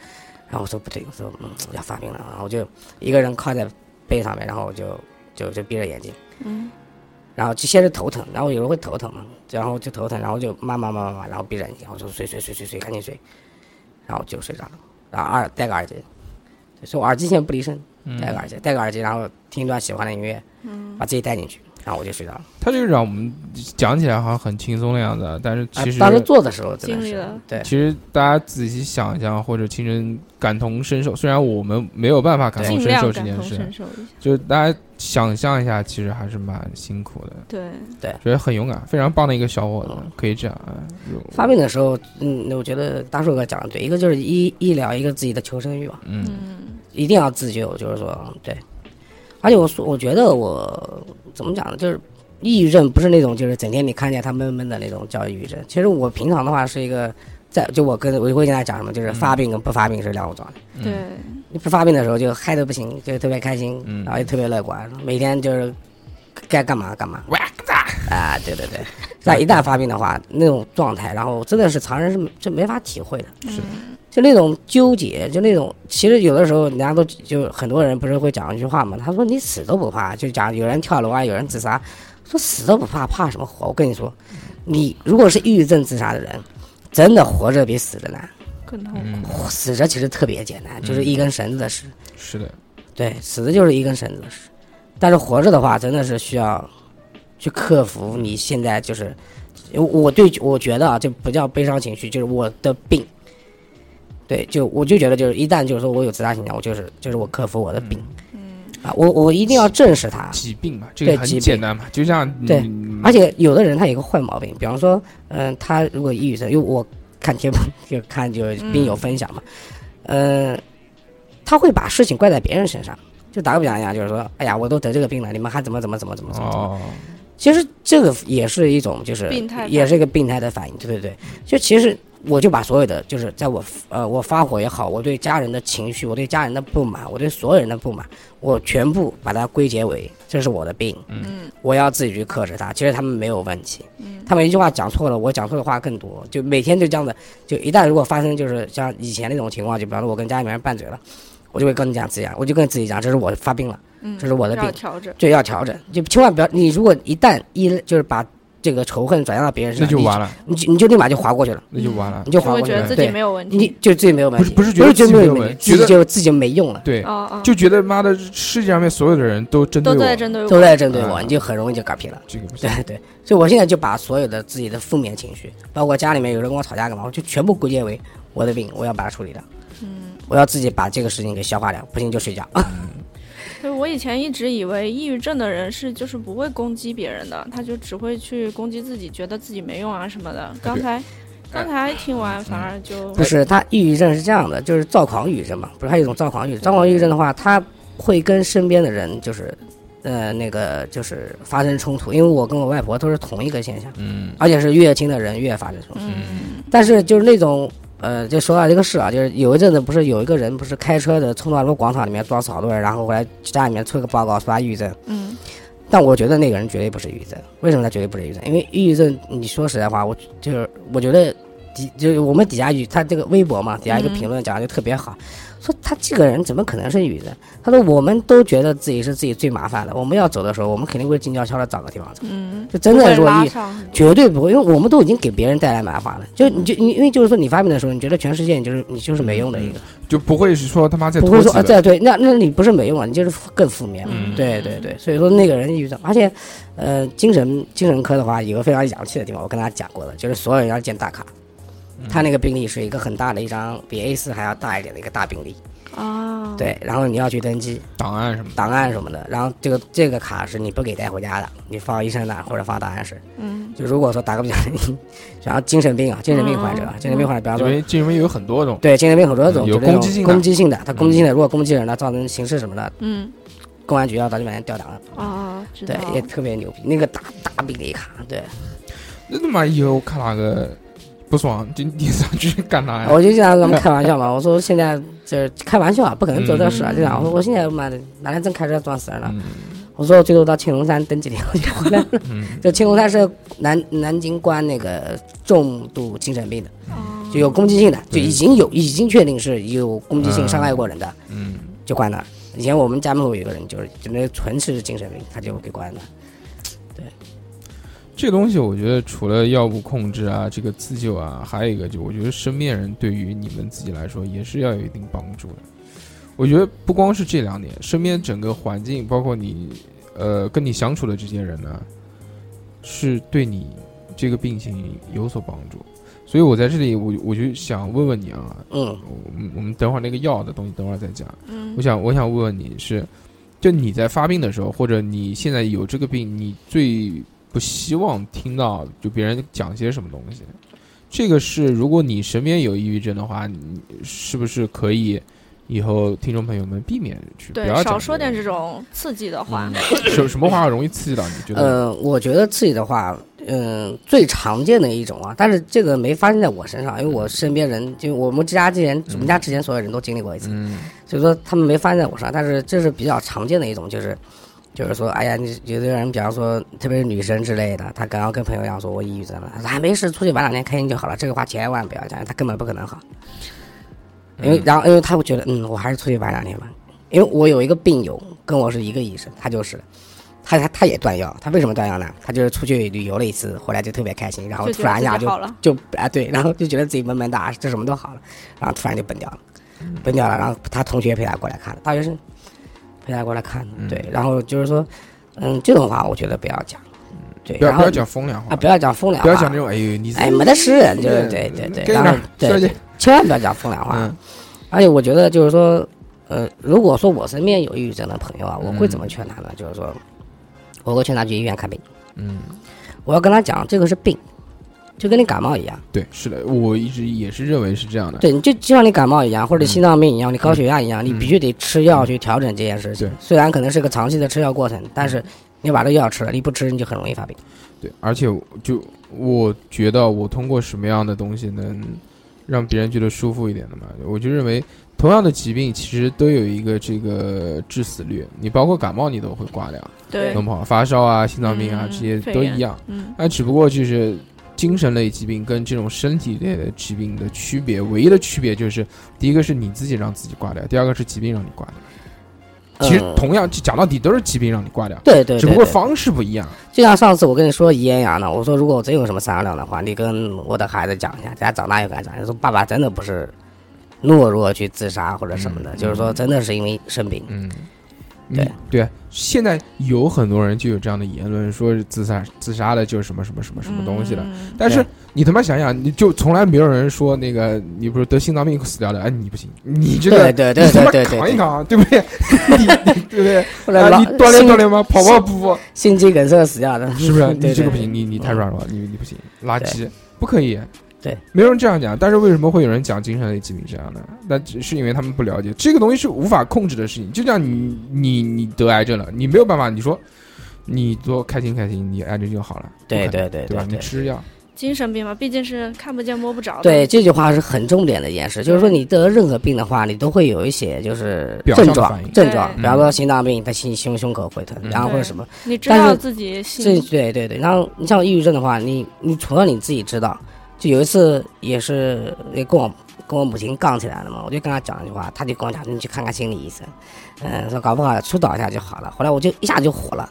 Speaker 4: 然后我说不对，我说嗯，要发病了，然后我就一个人靠在背上面，然后我就就就闭着眼睛，
Speaker 3: 嗯
Speaker 4: 然后就先是头疼，然后有时候会头疼嘛，然后就头疼，然后就慢慢慢慢慢，然后闭着眼睛，我说睡睡睡睡睡，赶紧睡，然后就睡着了，然后耳戴个耳机，所以我耳机现在不离身，戴个耳机，戴个耳机，然后听一段喜欢的音乐，
Speaker 3: 嗯
Speaker 4: 把自己带进去，然后我就睡着了。
Speaker 1: 他这个让我们讲起来好像很轻松的样子啊，但是
Speaker 4: 啊
Speaker 1: 其实
Speaker 4: 当时做的时候真的
Speaker 3: 经历
Speaker 4: 是
Speaker 3: 了
Speaker 4: 对
Speaker 1: 其实大家仔细想一想，或者亲身感同身受，虽然我们没有办法感同
Speaker 3: 尽
Speaker 1: 身
Speaker 3: 量
Speaker 1: 啊受这
Speaker 3: 感
Speaker 1: 件
Speaker 3: 同
Speaker 1: 事
Speaker 3: 身，受一下。
Speaker 1: 就是大家想象一下，其实还是蛮辛苦的，
Speaker 3: 对，
Speaker 1: 觉得很勇敢，非常棒的一个小伙子
Speaker 4: 嗯，
Speaker 1: 可以这样。啊有
Speaker 4: 发病的时候，嗯，我觉得大树哥讲的对，一个就是医医疗，一个自己的求生欲嘛，
Speaker 1: 嗯
Speaker 3: 嗯
Speaker 4: 一定要自救，就是说对。而且我说，我觉得我怎么讲呢，就是抑郁症不是那种就是整天你看见他闷闷的那种叫抑郁症。其实我平常的话是一个在就我跟我会跟他讲什么，就是发病跟不发病是两种状态。
Speaker 1: 嗯
Speaker 3: 对，
Speaker 4: 你不发病的时候就嗨的不行，就特别开心，
Speaker 1: 嗯
Speaker 4: 然后也特别乐观，每天就是该干嘛干嘛。啊，对对对，但一旦发病的话，那种状态，然后真的是常人是是没法体会的，
Speaker 1: 嗯是
Speaker 3: 嗯
Speaker 4: 就那种纠结，就那种，其实有的时候人家都就很多人不是会讲一句话嘛，他说你死都不怕，就讲有人跳楼啊，有人自杀，说死都不怕，怕什么活？我跟你说，你如果是抑郁症自杀的人，真的活着比死着难，
Speaker 3: 更痛苦。
Speaker 1: 嗯，
Speaker 4: 死着其实特别简单，就是一根绳子的事。
Speaker 1: 是的，
Speaker 4: 对，死的就是一根绳子的事。但是活着的话，真的是需要去克服你现在就是，我我对我觉得啊，这不叫悲伤情绪，就是我的病。对，就我就觉得就是一旦就是说我有自杀倾向，我就是就是我克服我的病、
Speaker 3: 嗯
Speaker 4: 啊，我我一定要正视它。
Speaker 1: 疾病嘛，这个
Speaker 4: 对
Speaker 1: 很
Speaker 4: 疾病
Speaker 1: 简单嘛，就像
Speaker 4: 对
Speaker 1: 嗯
Speaker 4: 而且有的人他有一个坏毛病，比方说，嗯、他如果抑郁症，因为我看贴吧 [LAUGHS] 就看就是病友分享嘛，嗯、他会把事情怪在别人身上。就打个比方呀，就是说，哎呀，我都得这个病了，你们还怎么怎么怎么怎么怎么怎么？
Speaker 1: 哦，
Speaker 4: 其实这个也是一种，就是
Speaker 3: 病态反应
Speaker 4: 也是一个病态的反应，对对对。就其实我就把所有的，就是在我呃我发火也好，我对家人的情绪，我对家人的不满，我对所有人的不满，我全部把它归结为这是我的病，
Speaker 3: 嗯
Speaker 4: 我要自己去克制它。其实他们没有问题，
Speaker 3: 嗯
Speaker 4: 他们一句话讲错了，我讲错的话更多，就每天就这样的，就一旦如果发生就是像以前那种情况，就比方说我跟家里面人拌嘴了，我就会跟你讲自己讲，我就跟自己讲，这是我发病了，
Speaker 3: 嗯，
Speaker 4: 这是我的
Speaker 3: 要
Speaker 4: 病
Speaker 3: 调整。
Speaker 4: 就要调整，就千万不要你如果一旦一就是把这个仇恨转向到别人身
Speaker 1: 那
Speaker 4: 上，
Speaker 1: 就完了，
Speaker 4: 你，你就你就立马就划过去了，
Speaker 1: 那就完了
Speaker 4: 你，就
Speaker 3: 就
Speaker 4: 划
Speaker 3: 会
Speaker 4: 过
Speaker 3: 觉
Speaker 4: 去
Speaker 3: 得
Speaker 4: 了，
Speaker 3: 自己
Speaker 4: 对
Speaker 3: 没，有问题，
Speaker 4: 你就自己没有问
Speaker 1: 不是
Speaker 4: 题，
Speaker 1: 不是觉得自
Speaker 4: 觉得
Speaker 1: 己
Speaker 4: 没
Speaker 1: 没有
Speaker 4: 有
Speaker 1: 问
Speaker 4: 问
Speaker 1: 题
Speaker 4: 题，
Speaker 1: 觉
Speaker 4: 自
Speaker 1: 得
Speaker 4: 己就自己没用了，
Speaker 1: 对，
Speaker 3: 哦哦，
Speaker 1: 就觉得妈的世界上面所有的人都针
Speaker 3: 都
Speaker 1: 对
Speaker 3: 在
Speaker 1: 我，
Speaker 3: 针对
Speaker 4: 都
Speaker 3: 我。
Speaker 4: 在针对我，
Speaker 1: 嗯
Speaker 4: 你就很容易就嗝屁了。
Speaker 1: 这个不行
Speaker 4: 对，对，所以我现在就把所有的自己的负面情绪，包括家里面有人跟我吵架干嘛，我就全部归结为我的病，我要把它处理掉，
Speaker 3: 嗯，
Speaker 4: 我要自己把这个事情给消化掉，不行就睡觉。
Speaker 3: 对我以前一直以为抑郁症的人是就是不会攻击别人的，他就只会去攻击自己，觉得自己没用啊什么的。刚才刚
Speaker 1: 哎
Speaker 3: 才听完
Speaker 1: 嗯
Speaker 3: 反而就
Speaker 4: 不是，他抑郁症是这样的，就是躁狂抑郁症嘛，不是还有一种躁狂抑郁症？躁狂抑郁症的话，他会跟身边的人就是，呃，那个就是发生冲突，因为我跟我外婆都是同一个现象，
Speaker 1: 嗯
Speaker 4: 而且是越亲的人越发生冲突。
Speaker 3: 嗯
Speaker 4: 但是就是那种，呃，就说到这个事啊，就是有一阵子不是有一个人不是开车的冲到那个广场里面撞死好多人，然后后来家里面出了个报告说他抑郁症，
Speaker 3: 嗯
Speaker 4: 但我觉得那个人绝对不是抑郁症。为什么他绝对不是抑郁症？因为抑郁症，你说实在话，我就是我觉得底就是我们底下有他这个微博嘛，底下一个
Speaker 3: 嗯
Speaker 4: 评论讲的就特别好，说他这个人怎么可能是抑郁症？他说我们都觉得自己是自己最麻烦的，我们要走的时候，我们肯定会静悄悄的找个地方走。
Speaker 3: 嗯，
Speaker 4: 就真的
Speaker 3: 不会
Speaker 4: 如果
Speaker 3: 拉
Speaker 4: 抑
Speaker 3: 上很多
Speaker 4: 绝对不会，因为我们都已经给别人带来麻烦了。就你
Speaker 1: 嗯
Speaker 4: 就你，因为就是说你发病的时候，你觉得全世界你就是你就是没用的一个，
Speaker 1: 就不会嗯是说他妈在
Speaker 4: 不
Speaker 1: 拖
Speaker 4: 会
Speaker 1: 几
Speaker 4: 说啊
Speaker 1: 个，
Speaker 4: 对对，那那你不是没用啊，你就是更负面了。
Speaker 1: 嗯
Speaker 4: 对对对，所以说那个人抑郁症，而且呃，精神精神科的话有个非常洋气的地方，我跟大家讲过的，就是所有人要建大卡。
Speaker 1: 嗯
Speaker 4: 他那个病历是一个很大的一张，比 A 4还要大一点的一个大病历，
Speaker 1: 哦
Speaker 3: 啊，，
Speaker 4: 对，然后你要去登记
Speaker 1: 档案什么的。
Speaker 4: 档案什么的，然后这个这个卡是你不给带回家的，你放医生那儿或者放档案室，
Speaker 3: 嗯
Speaker 4: 就如果说打个比方，你 [LAUGHS] 想要精神病啊，精神病患者啊，
Speaker 3: 嗯
Speaker 4: 精神病患者，比方
Speaker 1: 因
Speaker 4: 说，
Speaker 1: 为精神病有很多种，
Speaker 4: 对精神病很多种，
Speaker 1: 有
Speaker 4: 就那种
Speaker 1: 攻击性的嗯
Speaker 4: 攻击性的，他攻击性的，如果攻击人了，造成刑事什么的，
Speaker 3: 嗯
Speaker 4: 公安局要早就把人调档了，
Speaker 3: 啊，知
Speaker 4: 对
Speaker 3: 道，
Speaker 4: 也特别牛逼，那个大大比例卡，对，
Speaker 1: 那他妈以后看哪个不爽， [LAUGHS] 就你上去干哪呀？
Speaker 4: 我就经常跟他们开玩笑嘛，我说现在就是开玩笑啊，不可能做这事啊，
Speaker 3: 嗯
Speaker 4: 就讲我我现在妈的拿着证开车撞死人了，
Speaker 1: 嗯
Speaker 4: 我说我最多到青龙山登几天我就回来了， [LAUGHS]
Speaker 1: 嗯，
Speaker 4: 就青龙山是南南京关那个重度精神病的，
Speaker 3: 啊
Speaker 4: 就有攻击性的，就
Speaker 1: 对
Speaker 4: 已经有已经确定是有攻击性伤害过人的。
Speaker 1: 嗯，
Speaker 4: 就关了。以前我们家门口有个人，就是就那纯是精神病，他就给关了。
Speaker 1: 这东西我觉得除了药物控制啊，这个自救啊，还有一个就我觉得身边人对于你们自己来说也是要有一定帮助的。我觉得不光是这两点，身边整个环境，包括你呃跟你相处的这些人呢，是对你这个病情有所帮助。所以我在这里，我我就想问问你啊，
Speaker 4: 嗯，
Speaker 1: 我们我们等会儿那个药的东西，等会儿再讲。
Speaker 3: 嗯
Speaker 1: 我想，我想问问你是，就你在发病的时候，或者你现在有这个病，你最不希望听到就别人讲些什么东西？这个是，如果你身边有抑郁症的话，你是不是可以以后听众朋友们避免去不
Speaker 3: 对
Speaker 1: 要，
Speaker 3: 少
Speaker 1: 讲
Speaker 3: 说点
Speaker 1: 这
Speaker 3: 这种刺激的话
Speaker 1: 话，， [LAUGHS] 什什么话容易刺激到你？觉得
Speaker 4: 嗯呃，我觉得自己的话，嗯、最常见的一种啊，但是这个没发生在我身上，因为
Speaker 1: 嗯
Speaker 4: 我身边人，就我们家之前，我们家之前所有人都经历过一次，
Speaker 1: 嗯
Speaker 4: 所以说他们没发生在我身上，但是这是比较常见的一种，就是。就是说，哎呀，你有的人，比方说，特别是女生之类的，她刚刚跟朋友讲说，我抑郁症了，她说啊，没事，出去玩两天开心就好了。这个话千万不要讲，她根本不可能好。因为
Speaker 1: 嗯
Speaker 4: 然后因为他会觉得，嗯，我还是出去玩两天吧。因为我有一个病友跟我是一个医生，他就是，他他他也断药，他为什么断药呢？他就是出去旅游了一次，回来就特别开心，然后
Speaker 3: 就
Speaker 4: 突
Speaker 3: 觉
Speaker 4: 然
Speaker 3: 得
Speaker 4: 一下
Speaker 3: 自己
Speaker 4: 就
Speaker 3: 好了，
Speaker 4: 就啊对，然后就觉得自己闷闷哒，这什么都好了，然后突然就崩掉了，崩掉了。然后他同学陪他过来看的，大学生陪他过来看
Speaker 1: 嗯
Speaker 4: 的，对。然后就是说，嗯，这种话我觉得不要讲，对，
Speaker 1: 嗯不要
Speaker 4: 然
Speaker 1: 不
Speaker 4: 后
Speaker 1: 要讲风凉话
Speaker 4: 啊，不要讲风凉
Speaker 1: 不
Speaker 4: 话，
Speaker 1: 要讲那种哎呦你
Speaker 4: 哎没得事，就是对对对，
Speaker 1: 跟
Speaker 4: 然
Speaker 1: 哪
Speaker 4: 后
Speaker 1: 儿
Speaker 4: 对
Speaker 1: 小姐
Speaker 4: 对，千万不要讲风凉话。
Speaker 1: 嗯
Speaker 4: 而且我觉得就是说，呃，如果说我身边有抑郁症的朋友啊，我会怎么劝他呢？就是说，我会劝他去医院看病，
Speaker 1: 嗯
Speaker 4: 我要跟他讲这个是病，就跟你感冒一样，
Speaker 1: 对是的，我一直也是认为是这样的。
Speaker 4: 对，你就就像你感冒一样，或
Speaker 1: 嗯
Speaker 4: 者心脏病一样，你高血压一样，你必须得吃药去调整这件事情。
Speaker 1: 对嗯
Speaker 4: 虽然可能是个长期的吃药过程，但是你把这药吃了，你不吃你就很容易发病。
Speaker 1: 对，而且我就我觉得我通过什么样的东西能让别人觉得舒服一点的嘛，我就认为同样的疾病其实都有一个这个致死率，你包括感冒你都会挂掉，
Speaker 3: 对，
Speaker 1: 弄不好发烧啊、心脏病啊
Speaker 3: 嗯
Speaker 1: 这些
Speaker 3: 肺
Speaker 1: 都
Speaker 3: 炎
Speaker 1: 一样，
Speaker 3: 嗯
Speaker 1: 那只不过就是。精神类疾病跟这种身体类的疾病的区别，唯一的区别就是，第一个是你自己让自己挂掉，第二个是疾病让你挂掉。其实
Speaker 4: 嗯
Speaker 1: 同样讲到底都是疾病让你挂掉，
Speaker 4: 对对，对
Speaker 1: 只不过
Speaker 4: 对
Speaker 1: 方式不一样。
Speaker 4: 就像上次我跟你说遗言一样的，我说如果我真有什么商量的话，你跟我的孩子讲一下，大家长大有感讲。你说爸爸真的不是懦弱去自杀或者什么的，
Speaker 1: 嗯
Speaker 4: 就是说真的是因为生病。
Speaker 1: 嗯，
Speaker 4: 对
Speaker 1: 你对，啊现在有很多人就有这样的言论，说是自杀自杀的就是什么什么什么什么东西的。
Speaker 3: 嗯
Speaker 1: 但是
Speaker 4: 对
Speaker 1: 你他妈想想，你就从来没有人说那个你不是得心脏病死掉的，哎，你不行，你这个
Speaker 4: 对对
Speaker 1: 你他
Speaker 4: 对对
Speaker 1: 妈
Speaker 4: 对
Speaker 1: 扛一
Speaker 4: 对，
Speaker 1: 扛，对不对？ [LAUGHS] 你你对不对？
Speaker 4: 后 [LAUGHS] 来
Speaker 1: 啊，
Speaker 4: 老
Speaker 1: 你锻炼
Speaker 4: 心
Speaker 1: 锻炼吗？跑跑步步，
Speaker 4: 心肌梗塞死掉 [LAUGHS] 的，
Speaker 1: 是不是？
Speaker 4: 对
Speaker 1: 你这个不行，
Speaker 4: 对
Speaker 1: 你你太
Speaker 4: 嗯
Speaker 1: 软弱，你你不行，垃圾，不可以。
Speaker 4: 对，
Speaker 1: 没有人这样讲，但是为什么会有人讲精神类疾病这样的？那只是因为他们不了解这个东西是无法控制的事情。就像你你你得癌症了，你没有办法，你说你多开心开心，你癌症就好了，
Speaker 4: 对
Speaker 1: 不可能
Speaker 4: 对对
Speaker 1: 对吧？
Speaker 4: 对
Speaker 1: 你
Speaker 4: 对
Speaker 1: 吃药，
Speaker 3: 精神病嘛，毕竟是看不见摸不着的。
Speaker 4: 对，这句话是很重点的一件事，就是说你得任何病的话，你都会有一些就是
Speaker 1: 表
Speaker 4: 症
Speaker 1: 象
Speaker 4: 状
Speaker 1: 反应
Speaker 4: 症状，
Speaker 1: 对
Speaker 4: 比方说心脏病，他心胸胸口会疼，
Speaker 1: 嗯
Speaker 4: 然后或者
Speaker 3: 对
Speaker 4: 什么，
Speaker 3: 你知
Speaker 4: 但
Speaker 3: 道
Speaker 4: 是
Speaker 3: 自己
Speaker 4: 这
Speaker 3: 心
Speaker 4: 对对对。然后你像抑郁症的话，你你除了你自己知道，就有一次也是也跟我跟我母亲杠起来了嘛，我就跟她讲一句话，她就跟我讲你去看看心理医生，嗯，说搞不好疏导一下就好了。后来我就一下就火了，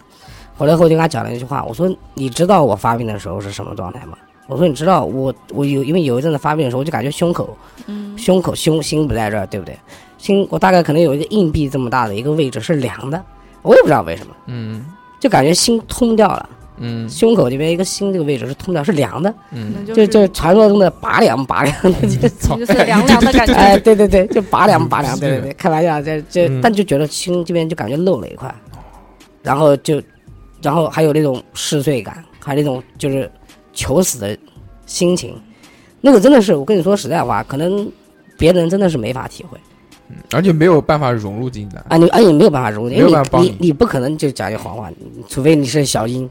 Speaker 4: 火了以后就跟她讲了一句话，我说你知道我发病的时候是什么状态吗？我说你知道我我有因为有一阵子发病的时候，我就感觉胸口
Speaker 3: 嗯
Speaker 4: 胸口胸心不在这儿，对不对？心我大概可能有一个硬币这么大的一个位置是凉的，我也不知道为什么，
Speaker 1: 嗯
Speaker 4: 就感觉心通掉了，
Speaker 1: 嗯
Speaker 4: 胸口这边一个心这个位置是通掉，是凉的，
Speaker 3: 可能
Speaker 1: 嗯，
Speaker 4: 就
Speaker 3: 就是
Speaker 4: 就是传说中的拔凉拔凉的，就
Speaker 1: 操
Speaker 3: 就是凉凉的感觉
Speaker 4: 哎，对对对，就拔凉拔凉，
Speaker 1: 是
Speaker 4: 对对对，开玩笑，这这
Speaker 1: 嗯，
Speaker 4: 但就觉得心这边就感觉漏了一块，然后就，然后还有那种嗜睡感，还有那种就是求死的心情，那个真的是我跟你说实在话，可能别人真的是没法体会。
Speaker 1: 而且没有办法融入进来。
Speaker 4: 啊，你啊你没有办法融入，因
Speaker 1: 没有
Speaker 4: 为
Speaker 1: 办法帮
Speaker 4: 你
Speaker 1: 你
Speaker 4: 你不可能就讲一谎话，除非你是小樱，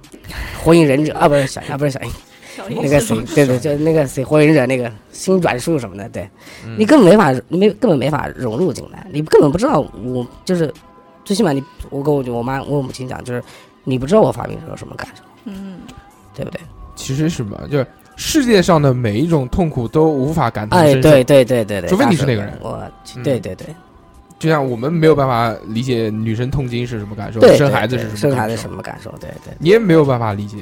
Speaker 4: 火影忍者啊，不是小啊不是小樱，
Speaker 3: 小
Speaker 1: 哎
Speaker 4: 那个谁，对对，就是那个谁火影忍者那个新转术什么的，对
Speaker 1: 嗯
Speaker 4: 你根本没法你没根本没法融入进来，你根本不知道我就是最起码你我跟我我妈我母亲讲就是你不知道我发明的时候什么感受，
Speaker 3: 嗯，
Speaker 4: 对不对？
Speaker 1: 其实什么，就是世界上的每一种痛苦都无法感同
Speaker 4: 哎，
Speaker 1: 身受。
Speaker 4: 对对对对对，
Speaker 1: 除非你
Speaker 4: 当
Speaker 1: 是
Speaker 4: 时
Speaker 1: 那个人
Speaker 4: 我
Speaker 1: 嗯
Speaker 4: 对对对
Speaker 1: 就像我们没有办法理解女生痛经是什么感受，
Speaker 4: 对，
Speaker 1: 生
Speaker 4: 对
Speaker 1: 孩子
Speaker 4: 对
Speaker 1: 是什么
Speaker 4: 生孩
Speaker 1: 感
Speaker 4: 子
Speaker 1: 受嗯
Speaker 4: 什么感受？对对。
Speaker 1: 你也没有办法理解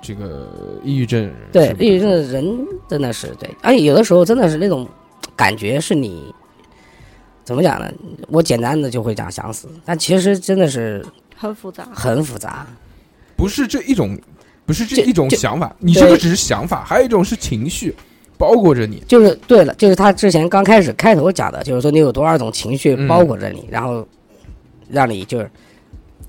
Speaker 1: 这个抑郁症。
Speaker 4: 对，抑郁症的人真的是对，而且有的时候真的是那种感觉是你怎么讲呢？我简单的就会讲想死，但其实真的是
Speaker 3: 很复杂。
Speaker 4: 很复杂。
Speaker 1: 不是这一种，不是这
Speaker 4: 这
Speaker 1: 一种
Speaker 4: 这
Speaker 1: 想法，你这个
Speaker 4: 对
Speaker 1: 只是想法，还有一种是情绪包裹着你。
Speaker 4: 就是对了，就是他之前刚开始开头讲的，就是说你有多少种情绪
Speaker 1: 嗯
Speaker 4: 包裹着你，然后让你就是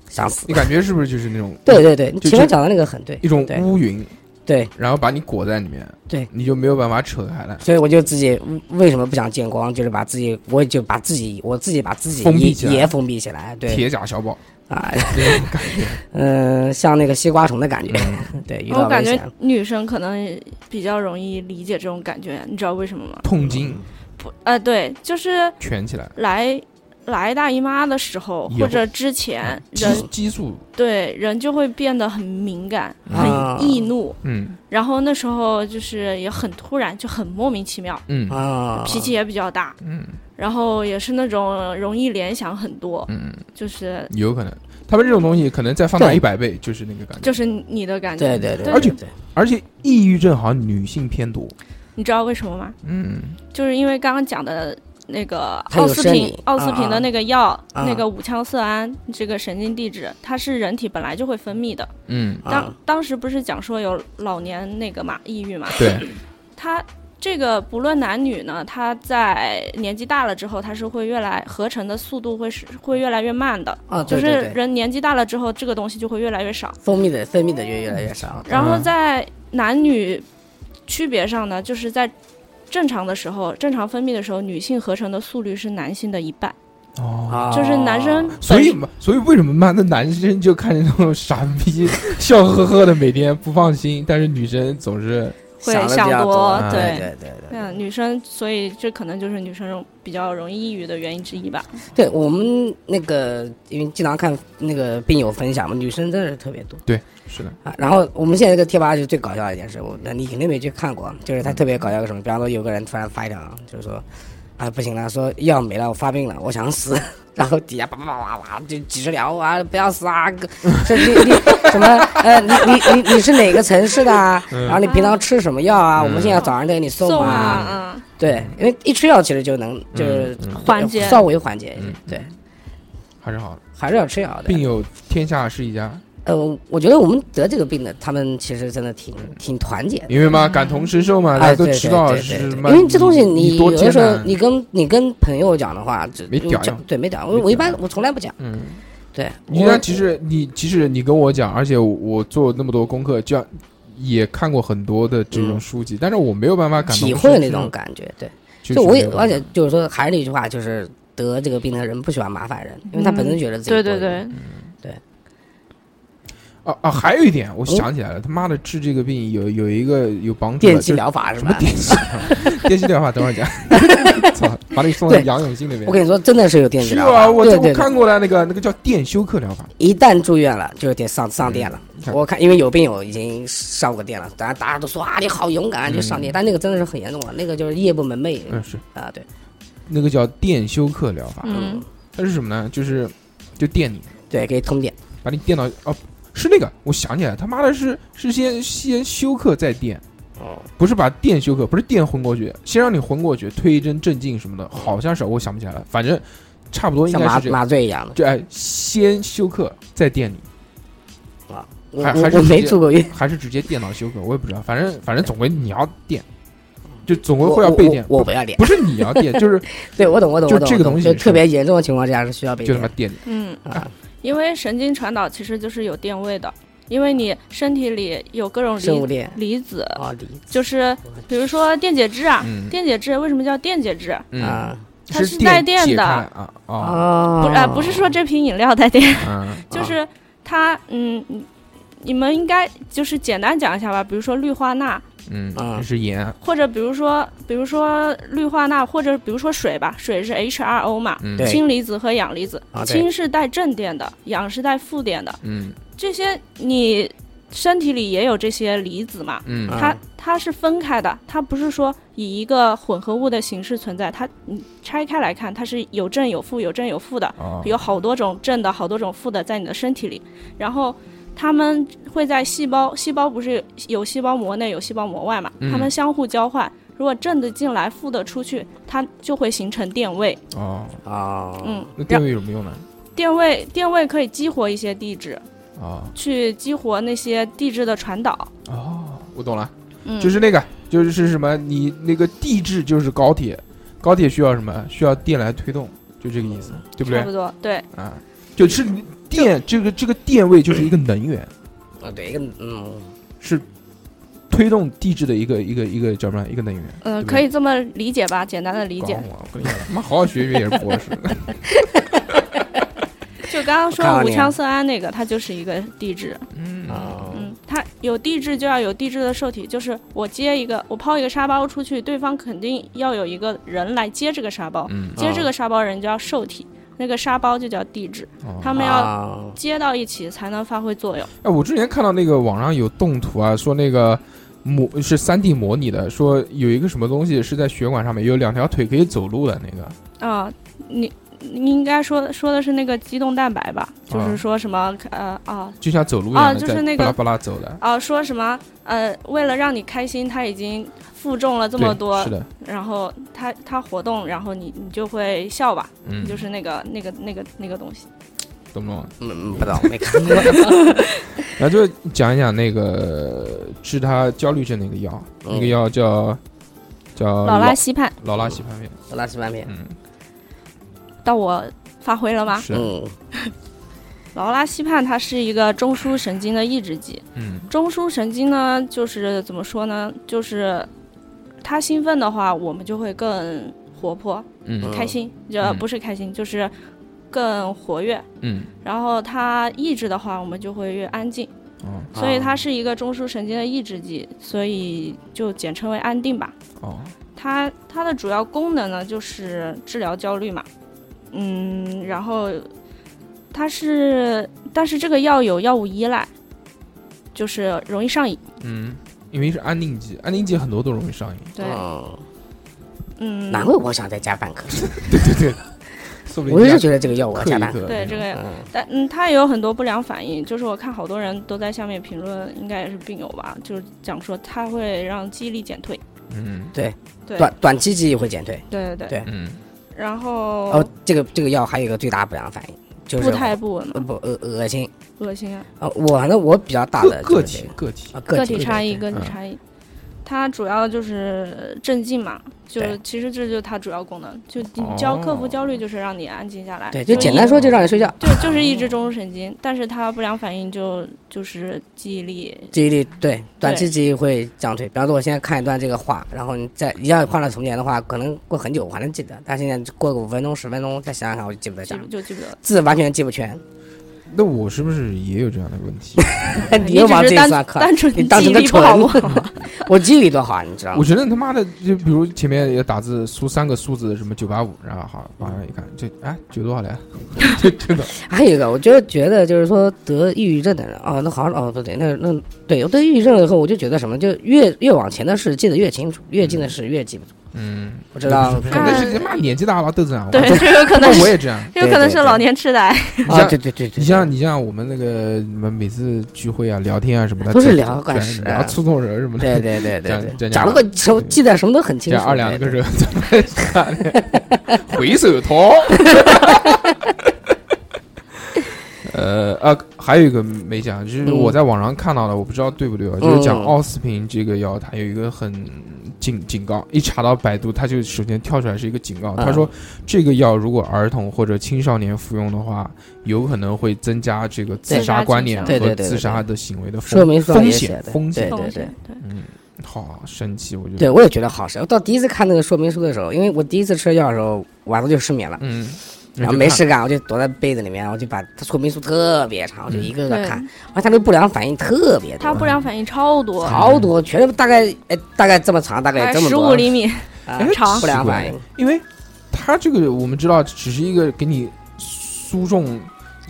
Speaker 4: 想死
Speaker 1: 你。感觉是不是就是那种
Speaker 4: 对对对，你
Speaker 1: 就
Speaker 4: 前面
Speaker 1: 就
Speaker 4: 讲的那个很对
Speaker 1: 一种
Speaker 4: 对
Speaker 1: 乌云，
Speaker 4: 对，
Speaker 1: 然后把你裹在里面，
Speaker 4: 对
Speaker 1: 你就没有办法扯开来。
Speaker 4: 所以我就自己为什么不想见光，就是把自己，我就把自己，我自己把自己
Speaker 1: 封闭
Speaker 4: 也
Speaker 1: 起来
Speaker 4: 也封闭起来，对
Speaker 1: 铁甲小宝
Speaker 4: 啊，
Speaker 1: 那种感觉，
Speaker 4: 嗯、像那个西瓜虫的感觉， [LAUGHS]
Speaker 1: 嗯
Speaker 4: 对，遇
Speaker 3: 我
Speaker 4: 到
Speaker 3: 感
Speaker 4: 危险
Speaker 3: 觉。女生可能比较容易理解这种感觉，你知道为什么吗？
Speaker 1: 痛经
Speaker 3: 不，呃，对，就是
Speaker 1: 蜷起来，
Speaker 3: 来来大姨妈的时候，
Speaker 1: 也
Speaker 3: 或
Speaker 1: 会
Speaker 3: 者之前，
Speaker 1: 激
Speaker 3: 人
Speaker 1: 激素，
Speaker 3: 对人就会变得很敏感、
Speaker 4: 啊
Speaker 3: 很易怒，
Speaker 1: 嗯
Speaker 3: 然后那时候就是也很突然，就很莫名其妙，
Speaker 1: 嗯
Speaker 4: 啊，
Speaker 3: 脾气也比较大，
Speaker 1: 嗯
Speaker 3: 然后也是那种容易联想很多，
Speaker 1: 嗯，
Speaker 3: 就是
Speaker 1: 有可能。他们这种东西可能再放大
Speaker 4: 对
Speaker 1: 一百倍，就是那个感觉。
Speaker 3: 就是你的感觉。
Speaker 4: 对对对，
Speaker 1: 而且
Speaker 4: 对
Speaker 1: 而且抑郁症好像女性偏多，
Speaker 3: 你知道为什么吗？
Speaker 1: 嗯，
Speaker 3: 就是因为刚刚讲的那个
Speaker 4: 它有
Speaker 3: 奥司
Speaker 4: 生
Speaker 3: 匹
Speaker 4: 理
Speaker 3: 奥司匹
Speaker 4: 啊啊
Speaker 3: 的那个药，
Speaker 4: 啊
Speaker 3: 那个五羟色胺这个神经递质，它是人体本来就会分泌的。
Speaker 1: 嗯，
Speaker 3: 当、
Speaker 4: 啊
Speaker 3: 当时不是讲说有老年那个嘛，抑郁嘛，
Speaker 1: 对，
Speaker 3: 它这个不论男女呢，它在年纪大了之后，它是会越来合成的速度会是会越来越慢的，
Speaker 4: 啊，对
Speaker 3: 就是
Speaker 4: 对对，
Speaker 3: 人年纪大了之后，这个东西就会越来越少。
Speaker 4: 分泌的分泌的就越来越少，
Speaker 3: 嗯然后
Speaker 1: 嗯
Speaker 3: 在男女区别上呢，就是在正常的时候，正常分泌的时候，女性合成的速率是男性的一半，
Speaker 1: 哦，
Speaker 4: 啊，
Speaker 3: 就是男生本
Speaker 1: 所以嘛，所以为什么妈的男生就看见那种傻 [LAUGHS] 逼笑呵呵的，每天不放心，但是女生总是
Speaker 3: 会
Speaker 4: 想得比
Speaker 3: 想
Speaker 4: 较
Speaker 3: 多
Speaker 4: 啊
Speaker 1: 对
Speaker 4: 对对对对
Speaker 3: 嗯，女生，所以这可能就是女生容比较容易抑郁的原因之一吧。
Speaker 4: 对，我们那个因为经常看那个病友分享嘛，女生真的是特别多
Speaker 1: 是的，
Speaker 4: 啊。然后我们现在这个贴吧是最搞笑的一件事，我那你肯定没去看过，啊就是他特别搞笑个什么，比方说有个人突然发一条，就是说啊不行了，说药没了，我发病了，我想死。 [LAUGHS] 然后底下叭叭叭叭叭就几十条啊，不要死啊！哥这你你什么呃，你你你你是哪个城市的啊？然后你平常吃什么药啊？我们现在早上都给你送
Speaker 3: 送
Speaker 4: 啊。
Speaker 3: 啊，
Speaker 4: 对，因为一吃药其实就能就是
Speaker 1: 嗯嗯
Speaker 3: 缓解
Speaker 4: 稍微缓解一些
Speaker 1: 嗯。
Speaker 4: 对，
Speaker 1: 还是好的。
Speaker 4: 还是要吃药的。
Speaker 1: 病友天下是一家，
Speaker 4: 呃，我觉得我们得这个病的，他们其实真的挺挺团结的。
Speaker 1: 因为嘛感同身受嘛，大家
Speaker 4: 哎，
Speaker 1: 都
Speaker 4: 对
Speaker 1: 知
Speaker 4: 对
Speaker 1: 道
Speaker 4: 对
Speaker 1: 是
Speaker 4: 对对
Speaker 1: 嘛，
Speaker 4: 因为这东西
Speaker 1: 你
Speaker 4: 有
Speaker 1: 多
Speaker 4: 的
Speaker 1: 艰
Speaker 4: 时候
Speaker 1: 难，
Speaker 4: 你跟你跟朋友讲的话，只
Speaker 1: 没屌用
Speaker 4: 讲对没屌
Speaker 1: 没
Speaker 4: 用，
Speaker 1: 屌
Speaker 4: 我一般我从来不讲，
Speaker 1: 嗯。
Speaker 4: 对，
Speaker 1: 你
Speaker 4: 我
Speaker 1: 看，其实你其实你跟我讲，而且我我做那么多功课，这样也看过很多的这种
Speaker 4: 嗯
Speaker 1: 书籍，但是我没有办法感同
Speaker 4: 体会
Speaker 1: 身
Speaker 4: 那
Speaker 1: 受
Speaker 4: 种，感觉，对，
Speaker 1: 就
Speaker 4: 就是我
Speaker 1: 没
Speaker 4: 也
Speaker 1: 有办
Speaker 4: 而且
Speaker 1: 法
Speaker 4: 就是说还是那句话，就是得
Speaker 3: 嗯啊
Speaker 4: 这个病的人不喜欢麻烦人，因为他本身觉得自己
Speaker 3: 对对
Speaker 4: 多余
Speaker 3: 对，
Speaker 1: 哦哦，还有一点，我
Speaker 4: 嗯
Speaker 1: 想起来了，他妈的治这个病有有一个有帮助的，
Speaker 4: 电击
Speaker 1: 就是
Speaker 4: 疗法是
Speaker 1: 什么
Speaker 4: 吧？
Speaker 1: 电击疗？
Speaker 4: [LAUGHS]
Speaker 1: 电击疗法等会儿讲。操，把你送到
Speaker 4: 对
Speaker 1: 杨永信那边。
Speaker 4: 我跟你说，真的是有电击
Speaker 1: 是
Speaker 4: 疗法。
Speaker 1: 啊，我
Speaker 4: 对
Speaker 1: 我
Speaker 4: 对对
Speaker 1: 看过了，那个那个叫电休克疗法。
Speaker 4: 一旦住院了，就有点上上电了。
Speaker 1: 嗯
Speaker 4: 我看，因为有病友已经上过电了，大家大家都说啊，你好勇敢，就上电。但那个真的是很严重啊，那个就是夜不门寐
Speaker 1: 嗯，是
Speaker 4: 啊。对，
Speaker 1: 那个叫电休克疗法。
Speaker 3: 嗯，
Speaker 1: 它是什么呢？就是就电你，
Speaker 4: 对，可以通电。
Speaker 1: 把你电到哦，是那个，我想起来，他妈的是是先先休克再电。
Speaker 4: 哦，
Speaker 1: 不是把电休克，不是电昏过去，先让你昏过去，推一针镇静什么的，好像是我想不起来了，反正差不多应
Speaker 4: 像
Speaker 1: 该
Speaker 4: 嗯麻
Speaker 1: 是这样。
Speaker 4: 麻醉一样的。
Speaker 1: 就哎，先休克再电你，
Speaker 4: 我
Speaker 1: 还
Speaker 4: 我
Speaker 1: 还是
Speaker 4: 我
Speaker 1: 直接
Speaker 4: 没住过院，
Speaker 1: 还是直接电脑休克，我也不知道，反正反正总归你要电，就总归
Speaker 4: 嗯我
Speaker 1: 会要被电，
Speaker 4: 我
Speaker 1: 不
Speaker 4: 我不要电。
Speaker 1: 不是你要
Speaker 4: [LAUGHS]
Speaker 1: 电，就是
Speaker 4: 对，我懂，我懂，
Speaker 1: 就
Speaker 4: 我懂。
Speaker 1: 这个
Speaker 4: 我懂
Speaker 1: 东西
Speaker 4: 就是特别严重的情况下是需要被
Speaker 1: 就他妈
Speaker 4: 电
Speaker 1: 电你。
Speaker 3: 嗯，
Speaker 4: 啊，
Speaker 3: 因为神经传导其实就是有电位的，因为你身体里有各
Speaker 1: 啊
Speaker 3: 种
Speaker 4: 生物
Speaker 3: 离
Speaker 4: 电
Speaker 3: 离子，
Speaker 4: 啊，离
Speaker 3: 就是比如说电解质啊，
Speaker 1: 嗯
Speaker 3: 电解质为什么叫电解质？
Speaker 1: 嗯，
Speaker 4: 啊
Speaker 3: 它
Speaker 1: 是
Speaker 3: 是带电
Speaker 1: 电解
Speaker 3: 的
Speaker 1: 开来啊啊
Speaker 4: 啊，
Speaker 3: 不是、啊，不是说这瓶饮料带电，
Speaker 1: 嗯
Speaker 3: 就是它，嗯，你你们应该就是简单讲一下吧，比如说氯化钠，
Speaker 1: 嗯，
Speaker 4: 啊
Speaker 1: 这是盐，
Speaker 3: 或者比如说，比如说氯化钠，或者比如说水吧，水是 H2O 嘛，
Speaker 1: 嗯
Speaker 4: 对
Speaker 3: 氢离子和氧离子，
Speaker 4: 啊对
Speaker 3: 氢是带正电的，氧是带负电的，
Speaker 1: 嗯
Speaker 3: 这些你身体里也有这些离子嘛，
Speaker 1: 嗯
Speaker 4: 啊
Speaker 3: 它它是分开的，它不是说以一个混合物的形式存在，它你拆开来看，它是有正有负，有正有负的，
Speaker 1: 啊
Speaker 3: 有好多种正的，好多种负的在你的身体里，然后它们会在细胞，细胞不是有细胞膜内有细胞膜外嘛，
Speaker 1: 嗯
Speaker 3: 它们相互交换，如果正的进来，负的出去，它就会形成电位，
Speaker 1: 哦，
Speaker 4: 啊，
Speaker 3: 嗯，
Speaker 1: 那电位有什么用呢？
Speaker 3: 电位电位可以激活一些地质，
Speaker 1: 啊
Speaker 3: 去激活那些地质的传导，
Speaker 1: 哦，我懂了，
Speaker 3: 嗯，
Speaker 1: 就是那个就是是什么？你那个地质就是高铁，高铁需要什么？需要电来推动，就这个意思，对不对
Speaker 3: 差不？多，对，
Speaker 1: 啊，就是电这个这个电位就是一个能源，
Speaker 4: 啊，对，一个嗯，
Speaker 1: 是推动地质的一个一个一个叫什么一个能源。
Speaker 3: 嗯、
Speaker 1: 对不对
Speaker 3: 可以这么理解吧，简单的理解
Speaker 1: 搞。我，我跟你讲，他妈好好学学也是博士。
Speaker 3: 就刚刚
Speaker 4: 我看
Speaker 3: 说
Speaker 4: 到
Speaker 1: 啊
Speaker 3: 五
Speaker 4: 你
Speaker 3: 羟色胺那个，它就是一个地质，
Speaker 1: 嗯
Speaker 4: 啊，
Speaker 3: [LAUGHS] 嗯，它有地质就要有地质的受体，就是我接一个，我抛一个沙包出去，对方肯定要有一个人来接这个沙包，
Speaker 1: 嗯，
Speaker 3: 接这个沙包人就要受体，那个沙包就叫地质，
Speaker 1: 哦
Speaker 3: 他们要
Speaker 4: 啊
Speaker 3: 接到一起才能发挥作用。
Speaker 1: 哎，我之前看到那个网上有动图啊，说那个模是三 D 模拟的，说有一个什么东西是在血管上面有两条腿可以走路的那个。
Speaker 3: 啊、你你应该说说的是那个肌动蛋白吧？就
Speaker 1: 啊
Speaker 3: 是说什么呃啊
Speaker 1: 就像走路一样的，
Speaker 3: 哦就是
Speaker 1: 在
Speaker 3: 那个
Speaker 1: 巴拉巴拉走的，
Speaker 3: 啊说什么呃，为了让你开心，他已经负重了这
Speaker 1: 这
Speaker 3: 么多
Speaker 1: 是，的，
Speaker 3: 然后它它活动，然后你你就会笑吧，
Speaker 1: 嗯，
Speaker 3: 就是那个那个那个那个东西。
Speaker 1: 懂不懂？
Speaker 4: 嗯，不懂，没看过。 [LAUGHS]
Speaker 1: 然后就讲一讲那个治他焦虑症那个药，
Speaker 4: 嗯
Speaker 1: 那个药叫叫
Speaker 3: 老拉西泮
Speaker 1: 老拉西泮片，
Speaker 4: 我拉西半片，
Speaker 1: 嗯，
Speaker 3: 到我发挥了吗？
Speaker 1: 是的，
Speaker 4: 嗯，
Speaker 3: 劳拉西泮它是一个中枢神经的抑制剂。
Speaker 1: 嗯
Speaker 3: 中枢神经呢，就是怎么说呢？就是它兴奋的话，我们就会更活泼、
Speaker 1: 嗯
Speaker 3: 开心，就
Speaker 1: 嗯
Speaker 3: 不是开心，就是更活跃。
Speaker 1: 嗯，
Speaker 3: 然后它抑制的话，我们就会越安静。
Speaker 1: 哦
Speaker 3: 所以
Speaker 4: 啊
Speaker 3: 它是一个中枢神经的抑制剂，所以就简称为安定吧。
Speaker 1: 哦，
Speaker 3: 它它的主要功能呢就是治疗焦虑嘛，嗯，然后它是，但是这个药有药物依赖，就是容易上瘾。
Speaker 1: 嗯，因为是安定剂，安定剂很多都容易上瘾，
Speaker 3: 对，
Speaker 1: 哦
Speaker 4: 嗯
Speaker 3: 嗯，
Speaker 4: 难怪我想再加半颗，
Speaker 1: 对对对，说不定
Speaker 4: 我一直
Speaker 1: 人
Speaker 4: 觉得这个药我
Speaker 1: 家
Speaker 4: 要
Speaker 1: 克
Speaker 4: 加
Speaker 1: 一
Speaker 4: 半颗。
Speaker 1: 克，
Speaker 3: 对这个，
Speaker 4: 嗯，
Speaker 3: 但嗯，它也有很多不良反应，就是我看好多人都在下面评论，应该也是病友吧，就是讲说它会让记忆力减退。
Speaker 1: 嗯
Speaker 3: 对，
Speaker 4: 短短期记忆会减退。
Speaker 3: 对对
Speaker 4: 对
Speaker 3: 对，
Speaker 1: 嗯，
Speaker 3: 然后、
Speaker 4: 哦，这个这个药还有一个最大不良反应就是
Speaker 3: 步态不稳
Speaker 4: 呃
Speaker 3: 嘛，
Speaker 4: 不恶恶心。
Speaker 3: 恶心啊。
Speaker 4: 啊，我反正我比较大
Speaker 1: 个
Speaker 4: 的
Speaker 1: 个
Speaker 4: 就是
Speaker 1: 体个体
Speaker 4: 这个啊
Speaker 3: 个
Speaker 4: 体
Speaker 3: 体差异，
Speaker 4: 对
Speaker 3: 个体
Speaker 1: 嗯
Speaker 3: 差异，它主要就是镇静嘛，就
Speaker 4: 对
Speaker 3: 其实这就是它主要功能，就你焦克
Speaker 1: 哦
Speaker 3: 服焦虑就是让你安静下来，
Speaker 4: 对，就
Speaker 3: 就
Speaker 4: 简
Speaker 3: 抑
Speaker 4: 单说就让你睡觉，
Speaker 3: 对，就是抑制中枢神经，但是它不良反应就就是记忆力，
Speaker 4: 记忆力对短期记忆会降退。比方说我现在看一段这个画，然后你再一样换到从前的话，可能过很久我还能记得，但现在过个五分钟十分钟再想想看我就记不得
Speaker 3: 记
Speaker 4: 讲
Speaker 3: 不，就记不得了。 [LAUGHS]
Speaker 4: 字完全记不全。
Speaker 1: 那我是不是也有这样的问题？
Speaker 4: [LAUGHS] 你又往
Speaker 3: 只
Speaker 4: 自己
Speaker 3: 是
Speaker 4: 身上
Speaker 3: 单 [LAUGHS]
Speaker 4: 靠，
Speaker 3: 单纯
Speaker 4: 你当成
Speaker 3: 记忆
Speaker 4: 个
Speaker 3: 力不好
Speaker 4: 蠢
Speaker 3: 吗？
Speaker 4: [LAUGHS] 我记忆力多好啊，你知道
Speaker 1: 我
Speaker 4: 吗？
Speaker 1: 觉得他妈的，就比如前面也打字输三个数字，什么九八五，然后好往上一看，这哎九多少来？这真的
Speaker 4: 还有一个，我就觉得就是说得抑郁症的人，哦，那好像哦不对，那那对我得抑郁症了以后，我就觉得什么，就越越往前的事记得越清楚，越近的事越记不住。
Speaker 1: 嗯，
Speaker 4: 我知道
Speaker 1: 不是不是
Speaker 3: 看
Speaker 1: 那是他妈年纪大了，豆子啊，
Speaker 3: 哎对， [LAUGHS] 这
Speaker 4: [LAUGHS]
Speaker 3: 有可能
Speaker 1: 那我
Speaker 3: 是，
Speaker 1: 也这样。
Speaker 3: 这有可能
Speaker 4: 对
Speaker 3: 是
Speaker 4: 对对
Speaker 3: 老年痴呆。
Speaker 1: 像
Speaker 4: 啊，对对对对，
Speaker 1: 你像你像我们那个你们每次聚会啊、聊天啊什么的，
Speaker 4: 都是
Speaker 1: 转
Speaker 4: 聊怪
Speaker 1: 转
Speaker 4: 事啊
Speaker 1: [LAUGHS] 聊触动人什么的，
Speaker 4: 对对对对
Speaker 1: 嗯讲讲
Speaker 4: 对，讲了个什么记得什么都很清
Speaker 1: 这
Speaker 4: 楚。
Speaker 1: 二两那
Speaker 4: 对
Speaker 1: 个
Speaker 4: 对
Speaker 1: 人怎么下
Speaker 4: [LAUGHS]
Speaker 1: 来回首掏。 [LAUGHS] 呃啊，还有一个没讲，就是
Speaker 4: 嗯
Speaker 1: 我在网上看到的，我不知道对不对啊，就是讲
Speaker 4: 嗯
Speaker 1: 奥司平这个药，它有一个很警警告，一查到百度，它就首先跳出来是一个警告，
Speaker 4: 嗯
Speaker 1: 他说这个药如果儿童或者青少年服用的话，有可能会增加这个自
Speaker 4: 对
Speaker 1: 杀观念
Speaker 3: 自杀倾
Speaker 4: 向
Speaker 1: 和
Speaker 4: 对对对对
Speaker 1: 自杀的行为的风
Speaker 4: 说明书上
Speaker 1: 风
Speaker 4: 也写
Speaker 1: 险
Speaker 4: 的
Speaker 1: 风险，
Speaker 4: 对对
Speaker 3: 对对，
Speaker 1: 嗯，好神奇，我觉得，
Speaker 4: 对，我也觉得好神。我到第一次看那个说明书的时候，因为我第一次吃药的时候晚上就失眠了，
Speaker 1: 嗯，
Speaker 4: 然后啊没事干，我就躲在被子里面，我就把它说明书特别长，我就一个个
Speaker 3: 对
Speaker 4: 看。而它那个不良反应特别
Speaker 3: 它
Speaker 4: 多，
Speaker 3: 不良反应超多，
Speaker 4: 好多，全是大概哎大概这么长，大概有
Speaker 3: 哎，
Speaker 4: 这么
Speaker 3: 十
Speaker 4: 多
Speaker 3: 五厘米，
Speaker 4: 啊
Speaker 1: 哎
Speaker 3: 长
Speaker 4: 不良
Speaker 1: 奇怪
Speaker 4: 反应。
Speaker 1: 因为它这个我们知道，只是一个给你输送，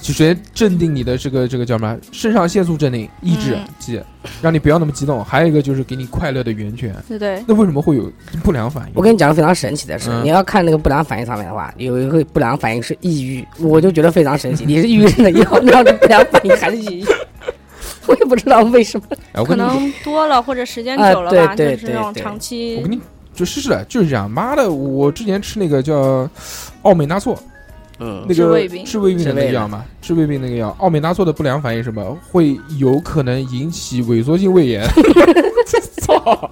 Speaker 1: 就直接镇定你的这个这个叫什么肾上腺素镇定抑制
Speaker 3: 嗯
Speaker 1: 剂，让你不要那么激动。还有一个就是给你快乐的源泉。
Speaker 3: 对对，
Speaker 1: 那为什么会有不良反应？
Speaker 4: 我跟你讲个非常神奇的事，
Speaker 1: 嗯
Speaker 4: 你要看那个不良反应上面的话，有一个不良反应是抑郁，
Speaker 1: 嗯
Speaker 4: 我就觉得非常神奇。你是抑郁症的药，然后这不良反应还是抑郁，
Speaker 1: [LAUGHS]
Speaker 4: 我也不知道为什么。
Speaker 1: 哎，我
Speaker 3: 可
Speaker 1: 跟你
Speaker 3: 能多了或者时间
Speaker 4: 啊
Speaker 3: 久了
Speaker 4: 对
Speaker 3: 吧，
Speaker 4: 对
Speaker 3: 就是那
Speaker 4: 对
Speaker 3: 种
Speaker 4: 对
Speaker 3: 长
Speaker 1: 我
Speaker 3: 期
Speaker 1: 跟你就试试了，就是这样。妈的，我之前吃那个叫奥美纳唑
Speaker 4: 嗯
Speaker 1: 那
Speaker 3: 治
Speaker 1: 个
Speaker 3: 胃病
Speaker 1: 治胃病的那个药嘛，治胃病那个药，奥美纳唑的不良反应是什么会有可能引起萎缩性胃炎。操！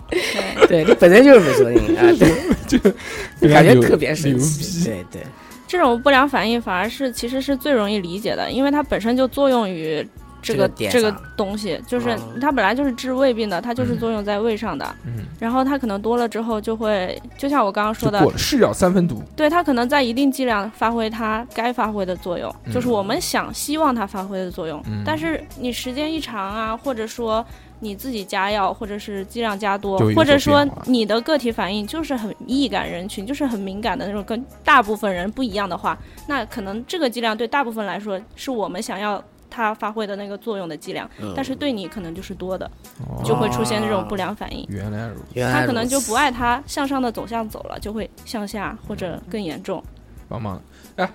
Speaker 4: [LAUGHS] 对，
Speaker 3: 对
Speaker 4: 这本身就是萎缩
Speaker 1: [LAUGHS]
Speaker 4: 性啊，对，
Speaker 1: 非常
Speaker 4: [LAUGHS] 感觉
Speaker 1: 牛
Speaker 4: 特别神
Speaker 1: 啊牛
Speaker 4: 奇。
Speaker 1: 逼
Speaker 4: 对对，
Speaker 3: 这种不良反应反而是其实是最容易理解的，因为它本身就作用于这
Speaker 4: 这
Speaker 3: 个
Speaker 4: 个点
Speaker 3: 这个
Speaker 4: 上
Speaker 3: 东西，就是
Speaker 4: 嗯
Speaker 3: 它本来就是治胃病的，它就是
Speaker 1: 哦嗯
Speaker 3: 作用在胃上的。
Speaker 1: 嗯，
Speaker 3: 然后它可能多了之后就会，就像我刚刚
Speaker 1: 就
Speaker 3: 说的
Speaker 1: 过，了，是药三分毒。
Speaker 3: 对它可能在一定剂量发挥它该发挥的作用，
Speaker 1: 嗯
Speaker 3: 就是我们想希望它发挥的作用。
Speaker 1: 嗯
Speaker 3: 但是你时间一长啊，或者说你自己加药，或者是剂量加多
Speaker 1: 就有，一个
Speaker 3: 或者
Speaker 1: 所
Speaker 3: 说
Speaker 1: 变化
Speaker 3: 你的个体反应就是很易感人群，就是很敏感的那种，跟大部分人不一样的话，那可能这个剂量对大部分来说是我们想要。它发挥的那个作用的剂量，
Speaker 1: 嗯
Speaker 3: 但是对你可能就是多的，
Speaker 4: 哦
Speaker 3: 就会出现这种不良反应。
Speaker 1: 原来如此，
Speaker 4: 原来
Speaker 3: 他可能
Speaker 4: 如
Speaker 3: 就
Speaker 4: 此
Speaker 3: 不爱它向上的走向走了，就会向下或者更严重。
Speaker 1: 帮忙了。哎，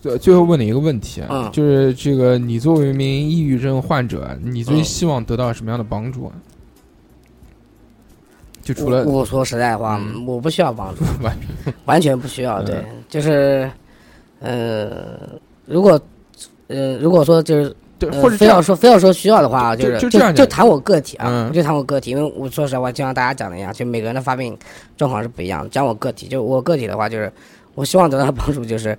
Speaker 1: 最最后问你一个问题，啊
Speaker 4: 嗯
Speaker 1: 就是这个你作为一名抑郁症患者，你最
Speaker 4: 嗯
Speaker 1: 希望得到什么样的帮助啊？就 [LAUGHS] 除
Speaker 4: 我
Speaker 1: 了
Speaker 4: 我说实在话，
Speaker 1: 嗯，
Speaker 4: 我不需要帮助
Speaker 1: [LAUGHS] 完嗯
Speaker 4: 完全不需要。对，就是，呃，如果，呃，如果说就是，
Speaker 1: 对，
Speaker 4: 呃
Speaker 1: 或者这
Speaker 4: 非要
Speaker 1: 样，
Speaker 4: 说非要说需要的话，
Speaker 1: 就
Speaker 4: 就是
Speaker 1: 就这样
Speaker 4: 就
Speaker 1: 讲
Speaker 4: 谈我个体啊
Speaker 1: 嗯，
Speaker 4: 就谈我个体，因为我说实话，就像大家讲的一样，就每个人的发病状况是不一样的。讲我个体，就我个体的话，就是我希望得到的帮助就是。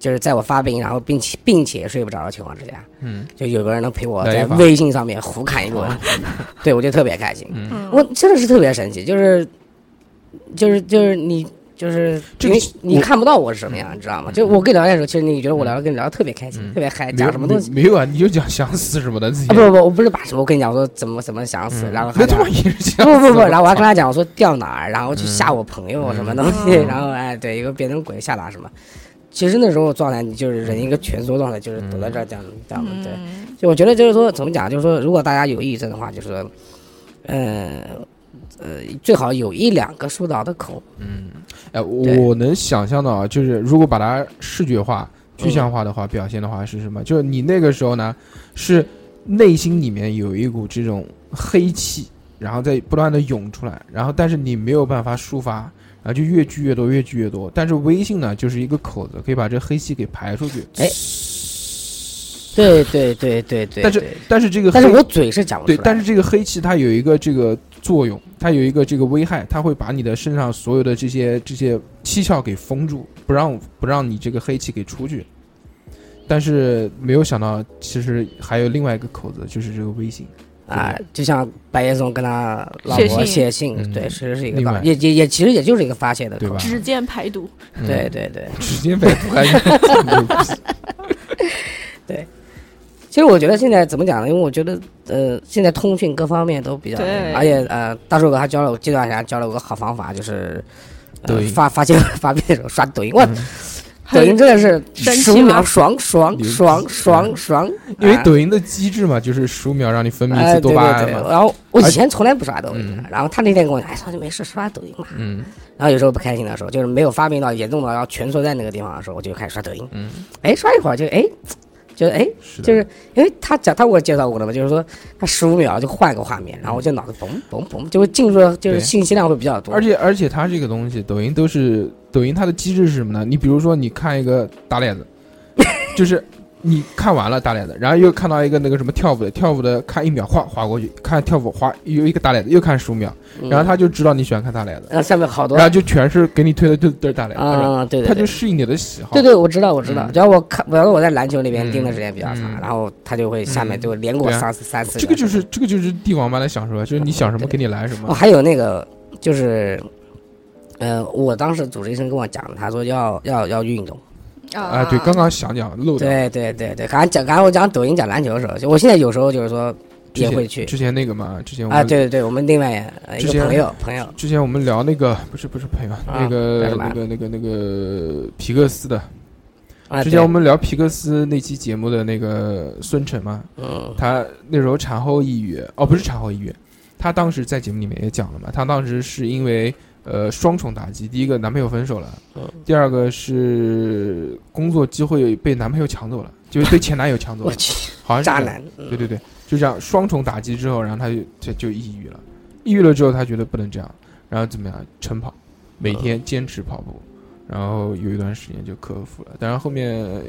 Speaker 4: 就是在我发病，然后并且并且睡不着的情况之下，
Speaker 1: 嗯
Speaker 4: 就有个人能陪我
Speaker 1: 来一
Speaker 4: 在
Speaker 1: 把
Speaker 4: 微信上面胡侃一轮， [LAUGHS] 对我就特别开心。
Speaker 1: 嗯，
Speaker 3: 嗯，
Speaker 4: 我真的是特别神奇，就是，就是就是你就是
Speaker 1: 这个
Speaker 4: 因为
Speaker 1: 是
Speaker 4: 你
Speaker 1: 我
Speaker 4: 看不到我是什么样，你知道吗？就
Speaker 1: 嗯
Speaker 4: 我跟你聊天的时候，其实你觉得我聊得跟你聊得特别开心，
Speaker 1: 嗯
Speaker 4: 特别嗨，
Speaker 1: 没有
Speaker 4: 哎讲什么东西
Speaker 1: 没没有啊？你就讲想死什么的自己
Speaker 4: 啊？不，不不，我不是把什么，我跟你讲，我说怎么怎么想死，
Speaker 1: 嗯
Speaker 4: 然后还
Speaker 1: 那他
Speaker 4: 讲
Speaker 1: 妈也是想
Speaker 4: 不不
Speaker 1: 死
Speaker 4: 不不，
Speaker 1: 的
Speaker 4: 然后我还跟他讲，我说掉哪儿，然后去
Speaker 1: 嗯
Speaker 4: 吓我朋友
Speaker 1: 嗯
Speaker 4: 什么东西，[LAUGHS]
Speaker 3: 嗯
Speaker 4: 然后哎对，一个变成鬼吓他什么。其实那时候状态，你就是人一个蜷缩状态，就是躲在这儿这样这样对。
Speaker 3: 嗯，
Speaker 4: 就我觉得就是说，怎么讲，就是说，如果大家有抑郁症的话，就是说，呃呃，最好有一两个疏导的口。
Speaker 1: 嗯，哎，
Speaker 4: 对
Speaker 1: 我能想象到，啊，就是如果把它视觉化、
Speaker 4: 嗯
Speaker 1: 具象化的话，表现的话是什么？就是你那个时候呢，是内心里面有一股这种黑气，然后在不断的涌出来，然后但是你没有办法抒发，然后就越聚越多，越聚越多。但是微信呢，就是一个口子，可以把这黑气给排出去。
Speaker 4: 哎对对对对对。
Speaker 1: 但是
Speaker 4: 对
Speaker 1: 但是这个黑
Speaker 4: 但是我嘴哦是讲不出
Speaker 1: 对，
Speaker 4: 来的。
Speaker 1: 但是这个黑气它有一个这个作用，它有一个这个危害，它会把你的身上所有的这些这些七窍给封住，不让不让你这个黑气给出去。但是没有想到，其实还有另外一个口子，就是这个微信。
Speaker 4: 啊，就像白岩松跟他老
Speaker 3: 写
Speaker 4: 婆
Speaker 3: 信
Speaker 4: 写信，
Speaker 1: 嗯
Speaker 4: 对，其实是一个
Speaker 1: 另
Speaker 4: 道
Speaker 1: 外
Speaker 4: 也也也其实也就是一个发泄的口。
Speaker 1: 对吧
Speaker 3: 只见排毒，
Speaker 1: 嗯
Speaker 4: 对，对对
Speaker 1: 直接百度还是
Speaker 4: 对，其实我觉得现在怎么讲呢？因为我觉得呃，现在通讯各方面都比较
Speaker 3: 对，
Speaker 4: 而且呃，大树哥还教了我，这段还教了我个好方法，就是、呃
Speaker 1: 抖音嗯
Speaker 4: 发发现 [LAUGHS] 发病的时候刷抖音，哇，抖
Speaker 3: 很
Speaker 4: 音真的是
Speaker 3: 神奇
Speaker 4: 十五秒
Speaker 3: 吗
Speaker 4: 爽爽
Speaker 1: 牛逼
Speaker 4: 爽爽爽，
Speaker 1: [LAUGHS] 嗯因为
Speaker 4: 啊
Speaker 1: 抖音的机制嘛，就是十五秒让你分泌一
Speaker 4: 哎，
Speaker 1: 次多
Speaker 4: 对
Speaker 1: 巴
Speaker 4: 对
Speaker 1: 胺
Speaker 4: 对，
Speaker 1: 嘛。
Speaker 4: 然后我以前从来不刷抖音
Speaker 1: 嗯，
Speaker 4: 然后他那天跟我讲，哎，说你没事刷抖音嘛。
Speaker 1: 嗯
Speaker 4: 然后有时候不开心的时候，就是没有发病到严重到要蜷缩在那个地方的时候，我就开始刷抖音。
Speaker 1: 嗯，
Speaker 4: 哎，刷一会儿就哎，觉得哎，
Speaker 1: 是的，
Speaker 4: 就是因为他讲他给我介绍过的嘛，就是说他十五秒就换个画面，然后我就脑子嘣嘣嘣就会进入，就是
Speaker 1: 对
Speaker 4: 信息量会比较多。
Speaker 1: 而且而且它这个东西，抖音都是抖音它的机制是什么呢？你比如说你看一个打脸的， [LAUGHS] 就是你看完了打脸的，然后又看到一个那个什么跳舞的，跳舞的看一秒划划过去，看跳舞划又一个打脸的，又看十五秒，
Speaker 4: 嗯
Speaker 1: 然后他就知道你喜欢看打脸的，
Speaker 4: 然后下面好多
Speaker 1: 然后就全是给你推的都都是打脸的，是吧
Speaker 4: 啊，对对
Speaker 1: 他
Speaker 4: 对
Speaker 1: 就。适应你的喜好。
Speaker 4: 对对，我知道，我知道。
Speaker 1: 嗯
Speaker 4: 只要我看，我要我在篮球那边盯
Speaker 1: 嗯
Speaker 4: 的时间比较长，
Speaker 1: 嗯
Speaker 4: 然后他就会下面
Speaker 1: 嗯
Speaker 4: 就连给我
Speaker 1: 对啊
Speaker 4: 三四三四。
Speaker 1: 这个就是这个就是帝王般的享受啊，就是你想什么给你来什
Speaker 4: 哦，
Speaker 1: 么。
Speaker 4: 还有那个就是，呃，我当时主治医生跟我讲，他说要要要运动。
Speaker 1: 啊，对，刚刚想讲漏掉，
Speaker 4: 对对对对，刚刚讲刚刚我讲抖音讲篮球的时候，就我现在有时候就是说
Speaker 1: 之
Speaker 4: 也
Speaker 1: 前
Speaker 4: 会去
Speaker 1: 之前那个嘛，之前我
Speaker 4: 啊，
Speaker 1: 们
Speaker 4: 对对对，我们另外呃一
Speaker 1: 之
Speaker 4: 个
Speaker 1: 前
Speaker 4: 朋友朋友
Speaker 1: 之前我们聊那个不是不是朋友，
Speaker 4: 啊
Speaker 1: 那个
Speaker 4: 干嘛
Speaker 1: 那个那个那个皮克斯的。
Speaker 4: 啊，
Speaker 1: 之
Speaker 4: 对
Speaker 1: 前我们聊皮克斯那期节目的那个孙晨嘛，
Speaker 4: 嗯
Speaker 1: 他那时候产后抑郁，哦，不是产后抑郁，他当时在节目里面也讲了嘛，他当时是因为呃双重打击，第一个男朋友分手了
Speaker 4: 嗯，
Speaker 1: 第二个是工作机会被男朋友抢走了，就是被前男友抢走
Speaker 4: [LAUGHS] 我
Speaker 1: 了，
Speaker 4: 去
Speaker 1: 好像是这
Speaker 4: 渣
Speaker 1: 样
Speaker 4: 男，嗯
Speaker 1: 对对对，就这样双重打击之后，然后他就就就抑郁了，抑郁了之后他觉得不能这样，然后怎么样晨跑，每
Speaker 4: 嗯
Speaker 1: 天坚持跑步，然后有一段时间就克服了。当然后面呃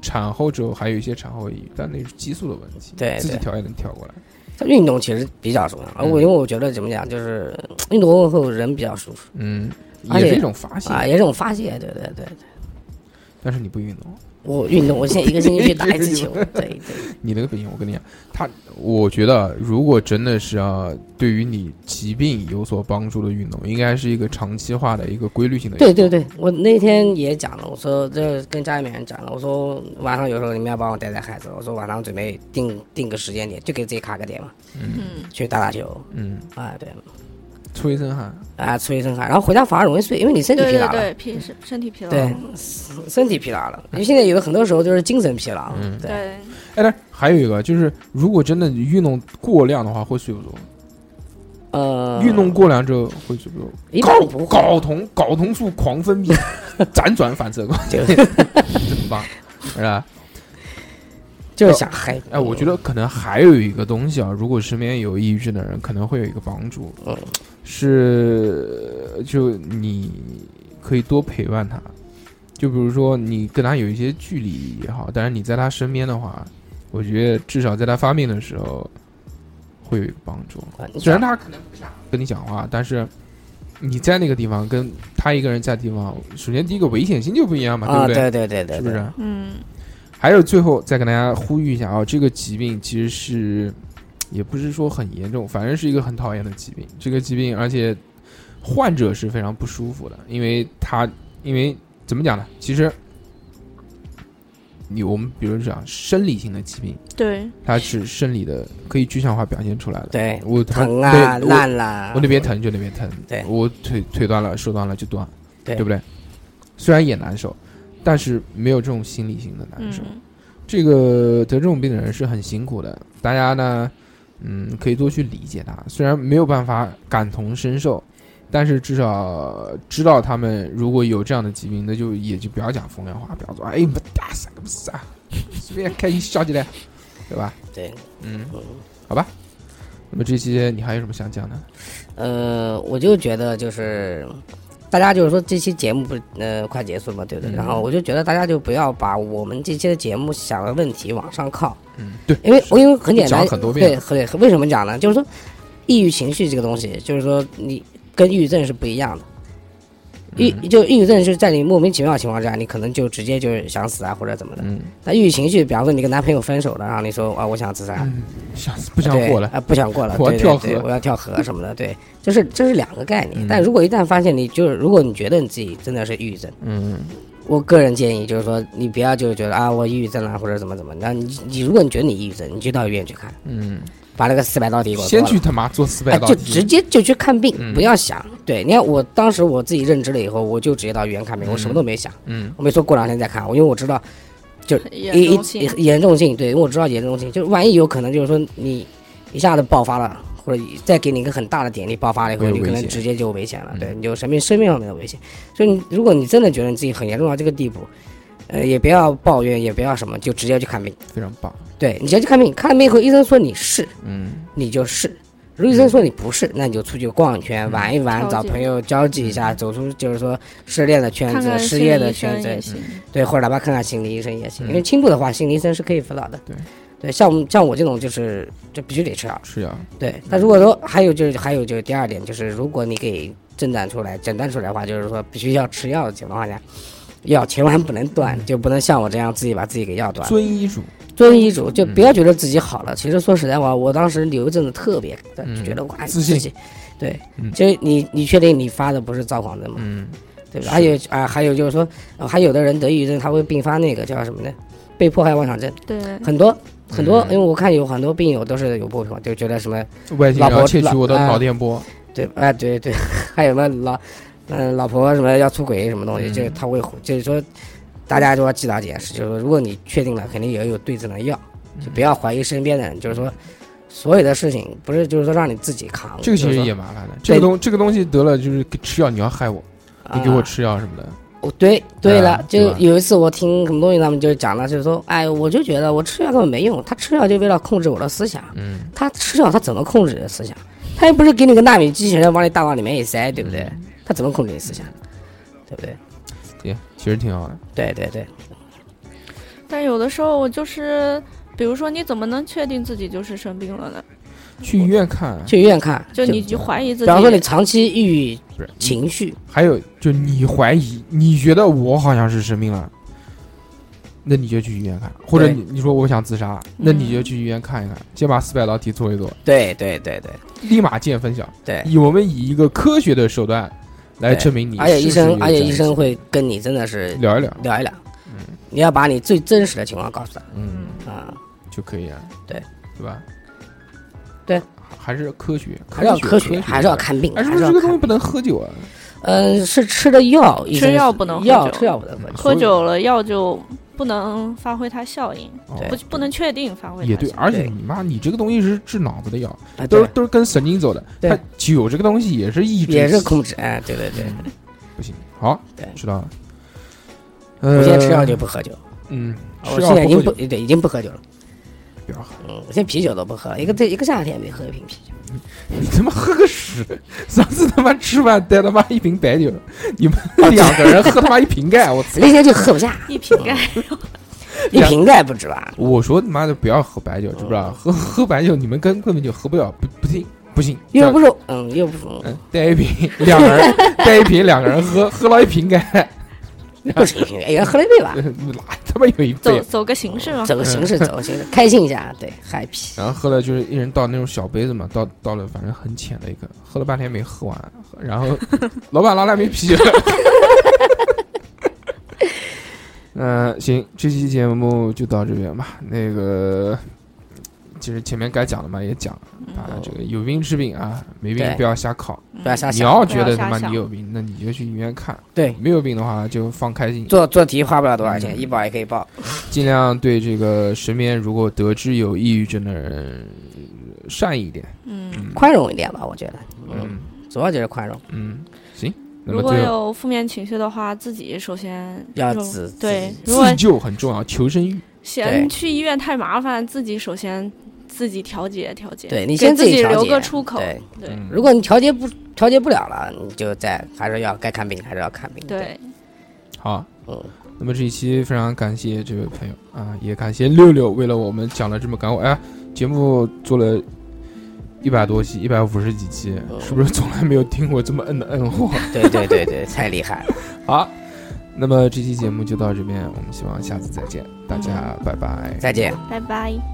Speaker 1: 产后之后还有一些产后抑郁，但那是激素的问题，
Speaker 4: 对
Speaker 1: 自己
Speaker 4: 对
Speaker 1: 调也能调过来。
Speaker 4: 他运动其实比较重要，而我
Speaker 1: 嗯
Speaker 4: 因为我觉得怎么讲，就是运动过后人比较舒服
Speaker 1: 嗯，
Speaker 4: 而
Speaker 1: 也是
Speaker 4: 且
Speaker 1: 一种发泄，
Speaker 4: 啊，也是种发泄，对对对。对
Speaker 1: 但是你不运动，
Speaker 4: 我运动，我现在一个星期去打一次
Speaker 1: [LAUGHS]
Speaker 4: 球，对对，
Speaker 1: 你那个不行。我跟你讲，他我觉得啊如果真的是啊，对于你疾病有所帮助的运动，应该是一个长期化的一个规律性的运
Speaker 4: 对
Speaker 1: 动。
Speaker 4: 对对，我那天也讲了，我说这跟家里面人讲了，我说晚上有时候你们要帮我带带孩子，我说晚上准备定定个时间点，就给自己卡个点嘛，
Speaker 3: 嗯，
Speaker 4: 去打打球
Speaker 1: 嗯，
Speaker 4: 啊，对
Speaker 1: 出一身汗。
Speaker 4: 啊，出一身汗，然后回家反而容易睡，因为你身体
Speaker 3: 对
Speaker 4: 疲
Speaker 3: 对
Speaker 4: 劳了，
Speaker 3: 对，疲身身体疲劳，
Speaker 4: 对
Speaker 1: 嗯
Speaker 4: 身体疲劳了，因为现在有的很多时候就是精神疲劳，
Speaker 1: 嗯
Speaker 4: 对，
Speaker 3: 对
Speaker 1: 哎，但是还有一个就是，如果真的你运动过量的话，会睡不着。
Speaker 4: 呃，
Speaker 1: 运动过量之后会睡不着。
Speaker 4: 一般
Speaker 1: 睾
Speaker 4: 不会
Speaker 1: 睾酮睾酮素狂分泌， [LAUGHS] 辗转反侧， [LAUGHS]
Speaker 4: 就
Speaker 1: 真棒，是吧？
Speaker 4: 就是想嗨，
Speaker 1: 哎，我觉得可能还有一个东西啊，如果身边有抑郁症的人，可能会有一个帮助
Speaker 4: 嗯，
Speaker 1: 是就你可以多陪伴他。就比如说你跟他有一些距离也好，但是你在他身边的话，我觉得至少在他发病的时候会有一个帮助。
Speaker 4: 啊你
Speaker 1: 虽然
Speaker 4: 讲
Speaker 1: 他可能不想跟你讲话，但是你在那个地方跟他一个人在地方，首先第一个危险性就不一样嘛，
Speaker 4: 啊，
Speaker 1: 不对？
Speaker 4: 对对对对，
Speaker 1: 是不是？
Speaker 3: 嗯，
Speaker 1: 还有最后再跟大家呼吁一下啊，这个疾病其实是也不是说很严重，反正是一个很讨厌的疾病。这个疾病而且患者是非常不舒服的，因为他因为怎么讲呢？其实你我们比如讲生理性的疾病，
Speaker 3: 对，
Speaker 1: 它是生理的可以具象化表现出来的。
Speaker 4: 对，
Speaker 1: 我他妈
Speaker 4: 疼啊，
Speaker 1: 对我
Speaker 4: 烂啦，
Speaker 1: 我那边疼就那边疼，
Speaker 4: 对
Speaker 1: 我腿腿断了手断了就断，
Speaker 4: 对
Speaker 1: 不对？虽然也难受，但是没有这种心理性的难受。
Speaker 3: 嗯，
Speaker 1: 这个得这种病的人是很辛苦的，大家呢，嗯，可以多去理解他。虽然没有办法感同身受，但是至少知道他们如果有这样的疾病，那就也就不要讲风凉话，不要说哎你不打傻个不傻，随便开心笑起来，对吧？
Speaker 4: 对，
Speaker 1: 嗯，
Speaker 4: 嗯。
Speaker 1: 好吧。那么这期你还有什么想讲的？
Speaker 4: 呃，我就觉得就是，大家就是说这期节目不是呃快结束了嘛，对不对？
Speaker 1: 嗯
Speaker 4: 然后我就觉得大家就不要把我们这期的节目想的问题往上靠，
Speaker 1: 嗯，对，
Speaker 4: 因为
Speaker 1: 是
Speaker 4: 我因为很简
Speaker 1: 讲
Speaker 4: 单
Speaker 1: 了，很多遍
Speaker 4: 对，很为什么讲呢？就是说，抑郁情绪这个东西，就是说你跟抑郁症是不一样的。抑
Speaker 1: 嗯
Speaker 4: 就抑郁症是在你莫名其妙的情况之下，你可能就直接就是想死啊或者怎么的。
Speaker 1: 嗯，
Speaker 4: 那抑郁情绪，比方说你跟男朋友分手了，然后你说啊我想自杀，
Speaker 1: 想死不想活了
Speaker 4: 啊、？不想过了，
Speaker 1: [LAUGHS] 我要
Speaker 4: 对对
Speaker 1: 跳
Speaker 4: 对
Speaker 1: 河
Speaker 4: 我要跳河什么的，对，这是这是两个概念。
Speaker 1: 嗯
Speaker 4: 但如果一旦发现你就是，如果你觉得你自己真的是抑郁症，
Speaker 1: 嗯，
Speaker 4: 我个人建议就是说，你不要就觉得啊，我抑郁症啊，或者怎么怎么。那你你如果你觉得你抑郁症，你就到医院去看，
Speaker 1: 嗯，
Speaker 4: 把那个四百道题给我做
Speaker 1: 先
Speaker 4: 了
Speaker 1: 去他妈做四百
Speaker 4: 哎，
Speaker 1: 道
Speaker 4: 就
Speaker 1: 题
Speaker 4: 直接就去看病，
Speaker 1: 嗯
Speaker 4: 不要想。对，你看我当时我自己认知了以后，我就直接到医院看病，我什么都没想，
Speaker 1: 嗯
Speaker 4: 我没说过两天再看，我因为我知道
Speaker 3: 严重性
Speaker 4: 一一严重性，对，因为我知道严重性，就是万一有可能就是说你一下子爆发了，或者再给你一个很大的点力爆发了以后，
Speaker 1: 会有
Speaker 4: 你可
Speaker 1: 危
Speaker 4: 能
Speaker 1: 险
Speaker 4: 直接就有危险了，对，
Speaker 1: 嗯
Speaker 4: 你就生命生命上面的危险。所以你如果你真的觉得你自己很严重到这个地步，呃，也不要抱怨，也不要什么，就直接去看病。
Speaker 1: 非常棒，
Speaker 4: 对你直接去看病，看了病以后，医生说你是，
Speaker 1: 嗯
Speaker 4: 你就是。如果医生说你不是，那你就出去逛
Speaker 1: 嗯
Speaker 4: 一圈，玩一玩，
Speaker 3: 交
Speaker 4: 找
Speaker 3: 际
Speaker 4: 朋友交际一下，走出就是说失恋的圈
Speaker 3: 看
Speaker 4: 子、
Speaker 3: 看
Speaker 4: 失
Speaker 3: 心理
Speaker 4: 业
Speaker 3: 医
Speaker 4: 的圈
Speaker 3: 生
Speaker 4: 子
Speaker 3: 也，行，
Speaker 4: 对，嗯或者哪怕看看心理医生也行。
Speaker 1: 嗯
Speaker 4: 因为轻度的话，心理医生是可以辅导的。
Speaker 1: 对，
Speaker 4: 对，像我们像我这种就是就必须得吃药。啊
Speaker 1: 是啊呀，
Speaker 4: 对，那如果说还有就是还有就是第二点就是，如果你给诊断出来诊断出来的话，就是说必须要吃药的情况下，药千万不能断，
Speaker 1: 嗯
Speaker 4: 就不能像我这样自己把自己给药断了。
Speaker 1: 遵医嘱，
Speaker 4: 遵医
Speaker 1: 嗯
Speaker 4: 嘱，就不要觉得自己好了。其实说实在话，我当时有一阵子特别
Speaker 1: 嗯
Speaker 4: 觉得哇，
Speaker 1: 自信
Speaker 4: 己，对
Speaker 1: 嗯，
Speaker 4: 就是你你确定你发的不是躁狂症吗？
Speaker 1: 嗯，
Speaker 4: 对
Speaker 1: 是
Speaker 4: 吧？还有啊、还有就是说，呃还有的人得抑郁症，他会并发那个叫什么呢？被迫害妄想症，
Speaker 3: 对，
Speaker 4: 很多很多，
Speaker 1: 嗯
Speaker 4: 因为我看有很多病友都是有破病，就觉得什么
Speaker 1: 外星
Speaker 4: 老
Speaker 1: 人
Speaker 4: 婆
Speaker 1: 要窃取我的
Speaker 4: 老嗯
Speaker 1: 脑电波，
Speaker 4: 对，哎、对 [LAUGHS] 对，还有什么老嗯、老婆什么要出轨什么东西，
Speaker 1: 嗯
Speaker 4: 就是他会就是说，大家都要记到这件事，就是说，如果你确定了，肯定也有对症的药，就
Speaker 1: 嗯
Speaker 4: 不要怀疑身边的人，就是说。所有的事情不是，就是说让你自己扛。
Speaker 1: 这个
Speaker 4: 就
Speaker 1: 其
Speaker 4: 是
Speaker 1: 实
Speaker 4: 说
Speaker 1: 也麻烦的，这个东这个东西得了就是给吃药，你要害我，
Speaker 4: 啊
Speaker 1: 你给我吃药什么的，
Speaker 4: 哦，对对
Speaker 1: 对
Speaker 4: 了，
Speaker 1: 啊对
Speaker 4: 就
Speaker 1: 吧
Speaker 4: 有一次我听什么东西，他们就讲了，就是说，哎，我就觉得我吃药根本没用，他吃药就为了控制我的思想，
Speaker 1: 嗯，
Speaker 4: 他吃药他怎么控制你的思想？他又不是给你个纳米机器人往你大脑里面一塞，对不对？
Speaker 1: 嗯
Speaker 4: 他怎么控制你思想？对不对？
Speaker 1: 也其实挺好的，
Speaker 4: 对对对，
Speaker 1: 嗯
Speaker 3: 但有的时候我就是，比如说你怎么能确定自己就是生病了呢？
Speaker 1: 去医院看啊，
Speaker 4: 去医院看，
Speaker 3: 就你就怀疑
Speaker 4: 比
Speaker 3: 自己，
Speaker 4: 方说你长期抑郁
Speaker 1: 不是
Speaker 4: 情绪，
Speaker 1: 还有就你怀疑，你觉得我好像是生病了，那你就去医院看，或者
Speaker 4: 对嗯
Speaker 1: 你你说我想自杀，那你就去医院看一看，先把四百道题做一做，
Speaker 4: 对对对对
Speaker 1: 立马见分晓。
Speaker 4: 对。
Speaker 1: 以我们以一个科学的手段来证明你是不
Speaker 4: 而
Speaker 1: 是有
Speaker 4: 且
Speaker 1: 这
Speaker 4: 医
Speaker 1: 样的情况，
Speaker 4: 生，
Speaker 1: 嗯
Speaker 4: 而且医生会跟你真的是
Speaker 1: 聊一聊，
Speaker 4: 聊一聊，你要把你最真实的情况告诉
Speaker 1: 嗯，
Speaker 4: 他啊。
Speaker 1: 就可以了，
Speaker 4: 对
Speaker 1: 对吧？
Speaker 4: 对，
Speaker 1: 还是科学，
Speaker 4: 还是要科
Speaker 1: 科
Speaker 4: 学，还是要。看病，
Speaker 1: 哎，是
Speaker 4: 还
Speaker 1: 不是
Speaker 4: 是要
Speaker 1: 这个东
Speaker 4: 看
Speaker 1: 西。不能喝酒啊？
Speaker 4: 嗯，是吃的药，医生
Speaker 3: 药不能喝
Speaker 4: 药
Speaker 3: 酒
Speaker 4: 吃药不能喝酒。
Speaker 1: 所
Speaker 3: 喝
Speaker 1: 以
Speaker 3: 酒了药就不能发挥它效应，
Speaker 1: 哦
Speaker 4: 对
Speaker 3: 不不能确定发挥它
Speaker 1: 也对，
Speaker 3: 效
Speaker 1: 而且
Speaker 4: 对
Speaker 1: 你妈，你这个东西是治脑子的药，
Speaker 4: 啊
Speaker 1: 都是
Speaker 4: 对
Speaker 1: 都是跟神经走的。
Speaker 4: 对
Speaker 1: 它酒这个东西也是抑制，
Speaker 4: 也是控制，哎，对对对，
Speaker 1: 嗯不行。好
Speaker 4: 对，
Speaker 1: 知道了。
Speaker 4: 我
Speaker 1: 呃，
Speaker 4: 现在吃药就不喝酒，
Speaker 1: 嗯，
Speaker 4: 我
Speaker 1: 吃药
Speaker 4: 现在已
Speaker 1: 不喝
Speaker 4: 经不
Speaker 1: 酒，
Speaker 4: 对，已经不喝酒了。
Speaker 1: 不要喝，
Speaker 4: 嗯，我现在啤酒都不喝了，一个这一个夏天没喝一瓶啤酒。
Speaker 1: 你他妈喝个屎！ [LAUGHS] 上次他妈吃饭带他妈一瓶白酒，你们两个人喝他妈一瓶盖，我操！
Speaker 4: 那天就喝不下，
Speaker 1: [LAUGHS]
Speaker 3: 应一瓶盖，
Speaker 4: 一瓶盖不止吧？
Speaker 1: 我说你妈的不要喝白酒，知不知道？喝喝白酒你们根根本就喝不了，不不行不行，
Speaker 4: 又
Speaker 1: 要
Speaker 4: 不是，嗯，又不是，
Speaker 1: 嗯带一瓶两个人带一瓶两个人喝，喝了一瓶盖， [LAUGHS]
Speaker 4: 不是一瓶，哎呀，喝了一杯吧，
Speaker 1: 哪他妈有一
Speaker 3: 走
Speaker 1: 杯？
Speaker 3: 走个形式嘛。
Speaker 4: 走个形式，走个形式，开心一下，对，happy。
Speaker 1: 然后喝了就是一人倒那种小杯子嘛，倒倒了反正很浅的一个，喝了半天没喝完，然后 [LAUGHS] 老板拿来瓶啤酒。 [LAUGHS] 嗯、行，这期节目就到这边吧。那个，其实前面该讲的嘛也讲了，啊，这个
Speaker 3: 嗯
Speaker 1: 有病治病啊，没病
Speaker 4: 对
Speaker 1: 不要瞎考。
Speaker 4: 不要瞎
Speaker 1: 你
Speaker 4: 想，
Speaker 1: 要觉得他妈
Speaker 3: 不要瞎想
Speaker 1: 你有病，那你就去医院看；
Speaker 4: 对，
Speaker 1: 没有病的话，就放开心，
Speaker 4: 做做题花不了多少钱，
Speaker 1: 嗯
Speaker 4: 医保也可以报。
Speaker 1: 尽量对这个身边如果得知有抑郁症的人呃善意一点。
Speaker 3: 嗯，
Speaker 4: 宽容一点吧，我觉得，嗯，
Speaker 1: 嗯
Speaker 4: 主要就是宽容，
Speaker 1: 嗯，行，那
Speaker 3: 如
Speaker 1: 么
Speaker 3: 果
Speaker 1: 最后
Speaker 3: 有负面情绪的话，自己首先
Speaker 4: 要
Speaker 3: 就
Speaker 4: 自
Speaker 3: 对
Speaker 4: 自，
Speaker 3: 如果
Speaker 1: 自救很重要，求生欲。
Speaker 3: 嫌
Speaker 4: 对
Speaker 3: 去医院太麻烦，自己首先自己调节调节，
Speaker 4: 对你
Speaker 3: 给
Speaker 4: 先
Speaker 3: 自
Speaker 4: 自己
Speaker 3: 己
Speaker 4: 调
Speaker 3: 留
Speaker 4: 节
Speaker 3: 个出口，
Speaker 4: 对，
Speaker 3: 对
Speaker 1: 嗯
Speaker 4: 如果你调节不调节不了了，你就再还是要该看病还是要看病。，
Speaker 3: 对，
Speaker 1: 好，
Speaker 4: 嗯，
Speaker 1: 那么这一期非常感谢这位朋友啊，也感谢六六为了我们讲了这么感我哎，节目做了。一百多期，一百五十几期，是不是从来没有听过这么摁的摁货？ [LAUGHS]
Speaker 4: 对对对对，太厉害了，
Speaker 1: 好，
Speaker 3: 嗯
Speaker 1: 那么这期节目就到这边，我们希望下次再见，大家拜拜。
Speaker 4: 再见。
Speaker 3: 拜拜。